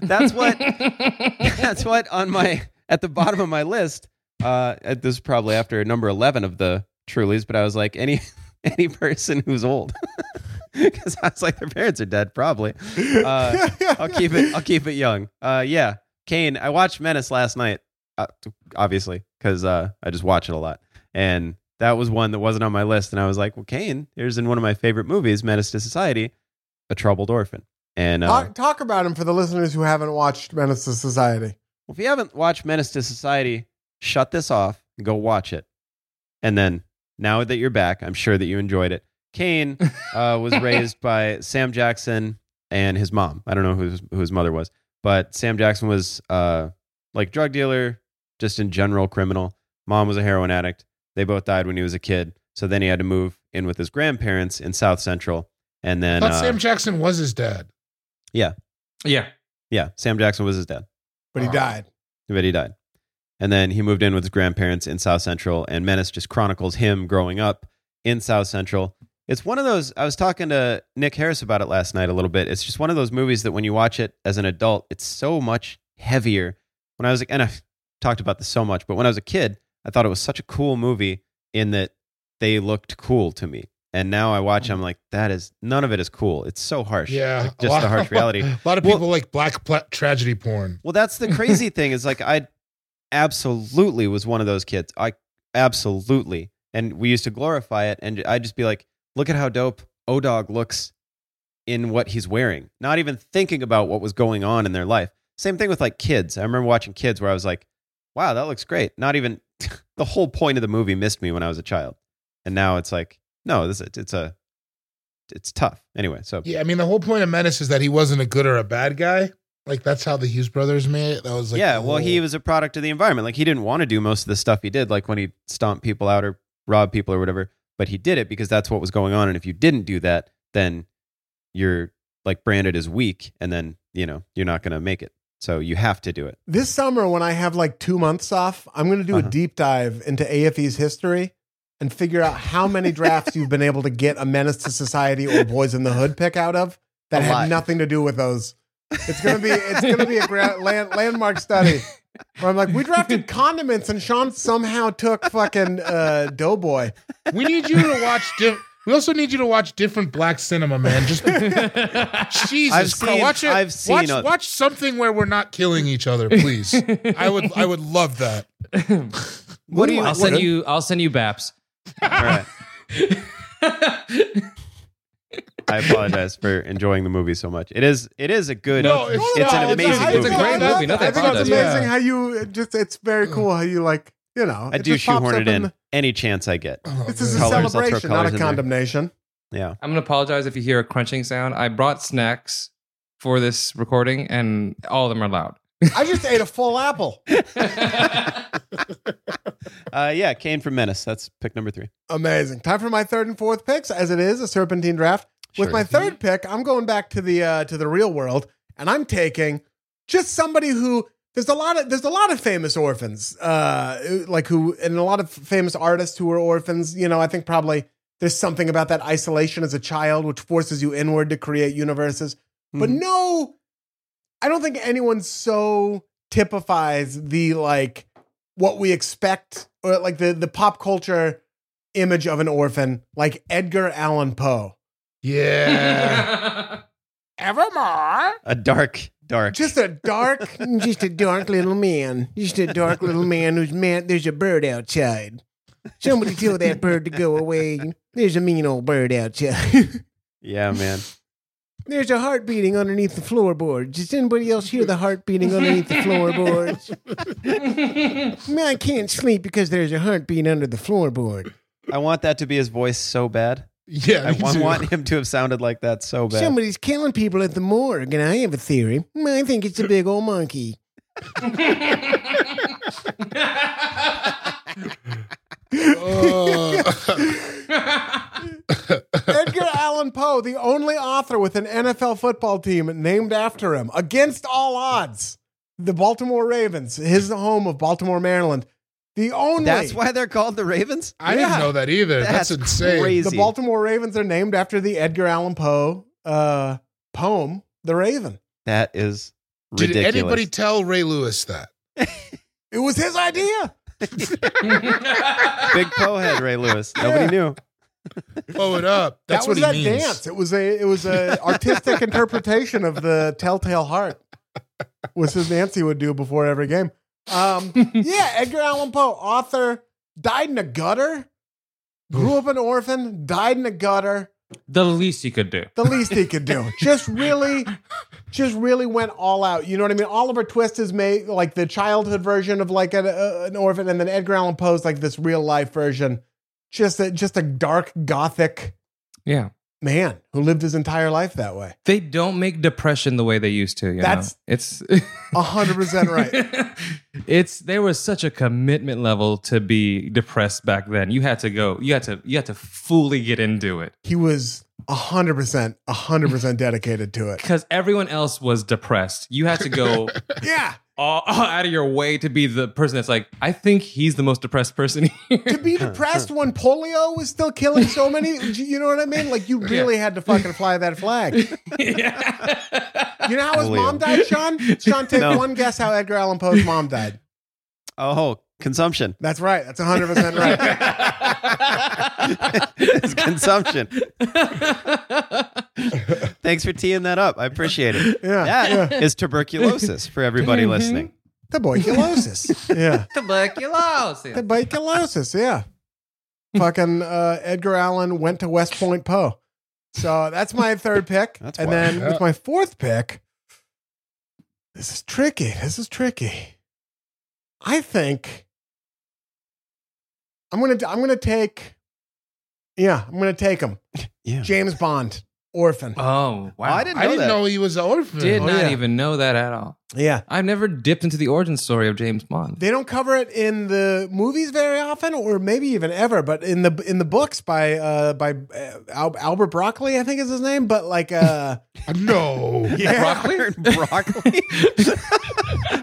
A: That's what. that's what on my at the bottom of my list. Uh, at this is probably after number eleven of the Trulies, but I was like any any person who's old, because I was like their parents are dead probably. Uh, I'll keep it. I'll keep it young. Uh, yeah, Kane. I watched Menace last night, uh, t- obviously, because uh, I just watch it a lot, and that was one that wasn't on my list. And I was like, well, Kane, here's in one of my favorite movies, Menace to Society, a troubled orphan. And uh,
B: Talk, talk about him for the listeners who haven't watched Menace to Society.
A: Well, if you haven't watched Menace to Society, shut this off and go watch it. And then now that you're back, I'm sure that you enjoyed it. Kane uh, was raised by Sam Jackson and his mom. I don't know who his, who his mother was, but Sam Jackson was uh, like drug dealer, just in general criminal. Mom was a heroin addict. They both died when he was a kid. So then he had to move in with his grandparents in South Central. And
C: I
A: then,
C: thought
A: uh,
C: Sam Jackson was his dad.
D: yeah.
A: yeah, Sam Jackson was his dad.
B: But he
A: Oh,
B: died.
A: but he died. And then he moved in with his grandparents in South Central, and Menace just chronicles him growing up in South Central. It's one of those, I was talking to Nick Harris about it last night a little bit. It's just one of those movies that when you watch it as an adult, it's so much heavier. When I was, and I've talked about this so much, but when I was a kid, I thought it was such a cool movie in that they looked cool to me. And now I watch, I'm like, that is, none of it is cool. It's so harsh. Like,
C: Yeah, a lot-
A: just the harsh reality.
C: A lot of
A: Well-
C: people like black pla- tragedy porn.
A: Well, that's the crazy thing is like I absolutely was one of those kids. I absolutely, and we used to glorify it, and I'd just be like, "Look at how dope O Dog looks in what he's wearing," not even thinking about what was going on in their life. Same thing with like kids. I remember watching kids where I was like, "Wow, that looks great." Not even the whole point of the movie missed me when I was a child, and now it's like, no, this it's a it's tough anyway. So
C: Yeah, I mean the whole point of Menace is that he wasn't a good or a bad guy. Like that's how the Hughes brothers made it. That was like
A: yeah,
C: the
A: well, he
C: whole-
A: was a product of the environment. Like he didn't want to do most of the stuff he did, like when he stomped people out or robbed people or whatever. But he did it because that's what was going on. And if you didn't do that, then you're like branded as weak, and then you know you're not going to make it. So you have to do it.
B: This summer, when I have like two months off, I'm going to do
A: Uh-huh.
B: a deep dive into AFE's history and figure out how many drafts you've been able to get a Menace to Society or Boys in the Hood pick out of that
A: A lot.
B: had nothing to do with those It's gonna be it's gonna be a gra- land, landmark study where I'm like, we drafted condiments and Sean somehow took fucking uh, Doughboy.
C: We need you to watch. Di- we also need you to watch different black cinema, man. Just Jesus
A: I've
C: Christ,
A: seen-
C: watch it.
A: I've seen
C: watch,
A: a-
C: watch something where we're not killing each other, please. I would, I would love that.
D: What do you?
B: What-
D: I'll send
B: what-
D: you. I'll send you Baps.
A: All right. I apologize for enjoying the movie so much. It is it is a good
C: No, it's
A: it's,
C: not.
A: an
C: It's
A: amazing
C: not.
A: movie.
D: It's a great
B: I love
D: movie.
B: it.
D: Nothing
B: I think
D: about
B: it's
D: it.
B: amazing
C: Yeah.
B: how you it just it's very cool how you like you know
A: I
B: it
A: do
B: just pops
A: shoehorn
B: up
A: it
B: in
A: in
B: the-
A: any chance I get.
C: Oh,
B: This is a
C: man.
A: Colors, I'll throw
B: celebration, not
A: colors
B: a
A: in there.
B: condemnation.
A: Yeah.
D: I'm gonna apologize if you hear a crunching sound. I brought snacks for this recording, and all of them are loud.
B: I just ate a full apple.
A: Uh, yeah, Kane from Menace. That's pick number three.
B: Amazing. Time for my third and fourth picks, as it is a serpentine draft. With
A: Sure.
B: my third pick, I'm going back to the uh, to the real world, and I'm taking just somebody who there's a lot of there's a lot of famous orphans, uh, like who and a lot of famous artists who were orphans. You know, I think probably there's something about that isolation as a child which forces you inward to create universes. But no, I don't think anyone so typifies the like what we expect or like the the pop culture image of an orphan like Edgar Allan Poe.
C: Yeah. Evermore.
A: A dark, dark.
B: Just a dark, just a dark little man. Just a dark little man who's mad. There's a bird outside. Somebody tell that bird to go away. There's a mean old bird outside.
A: yeah, man.
B: There's a heart beating underneath the floorboards. Does anybody else hear the heart beating underneath the floorboards? Man, I can't sleep because there's a heart beating under the floorboard.
A: I want that to be his voice so bad.
C: Yeah.
A: I
C: me
A: want,
C: too.
A: want him to have sounded like that so bad.
B: Somebody's killing people at the morgue, and I have a theory. I think it's a big old monkey.
C: Oh.
B: Edgar Allan Poe, the only author with an NFL football team named after him, against all odds. The Baltimore Ravens, his home of Baltimore, Maryland. The only
A: That's why they're called the Ravens.
C: I didn't
B: Yeah.
C: know that either. That's, insane.
A: Crazy.
B: the Baltimore Ravens are named after the Edgar Allan Poe uh, poem, The Raven.
A: that is
C: Did
A: ridiculous.
C: anybody tell Ray Lewis that?
B: It was his idea.
A: Big Poe head Ray Lewis. Nobody knew.
C: Blow it up. That's
B: that was
C: what he
B: that
C: means.
B: dance. It was a it was a artistic interpretation of the Telltale Heart, which his Nancy would do before every game. Um, yeah, Edgar Allan Poe, author, died in a gutter, grew up an orphan, died in a gutter.
D: the least you could do.
B: The least he could do, just really, just really went all out. You know what I mean? Oliver Twist is made like the childhood version of like an, uh, an orphan, and then Edgar Allan Poe's like this real life version. Just a just a dark gothic
D: Yeah,
B: man who lived his entire life that way.
D: they don't make depression the way they used to. You
B: That's-
D: know? it's
B: A hundred percent right.
D: it's there was such a commitment level to be depressed back then. You had to go. You had to. You had to fully get into it
B: He was a hundred percent, a hundred percent dedicated to it.
D: because everyone else was depressed. You had to go
B: Yeah.
D: all, all out of your way to be the person that's like, I think he's the most depressed person here.
B: To be depressed when polio was still killing so many, you know what I mean? Like you really had to fucking fly that flag. You know how his
A: Polio.
B: mom died, Sean? Sean, take
A: No.
B: one guess how Edgar Allan Poe's mom died.
A: Oh, consumption.
B: That's right. That's a hundred percent right.
A: it's consumption. Thanks for teeing that up. I appreciate it.
B: Yeah, Mm-hmm.
A: That is tuberculosis for everybody listening.
B: Tuberculosis. Yeah.
D: Tuberculosis.
B: Tuberculosis, yeah. Fucking uh, Edgar Allan went to West Point Poe. So that's my third pick.
A: That's
B: and
A: wild.
B: then with my fourth pick, this is tricky. This is tricky. I think I'm gonna I'm gonna take Yeah, I'm gonna take him.
A: Yeah.
B: James Bond, orphan.
D: Oh wow!
A: Well, I didn't know
C: I didn't
A: that.
C: know he was an orphan.
D: Did
B: Oh,
D: not
B: yeah.
D: even know that at all.
B: Yeah.
D: I've never dipped into the origin story of James Bond.
B: They don't cover it in the movies very often, or maybe even ever. But in the in the books by uh, by uh, Al- Albert Broccoli, I think is his name. But like, uh,
C: No.
B: yeah,
A: Broccoli? Broccoli?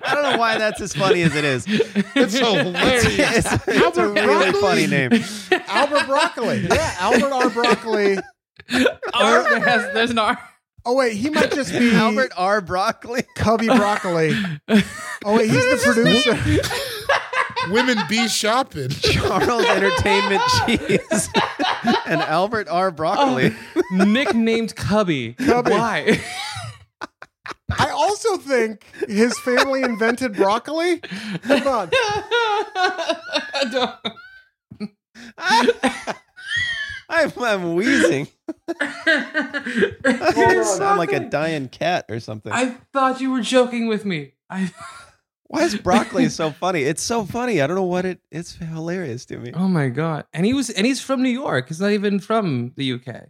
A: I don't know why that's as funny as it is.
C: It's hilarious.
A: It's, it's a really funny name.
B: Albert Broccoli. Yeah, Albert R. Broccoli.
D: Or there's an R.
B: Oh wait, he might just be
A: Albert R. Broccoli.
B: Cubby Broccoli. Oh wait, he's the producer.
C: Women be shopping.
A: Charles Entertainment Cheese and Albert R. Broccoli.
D: Nicknamed Cubby.
B: Cubby.
D: Why?
B: I also think his family invented broccoli. Hold on.
A: I'm, I'm wheezing.
D: You're
A: I'm like a
D: something.
A: dying cat or something.
D: I thought you were joking with me. I.
A: Why is broccoli so funny? It's so funny. I don't know what it. It's hilarious to me.
D: Oh my god! And he was, and he's from New York. He's not even from the UK.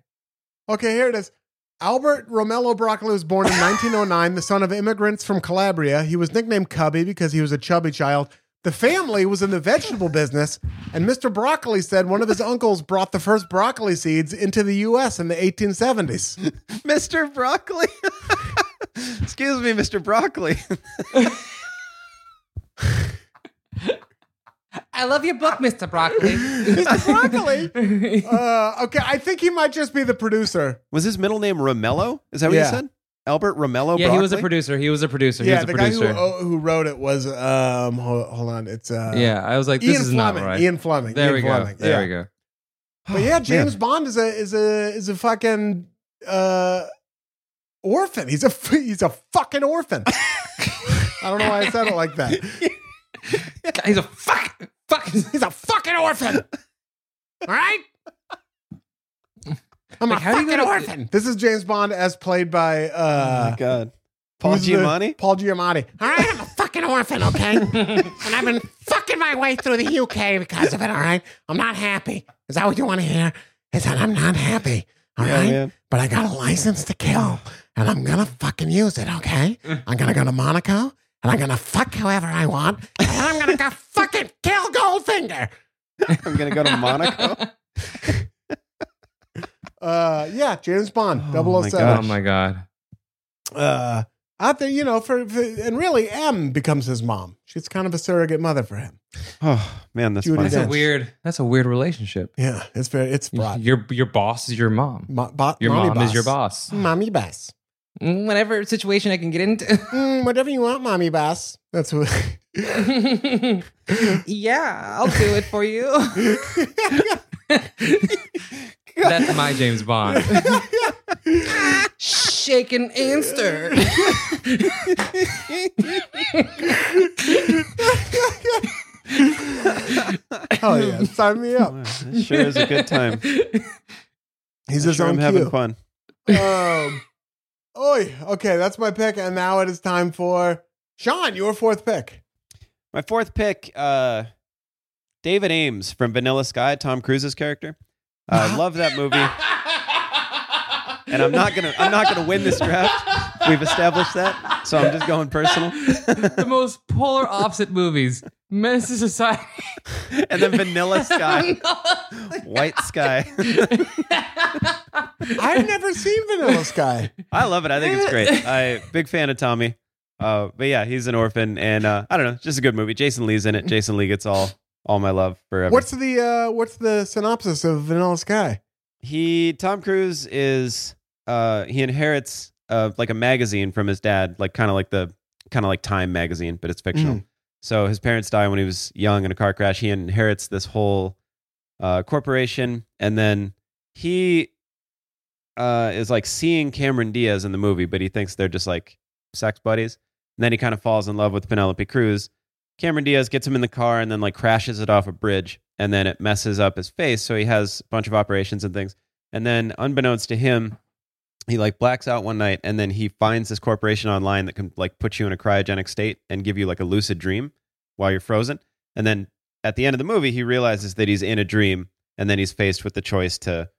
B: Okay, here it is. Albert Romello Broccoli was born in 1909, the son of immigrants from Calabria. He was nicknamed Cubby because he was a chubby child. The family was in the vegetable business, and Mr. Broccoli said one of his uncles brought the first broccoli seeds into the U.S. in the 1870s.
A: Mr. Broccoli. Excuse me, Mr. Broccoli.
D: I love your book, Mister Broccoli.
B: Mr. Broccoli. Uh, okay, I think he might just be the producer.
A: Was his middle name Romello? Is that what
B: Yeah.
A: you said? Albert Romello.
D: yeah,
A: Broccoli?
D: he was a producer. He was a producer. he
B: yeah,
D: was a
B: the
D: producer.
B: guy who, oh, who wrote it was um. Hold, hold on, it's uh.
D: yeah, I was like, this
B: Ian
D: is
B: Fleming.
D: not right.
B: Ian Fleming.
D: there
B: Ian
D: we go.
B: Fleming.
D: There
B: yeah.
D: we go.
B: But yeah, James Bond is a is a is a fucking uh, orphan. He's a f- he's a fucking orphan. I don't know why I said it like that.
D: God, He's a fuck. Fuck.
B: He's a fucking orphan. All right. I'm
D: Like,
B: a
D: how do you
B: fucking
D: get a-
B: orphan. This is James Bond as played by
A: Oh
B: uh,
A: my God. Paul
B: who's the-
A: Giamatti.
B: Paul Giamatti. All right, I'm a fucking orphan, okay? and I've been fucking my way through the UK because of it. All right, I'm not happy. Is that what you want to hear? Is that I'm not happy? All right,
A: Yeah, man.
B: but I got a license to kill, and I'm gonna fucking use it. Okay, I'm gonna go to Monaco, and I'm gonna fuck whoever I want, and then I'm gonna go fucking kill Goldfinger.
A: I'm gonna go to Monaco.
B: Uh, yeah, James Bond,
A: Oh my
D: Oh
A: Gosh.
D: my god.
B: Uh, I think you know for, for and really, M becomes his mom. She's kind of a surrogate mother for him.
A: Oh man, that's
B: Judy
A: funny.
D: That's a
B: Dench.
D: weird. That's a weird relationship.
B: Yeah, it's very it's broad.
D: Your your boss is your mom.
B: Mo- bo-
D: Your
B: mommy
D: mom is your boss.
B: Mommy boss.
D: Mm, Whatever situation I can get into.
B: Mm, whatever you want, mommy boss. That's what.
D: yeah, I'll do it for you. That's my James Bond. Shake and stir.
B: Oh yeah, sign me up.
A: Wow, that sure is a good time.
B: He's
A: I'm
B: his
A: sure I'm
B: own
A: having
B: cue.
A: fun.
B: Um, oi, okay, that's my pick, and now it is time for Sean, your fourth pick.
A: My fourth pick, uh, David Ames from Vanilla Sky, Tom Cruise's character. I love that movie. And I'm not gonna I'm not gonna win this draft. We've established that. So I'm just going personal.
D: the most polar opposite movies. Menace to Society.
A: and then Vanilla Sky. White Sky.
B: I've never seen Vanilla Sky.
A: I love it. I think it's great. I big fan of Tommy. Uh, but yeah, he's an orphan and uh, I don't know, just a good movie. Jason Lee's in it. Jason Lee gets all all my love forever.
B: What's the uh, what's the synopsis of Vanilla Sky?
A: he Tom Cruise is uh he inherits uh like a magazine from his dad, like kind of like the kind of like Time magazine, but it's fictional. So his parents die when he was young in a car crash. He inherits this whole uh corporation and then he uh is like seeing Cameron Diaz in the movie, but he thinks they're just like sex buddies. And then he kind of falls in love with Penelope Cruz. Cameron Diaz gets him in the car and then like crashes it off a bridge and then it messes up his face. So he has a bunch of operations and things. And then unbeknownst to him, he like blacks out one night and then he finds this corporation online that can like put you in a cryogenic state and give you like a lucid dream while you're frozen. And then at the end of the movie, he realizes that he's in a dream and then he's faced with the choice to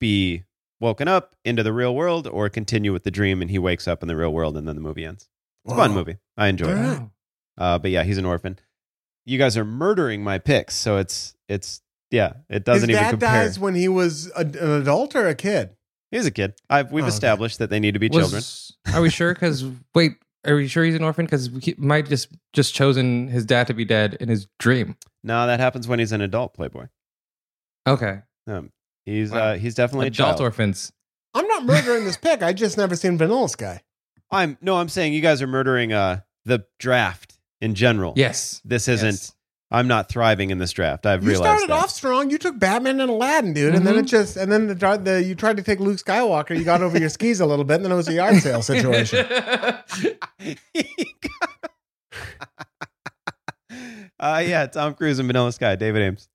A: be woken up into the real world or continue with the dream and he wakes up in the real world and then the movie ends. It's a fun movie. I enjoy it.
B: Wow.
A: Uh, but yeah, he's an orphan. You guys are murdering my picks, so it's it's yeah, it
B: His
A: doesn't
B: dad
A: even compare.
B: dies when he was a, an adult or a kid.
A: he's a kid. I've, we've
B: Oh, okay.
A: established that they need to be children.
D: Was- Are we sure? Because wait, are we sure he's an orphan? Because he might just just chosen his dad to be dead in his dream.
A: No, that happens when he's an adult playboy.
D: Okay,
A: He's
D: Wow.
A: uh, he's definitely a
D: adult
A: child.
D: orphans.
B: I'm not murdering this pick. I just never seen Vanilla Sky.
A: I'm no, I'm saying you guys are murdering uh the draft in general.
D: Yes.
A: This isn't
D: Yes.
A: I'm not thriving in this draft. I've
B: You
A: realized
B: started
A: that. Mm-hmm.
B: off strong. You took Batman and Aladdin, dude, and then it just and then the, dri- the you tried to take Luke Skywalker. You got over your skis a little bit, and then it was a yard sale situation.
A: uh yeah, Tom Cruise and Vanilla Sky, David Ames.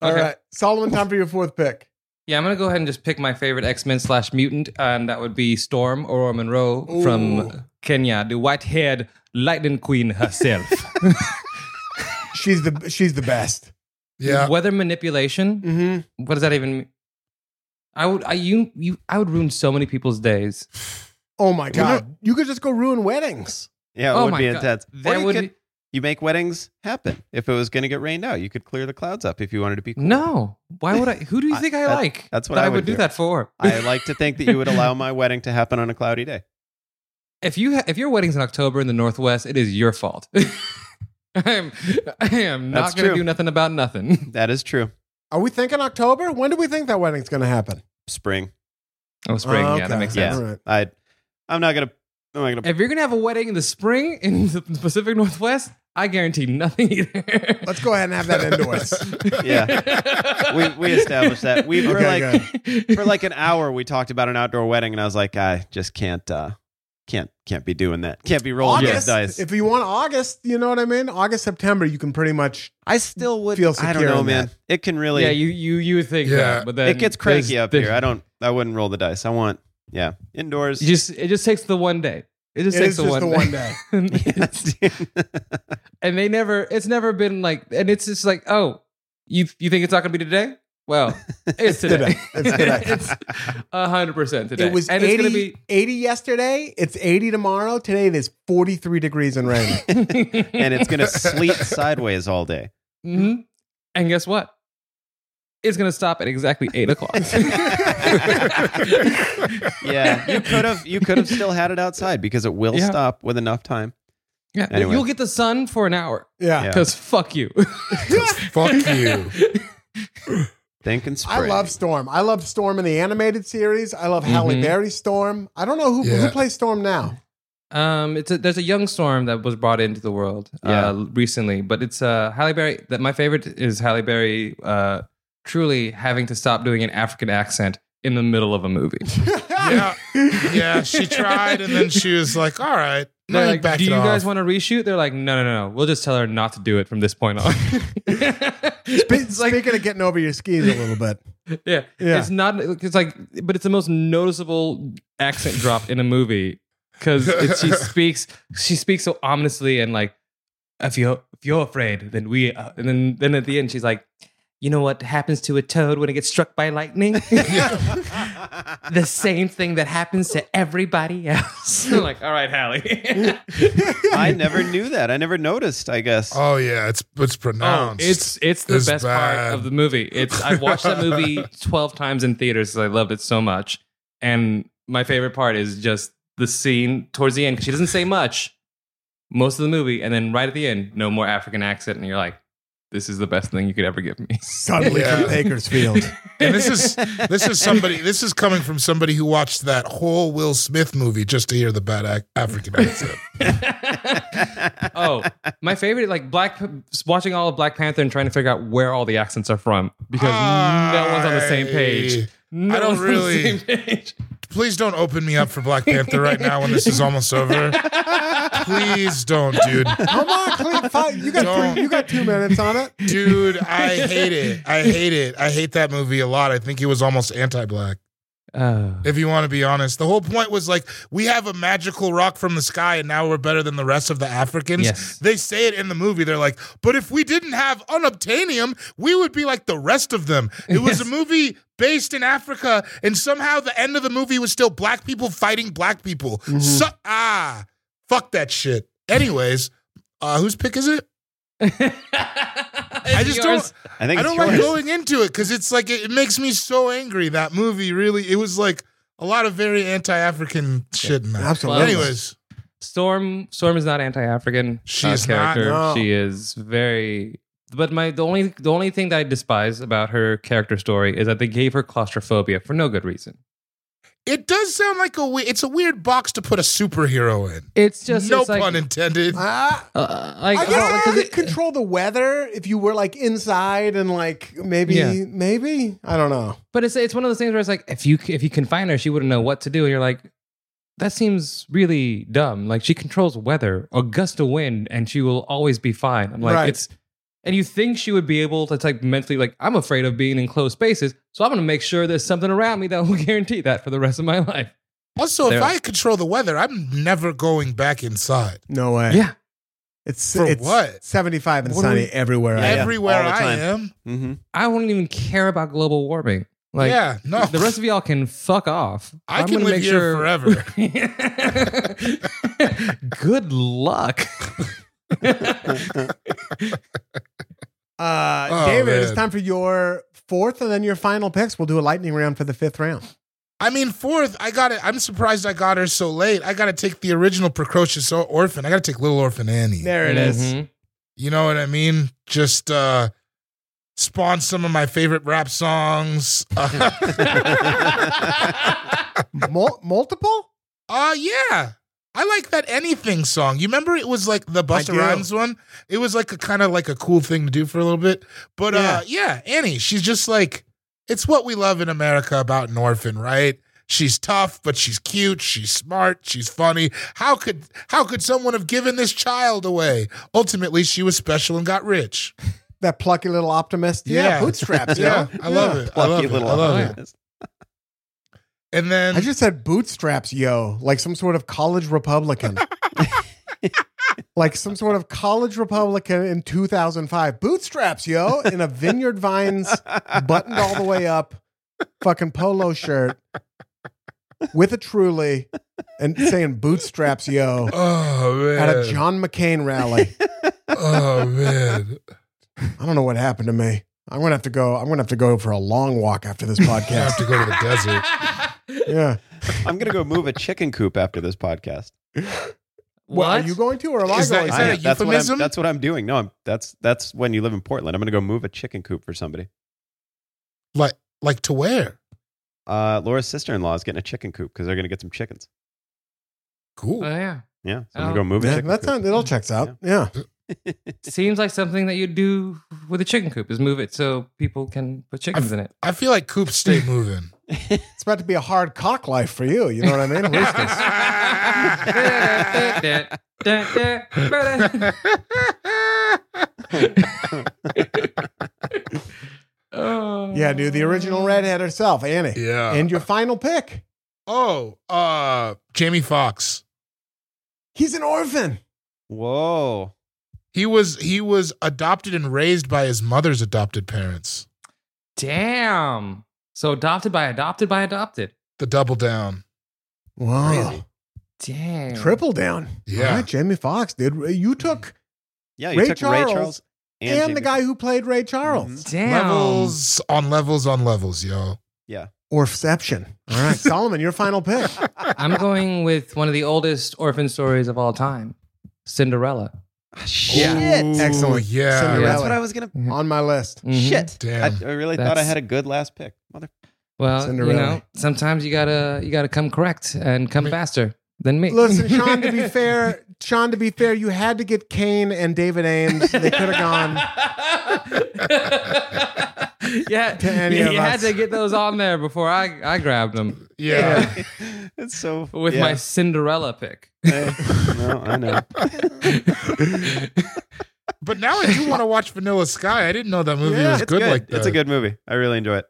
B: All
D: Okay.
B: right, Solomon, time for your fourth pick.
D: Yeah, I'm gonna go ahead and just pick my favorite X-Men slash mutant, and that would be Storm Aurora Monroe
B: Ooh.
D: from Kenya, the white-haired lightning queen herself.
B: She's the she's the best.
C: Yeah.
D: Weather manipulation.
B: Mm-hmm.
D: What does that even mean? I would I you you I would ruin so many people's days.
B: Oh my god, you could just go ruin weddings.
A: Yeah, it
D: Oh
A: would
D: my
A: be
D: God.
A: intense. Or
D: That
A: you
D: would
A: could-
D: be-
A: you make weddings happen. If it was going to get rained out, you could clear the clouds up if you wanted to be. Cool.
D: No. Why would I who do you
A: I-
D: think I,
A: that-
D: like?
A: that's what
D: that
A: I
D: I
A: would
D: would do
A: do.
D: that for.
A: I like to think that you would allow my wedding to happen on a cloudy day.
D: if you ha- if your wedding's in October in the Northwest, it is your fault. I'm I am not
A: That's
D: gonna
A: true.
D: do nothing about nothing.
A: That is true.
B: Are we thinking October? When do we think that wedding's going to happen?
A: Spring.
D: Oh, spring.
B: Oh,
D: Yeah,
B: okay.
D: that makes
A: Yeah.
D: sense.
B: All right.
A: I. I'm not gonna. I'm not gonna.
D: If you're gonna have a wedding in the spring in the Pacific Northwest, I guarantee nothing either.
B: Let's go ahead and have that indoors.
A: Yeah. We we established that we were
B: Okay,
A: like for like an hour. We talked about an outdoor wedding, and I was like, I just can't. uh Can't can't be doing that. Can't be rolling those
B: August.
A: dice.
B: If you want August, you know what I mean. August, September, you can pretty much.
A: I still would.
B: Feel
A: I don't
B: secure
A: know,
B: in
A: man.
B: that.
A: It can really.
D: yeah, you you you would think
C: Yeah.
D: that, but then
A: it gets cranky
D: there's-
A: up
D: there's-
A: here. I don't. I wouldn't roll the dice. I want. Yeah, indoors.
D: You just it just takes the one day. It just
B: It is
D: takes the,
B: just
D: one
B: the one day.
A: Yes, dude.
D: and they never. It's never been like. And it's just like, oh, you you think it's not gonna be today? Well, it's today.
B: It's today.
D: It's a hundred percent today.
B: It was
D: and
B: 80,
D: it's gonna be.
B: 80 yesterday. It's 80 tomorrow. Today it is 43 degrees and rain.
A: and it's gonna sleet sideways all day.
D: hmm And guess what? It's gonna stop at exactly eight o'clock.
A: Yeah, you could have. You could have still had it outside because it will
D: Yeah.
A: stop with enough time.
D: Yeah,
A: Anyway.
D: you'll get the sun for an hour.
B: Yeah.
A: Yeah.
D: Because fuck you.
C: Fuck you.
A: Think and spray.
B: I love Storm. I love Storm in the animated series. I love Halle
D: Mhm.
B: Berry Storm. I don't know who, who
C: Yeah.
B: plays Storm now.
D: um, it's a, there's a young storm that was brought into the world uh, recently, but it's uh, Halle Berry. That my favorite is Halle Berry. Uh, truly having to stop doing an African accent in the middle of a movie.
C: Yeah. Yeah. She tried and then she was like, all right.
D: They're
C: Now
D: like,
C: you back
D: do
C: it
D: you
C: off.
D: guys want to reshoot? They're like, no, no, no, no. We'll just tell her not to do it from this point on.
B: Spe-
D: It's like-
B: Speaking of getting over your skis a little bit.
D: Yeah.
B: Yeah.
D: It's not, it's like, but it's the most noticeable accent drop in a movie because she speaks, she speaks so ominously and like, if you're, if you're afraid, then we, uh, and then, then at the end, she's like, you know what happens to a toad when it gets struck by lightning? the same thing that happens to everybody else. I'm like, all right, Hallie.
A: I never knew that. I never noticed. I guess.
C: Oh, yeah. It's, it's
D: Oh,
C: pronounced.
D: it's it's the
C: It's
D: best
C: bad.
D: part of the movie. It's I've watched that movie twelve times in theaters because I loved it so much. And my favorite part is just the scene towards the end because she doesn't say much most of the movie, and then right at the end, no more African accent, and you're like, this is the best thing you could ever give me.
B: Suddenly from
C: Yeah.
B: Bakersfield.
C: And this is this is somebody. This is coming from somebody who watched that whole Will Smith movie just to hear the bad ac- African accent.
D: oh, my favorite, like Black, watching all of Black Panther and trying to figure out where all the accents are from because no one's on the same
C: I-
D: page. No
C: I don't
D: one's on the
C: really-
D: same page.
C: Please don't open me up for Black Panther right now when this is almost over. Please don't, dude.
B: Come on, Clint. Five, you got
C: Don't.
B: three, you got two minutes on it.
C: Dude, I hate it. I hate it. I hate that movie a lot. I think it was almost anti-black.
D: Oh.
C: If you want to be honest, the whole point was like we have a magical rock from the sky, and now we're better than the rest of the Africans.
D: Yes.
C: They say it in the movie. They're like, but if we didn't have unobtainium, we would be like the rest of them. It was a movie based in Africa, and somehow the end of the movie was still black people fighting black people. So, ah, fuck that shit. Anyways, uh, whose pick is it?
D: I
C: just don't-
A: I think
C: I
A: it's
C: don't like
A: yours.
C: going into it because it's like it, it makes me so angry. That movie really, it was like a lot of very anti-African shit in that.
B: Absolutely.
C: Anyways,
D: Storm Storm is not anti-African.
C: She
D: uh,
C: is not,
D: character.
B: no.
D: She is very. But my the only the only thing that I despise about her character story is that they gave her claustrophobia for no good reason.
C: It does sound like a we- it's a weird box to put a superhero in.
D: It's just
C: no
D: it's like,
C: pun intended.
B: Ah,
D: uh, like,
B: I guess
D: well,
B: you
D: 'cause
B: could
D: it-
B: control the weather if you were like inside and like maybe
D: Yeah.
B: maybe I don't know.
D: But it's it's one of those things where it's like if you if you confine her, she wouldn't know what to do. And you're like, that seems really dumb. Like she controls weather, a gust of wind, and she will always be fine. I'm like,
B: Right.
D: it's and you think she would be able to like mentally like I'm afraid of being in closed spaces, so I'm gonna make sure there's something around me that will guarantee that for the rest of my life.
C: Also, if
D: There-
C: I control the weather, I'm never going back inside.
B: No way.
D: Yeah.
B: It's
C: For
B: it's
C: what?
B: 75 and
D: What do
B: sunny
D: we-
B: everywhere I am.
C: Everywhere
H: all the
C: I
H: time.
C: am.
H: Mm-hmm.
D: I wouldn't even care about global warming. Like
C: yeah, no.
D: the rest of y'all can fuck off.
C: I
D: I'm
C: can
D: gonna
C: live
D: make
C: here
D: sure-
C: forever.
D: Good luck.
B: Uh,
C: Oh,
B: David, it's
C: man.
B: time for your fourth and then your final picks. We'll do a lightning round for the fifth round.
C: I mean, fourth, I got it. I'm surprised I got her so late. I got to take the original precocious Or- orphan. I got to take Little Orphan Annie.
B: There it is.
D: Mhm.
C: You know what I mean? Just uh spawn some of my favorite rap songs. Uh,
D: Mm-hmm.
B: Mul- multiple?
C: uh, yeah. I like that anything song. You remember it was like the
B: do.
C: Busta Rhymes one? It was like a kind of like a cool thing to do for a little bit. But
B: Yeah.
C: uh yeah, Annie, she's just like it's what we love in America about an orphan, right? She's tough, but she's cute, she's smart, she's funny. How could how could someone have given this child away? Ultimately, she was special and got rich.
B: That plucky little optimist. Yeah,
C: Yeah.
B: bootstraps.
C: Yeah,
B: yeah.
C: I love it. I love it. I love it. And then
B: I just said bootstraps, yo, like some sort of college Republican. like some sort of college Republican in 2005. Bootstraps, yo, in a Vineyard Vines buttoned all the way up fucking polo shirt with a truly and saying bootstraps, yo,
C: oh man,
B: at a John McCain rally.
C: oh man,
B: I don't know what happened to me. I'm gonna have to go. I'm gonna have to go for a long walk after this
C: I have
B: podcast.
C: to go to the desert.
B: yeah.
A: I'm gonna go move a chicken coop after this podcast.
B: Well, are
D: What?
B: you going to or am I
C: Is that-
B: going?
C: is
A: I
C: that
B: to?
A: am. that's
C: a
A: what I'm,
C: euphemism?
A: that's what I'm doing. No, I'm, that's that's when you live in Portland. I'm gonna go move a chicken coop for somebody.
C: Like, like to where?
A: Uh, Laura's sister-in-law is getting a chicken coop because they're gonna get some chickens.
D: Oh,
C: Cool.
B: Uh,
D: yeah.
A: Yeah, so I'm
D: Oh.
A: gonna go move a
B: Yeah,
A: chicken.
B: that's
A: coop.
B: not, it all checks out. Yeah.
D: Seems like something that you'd do with a chicken coop is move it so people can put chickens in it.
C: I feel like Coop stay moving.
B: It's about to be a hard cock life for you. You know what I mean? Roosters. yeah, dude. The original redhead herself, Annie.
C: yeah.
B: And your final pick.
C: oh, uh, Jamie Foxx.
B: He's an orphan.
A: Whoa.
C: He was he was adopted and raised by his mother's adopted parents.
D: Damn. So adopted by adopted by adopted.
C: The double down.
B: Wow.
A: Crazy.
D: Damn.
B: Triple down.
C: Yeah.
B: All right, Jamie Fox, dude. You took
A: Yeah, you
B: Ray
A: took
B: Charles
A: Ray Charles
B: and,
A: Jamie
B: the guy who played Ray Charles.
D: Damn.
C: Levels on levels on levels, yo.
B: Orfception. All right, Solomon, your final pick.
D: I'm going with one of the oldest orphan stories of all time, Cinderella.
A: Fox. Shit.
C: Ooh,
B: Excellent.
C: Yeah.
B: Cinderella.
A: That's what I was gonna.
B: On my list.
D: Mhm.
A: Shit. I,
C: Damn.
A: I really thought I
D: That's-
A: had a good last pick. Mother.
D: Well,
B: Cinderella.
D: you know, sometimes you gotta you gotta come correct and come faster than me.
B: Listen, Sean, to be fair, Sean, to be fair, you had to get Kane and David Ames. They could have gone.
D: yeah,
B: To any
D: you,
B: of
D: you had
B: us.
D: to get those on there before I I grabbed them
C: yeah.
A: It's so
D: with
A: yeah.
D: my Cinderella pick.
A: no, I know.
C: But now I do want to watch Vanilla Sky. I didn't know that movie
B: Yeah,
C: was
A: It's
C: good, like that.
A: It's a
D: uh,
A: good movie. I really enjoy it.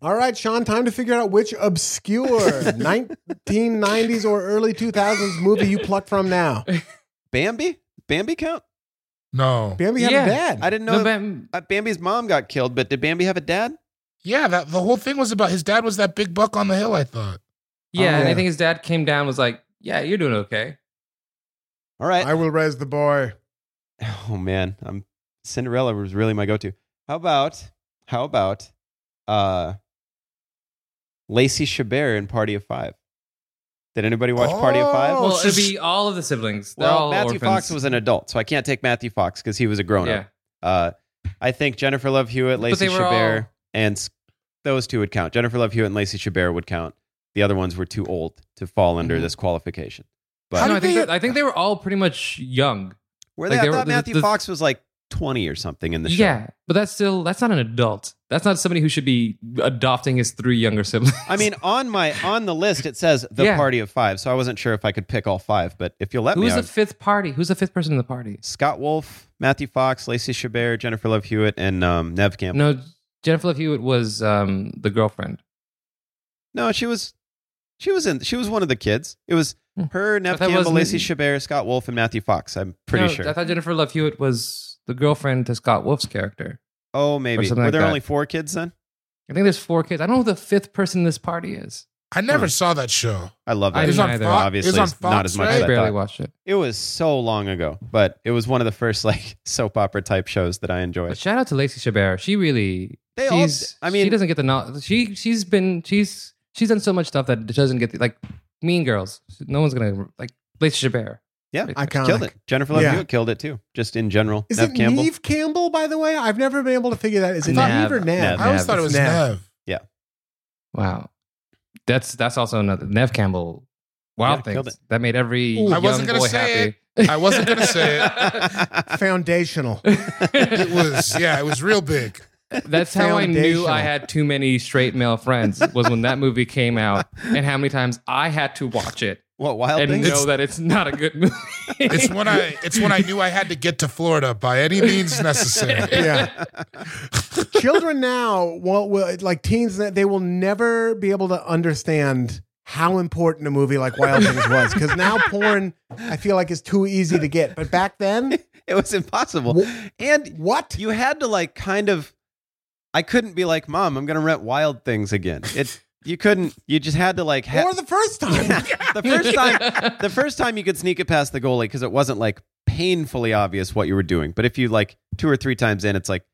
B: All right, Sean, time to figure out which obscure 1990s or early 2000s movie you pluck from now.
A: Bambi? Bambi count?
C: No.
B: Bambi had
D: Yeah.
B: a dad.
A: I didn't know
D: No,
A: if-
D: Bam-
A: uh, Bambi's mom got killed, but did Bambi have a dad?
C: Yeah, that the whole thing was about his dad was that big buck on the hill. I thought.
D: yeah, and
B: yeah.
D: I think his dad came down and was like, "Yeah, you're doing okay."
A: All right.
B: I will raise the boy.
A: oh man, I'm Cinderella was really my go-to. How about how about uh Lacey Chabert in Party of 5? Did anybody watch Party of 5?
C: Oh,
D: well,
C: it's
D: it'd
C: just-
D: be all of the siblings. They're
A: Well,
D: all
A: Matthew
D: orphans.
A: Fox was an adult, so I can't take Matthew Fox because he was a grown-up.
D: yeah.
A: Uh, I think Jennifer Love Hewitt,
D: But
A: Lacey
D: they were
A: Chabert,
D: all-
A: and s- those two would count. Jennifer Love Hewitt and Lacey Chabert would count. The other ones were too old to fall under
D: Mm-hmm.
A: this qualification.
D: No,
A: But
D: I think that- I think they were all pretty much young.
A: where
D: like
A: they,
D: they
A: I
D: were-
A: thought
D: the-
A: Matthew
D: the-
A: Fox was like 20 or something in the show.
D: Yeah, but that's still that's not an adult. That's not somebody who should be adopting his three younger siblings.
A: I mean, on my on the list it says the
D: Yeah.
A: party of five, so I wasn't sure if I could pick all five. But if you'll let me,
D: who's
A: I
D: the
A: would-
D: fifth party? Who's the fifth person in the party?
A: Scott Wolf, Matthew Fox, Lacey Chabert, Jennifer Love Hewitt, and um, Nev Campbell.
D: No, Jennifer Love Hewitt was um, the girlfriend.
A: No, she was she was in she was one of the kids. It was
D: Hmm.
A: her, Nev
D: thought it
A: Campbell,
D: wasn't-
A: Lacey Chabert, Scott Wolf, and Matthew Fox. I'm pretty
D: No,
A: sure.
D: I thought Jennifer Love Hewitt was the girlfriend to Scott Wolf's character.
A: oh, maybe.
D: something
A: Were
D: like
A: there
D: that.
A: only four kids then?
D: I think there's four kids. I don't know who the fifth person in this party is.
C: I never
A: Huh.
C: saw that show.
A: I love
D: I
A: that.
D: didn't
A: show.
D: either.
A: Obviously,
C: It was on
A: it's not
C: Fox,
A: as much
C: right?
D: I
A: as I
D: barely
A: thought.
D: watched it.
A: It was so long ago, but it was one of the first like soap opera type shows that I
D: But
A: enjoyed.
D: shout out to Lacey Chabert. She really
A: They all-
D: she's
A: I mean-
D: she doesn't get the knowledge. She she's been she's she's done so much stuff that doesn't get the, like Mean Girls. No one's gonna like Lacey Chabert.
A: Yeah,
D: Like,
B: Iconic.
A: killed it. Jennifer Love
B: Yeah.
A: Hewitt killed it too. Just in general,
B: Is
A: Nev
B: it
A: Campbell.
B: Neve Campbell, by the way? I've never been able to figure that. Is it
D: Nev.
B: Neve or Nev?
A: Nev.
C: I always thought it was
B: Nev.
C: Nev.
D: Wow, that's that's also another Nev Campbell. Wild
A: Yeah, killed
D: things that made every
C: Ooh,
D: young
C: I wasn't gonna
D: boy
C: say
D: happy.
C: I wasn't gonna say it.
B: Foundational.
C: It was yeah, it was real big.
D: That's how I knew
B: Foundational.
D: I had too many straight male friends was when that movie came out and how many times I had to watch it
A: what wild
D: and
A: things?
D: know that it's not a good movie.
C: It's when I it's when I knew I had to get to Florida by any means necessary.
B: yeah. Children now, will, will, like teens, they will never be able to understand how important a movie like Wild Things was because now porn, I feel like, is too easy to get. But back then,
A: it was impossible.
B: Wh-
A: and
B: what?
A: you had to like kind of. I couldn't be like, Mom, I'm gonna rent Wild Things again. It you couldn't. You just had to like. Ha-
B: or the first time.
A: the first time, the first time you could sneak it past the goalie because it wasn't like painfully obvious what you were doing. But if you like two or three times in, it's like,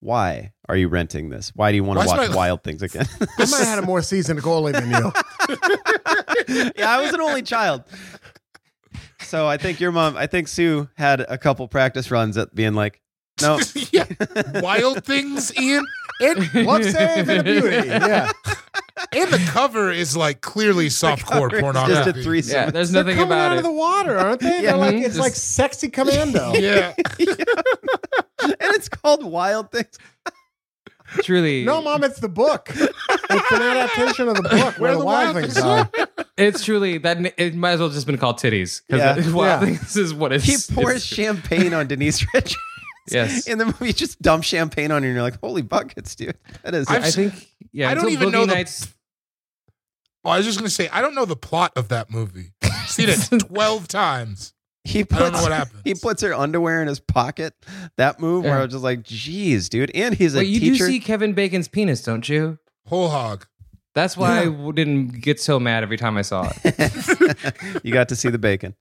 A: why are you renting this? Why do you want
C: Why
A: to
C: is
A: watch
C: my-
A: Wild Things again?
B: I might have had a more seasoned goalie than you.
A: yeah, I was an only child. So I think your mom, I think Sue had a couple practice runs at being like, no,
C: yeah. Wild things, Ian.
B: It, love save and a beauty. Yeah.
C: And the cover is like clearly softcore
A: it's just a
C: pornography.
A: threesome.
D: yeah, there's
B: They're
D: nothing
B: coming out
D: about
B: of the
D: it.
B: water, aren't they?
A: Yeah.
B: They're like,
D: Mhm.
B: it's
D: Just-
B: like sexy commando.
C: yeah.
A: and it's called Wild Things.
D: Truly,
B: No, mom, it's the book. It's an adaptation of the book where, the, wild things are.
D: it's truly that n- it might as well just been called titties because
A: Yeah.
B: Yeah.
D: Wild Things is what it's.
A: He pours
D: it's-
A: champagne on Denise Richards.
D: Yes.
A: In the movie, you just dump champagne on her and you're like, holy buckets, dude. That is-
C: I've
D: I think yeah.
C: I don't
D: until
C: even
D: Boogie
C: know the-
D: Nights,
C: Oh, I was just gonna say, I don't know the plot of that movie. Seen it twelve times.
A: he
C: I
A: puts,
C: don't know what happens.
A: He puts her underwear in his pocket. That move where
D: Yeah.
A: I was just like, geez, dude. And he's a
D: Wait, you
A: teacher.
D: do see Kevin Bacon's penis, don't you?
C: Whole hog.
D: That's why I w- didn't get so mad every time I saw it.
A: you got to see the bacon.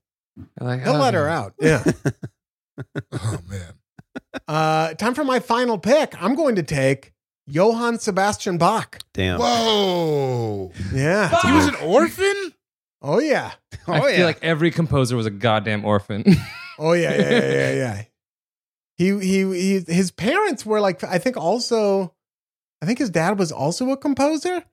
D: I'm Like,
B: He'll
D: oh.
B: let her out. Yeah.
C: Oh man.
B: Uh, time for my final pick. I'm going to take Johann Sebastian Bach.
A: Damn.
C: Whoa.
B: Yeah.
C: He was an orphan?
B: Oh yeah.
D: I
A: Oh,
D: feel
A: yeah.
D: like every composer was a goddamn orphan.
B: Oh yeah. Yeah. Yeah. Yeah. yeah. he, he he his parents were like I think also I think his dad was also a composer,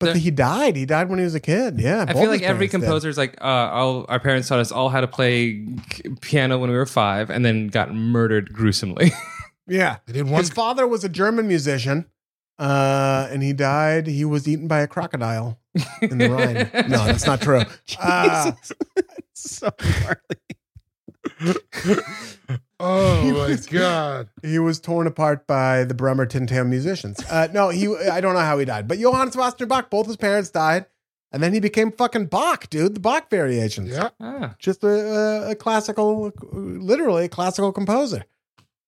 B: but
D: They're-
B: he died. He died when he was a kid. Yeah.
D: I
B: both
D: feel
B: his
D: like every
B: parents did.
D: composer is like, uh, all, our parents taught us all how to play k- piano when we were five, and then got murdered gruesomely.
B: Yeah.
C: They did one
B: His father was a German musician, uh, and he died. He was eaten by a crocodile in the Rhine. No, that's not true. Uh,
A: so gnarly.
C: Oh my
B: was-
C: god.
B: he was torn apart by the Bremer Tintam musicians. Uh, no, he. I don't know how he died, but Johann Sebastian Bach. Both his parents died, and then he became fucking Bach, dude. The Bach variations.
C: Yeah.
D: ah,
B: Just a, a, a classical, literally a classical composer.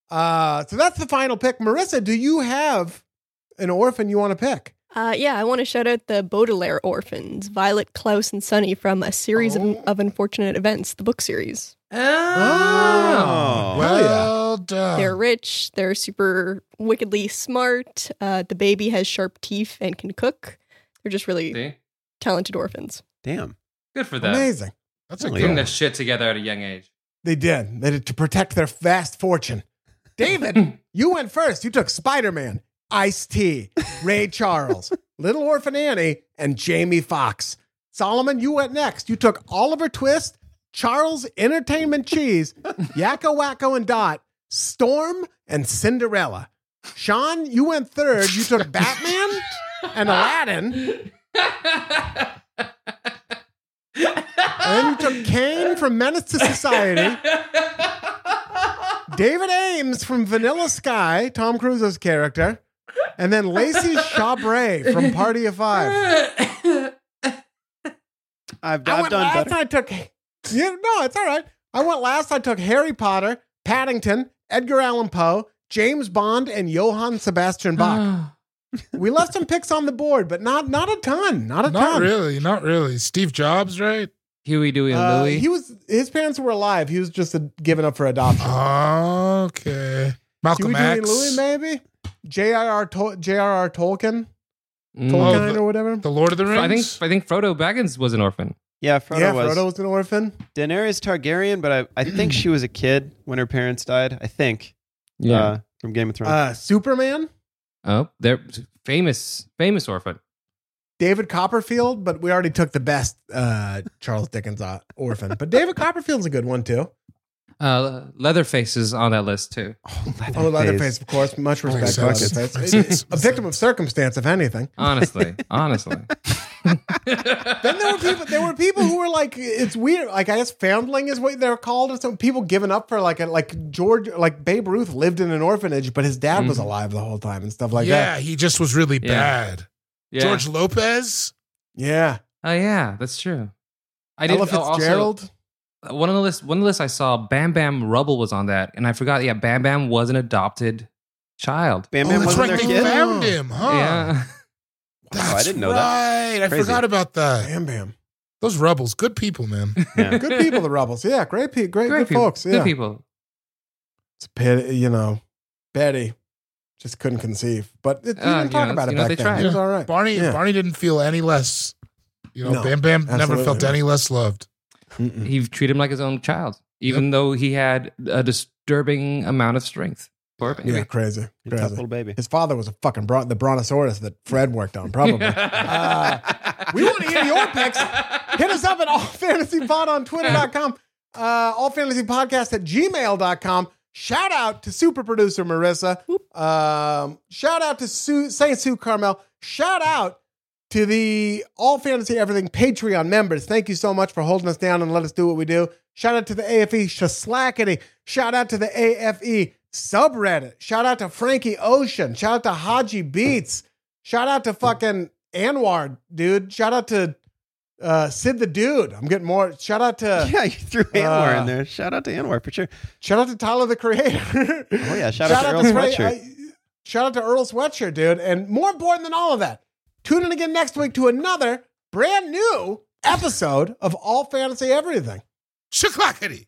B: Uh, so that's the final pick. Marissa, do you have an orphan you want to pick?
K: Uh, yeah, I want to shout out the Baudelaire orphans, Violet, Klaus, and Sunny from A Series
C: Oh.
K: of, of Unfortunate Events, the book series.
A: Oh.
C: Well
B: Hell yeah.
C: done.
K: They're rich, they're super wickedly smart, uh, the baby has sharp teeth and can cook. They're just really
D: see?
K: talented orphans.
A: Damn.
D: Good for them.
B: Amazing.
C: That's a
A: Oh,
C: good
A: yeah.
D: Putting their shit together at a young age.
B: They did. They did to protect their vast fortune. David, you went first. You took Spider Man, Ice T, Ray Charles, Little Orphan Annie, and Jamie Foxx. Solomon, you went next. You took Oliver Twist, Charles Entertainment Cheese, Yakko Wacko and Dot, Storm, and Cinderella. Sean, you went third. You took Batman and Aladdin. and you took Kane from Menace to Society. David Ames from Vanilla Sky, Tom Cruise's character, and then Lacey Chabray from Party of Five.
A: I've,
B: I
A: I've
B: went
A: done
B: last.
A: better.
B: I took. Yeah, no, it's all right. I went last. I took Harry Potter, Paddington, Edgar Allan Poe, James Bond, and Johann Sebastian Bach.
D: Ah.
B: we left some picks on the board, but not not a ton. Not a
C: Not
B: ton.
C: really, not really. Steve Jobs, right?
D: Huey, Dewey, and
B: Uh,
D: Louie.
B: he was his parents were alive. He was just a, given up for adoption.
C: Okay. Oh, Malcolm
B: Huey, Dewey, and
C: X.
B: Louie, maybe J.R.R. Tol- J.R.R. Tolkien,
D: Mm.
C: Oh,
B: Tolkien
C: the-
B: or whatever.
C: the Lord of the Rings.
D: I think I think Frodo Baggins was an orphan.
A: Yeah, Frodo
B: yeah,
A: was.
B: Frodo was an orphan.
A: Daenerys Targaryen, but I, I think she was a kid when her parents died. I think. Uh, from Game of Thrones.
B: Uh, Superman,
D: oh, they're famous, famous orphan.
B: David Copperfield, but we already took the best uh, Charles Dickens uh, orphan. But David Copperfield's a good one too.
D: Uh, Leatherface is on that list too.
C: Uh,
B: Oh, Leatherface, of course. Much
C: Makes
B: respect to
C: sense. Makes
B: Leatherface.
C: sense.
B: a victim of circumstance, if anything.
D: Honestly, honestly.
B: Then there were people. There were people who were like, it's weird. Like I guess foundling is what they're called, or some people giving up for like a, like George, like Babe Ruth lived in an orphanage, but his dad was
D: Mhm.
B: alive the whole time and stuff like
C: yeah,
B: that.
C: he just was really
D: Yeah.
C: bad.
D: Yeah.
C: George Lopez.
B: Yeah,
D: Oh yeah, that's true. I
B: Ella
D: oh, also-
B: Fitzgerald.
D: one of the list one of the lists I saw Bam Bam Rubble was on that and I forgot yeah Bam Bam was an adopted child.
A: Bam
C: Oh,
A: Bam
C: that's
A: wasn't
C: right.
A: their
C: They
A: kid.
C: found him,
B: Ah,
C: huh?
D: Yeah.
C: That's
A: Wow, I didn't know that.
C: right. I
A: Crazy.
C: forgot about that.
B: bam, bam.
C: Those rebels, good people, man.
B: Good people, the rebels. Yeah, great, pe- great,
D: Great
B: good
D: people.
B: folks. Yeah,
D: Good people.
B: it's a pity, you know, Betty just couldn't conceive, but it, we
D: Uh, you
B: didn't talk
D: know,
B: about it
D: you know,
B: back
D: they
B: then.
D: tried.
B: It was all right.
C: Barney
B: Yeah.
C: Barney didn't feel any less. You know,
B: No,
C: Bam Bam never
B: absolutely
C: felt
B: not.
C: any less loved.
B: Mm-mm.
D: He treated him like his own child even though he had a disturbing amount of strength. Poor baby.
B: Yeah, crazy,
A: Tough
B: crazy.
A: little baby.
B: His father was a fucking bron- the brontosaurus that Fred worked on, probably. Uh, we want to hear your picks. Hit us up at allfantasypod on twitter.com, uh, allfantasypodcast at gmail.com. Shout out to super producer Marissa. Um, shout out to Sue, St. Sue Carmel. Shout out to the All Fantasy Everything Patreon members. Thank you so much for holding us down and let us do what we do. Shout out to the AFE Shaslackity. Shout out to the AFE subreddit. Shout out to Frankie Ocean. Shout out to Haji Beats. Shout out to fucking Anwar, dude. Shout out to uh, Sid the Dude. I'm getting more. Shout out
C: uh,
B: to
A: Yeah, you threw Anwar
B: Uh,
A: in there. Shout out to Anwar for sure.
B: shout out to Tyler the Creator.
A: Oh yeah, shout, out to Earl
B: Ray-
A: Sweatshirt.
B: I- shout out to Earl Sweatshirt, dude. And more important than all of that, tune in again next week to another brand new episode of All Fantasy Everything.
C: Shaklackety.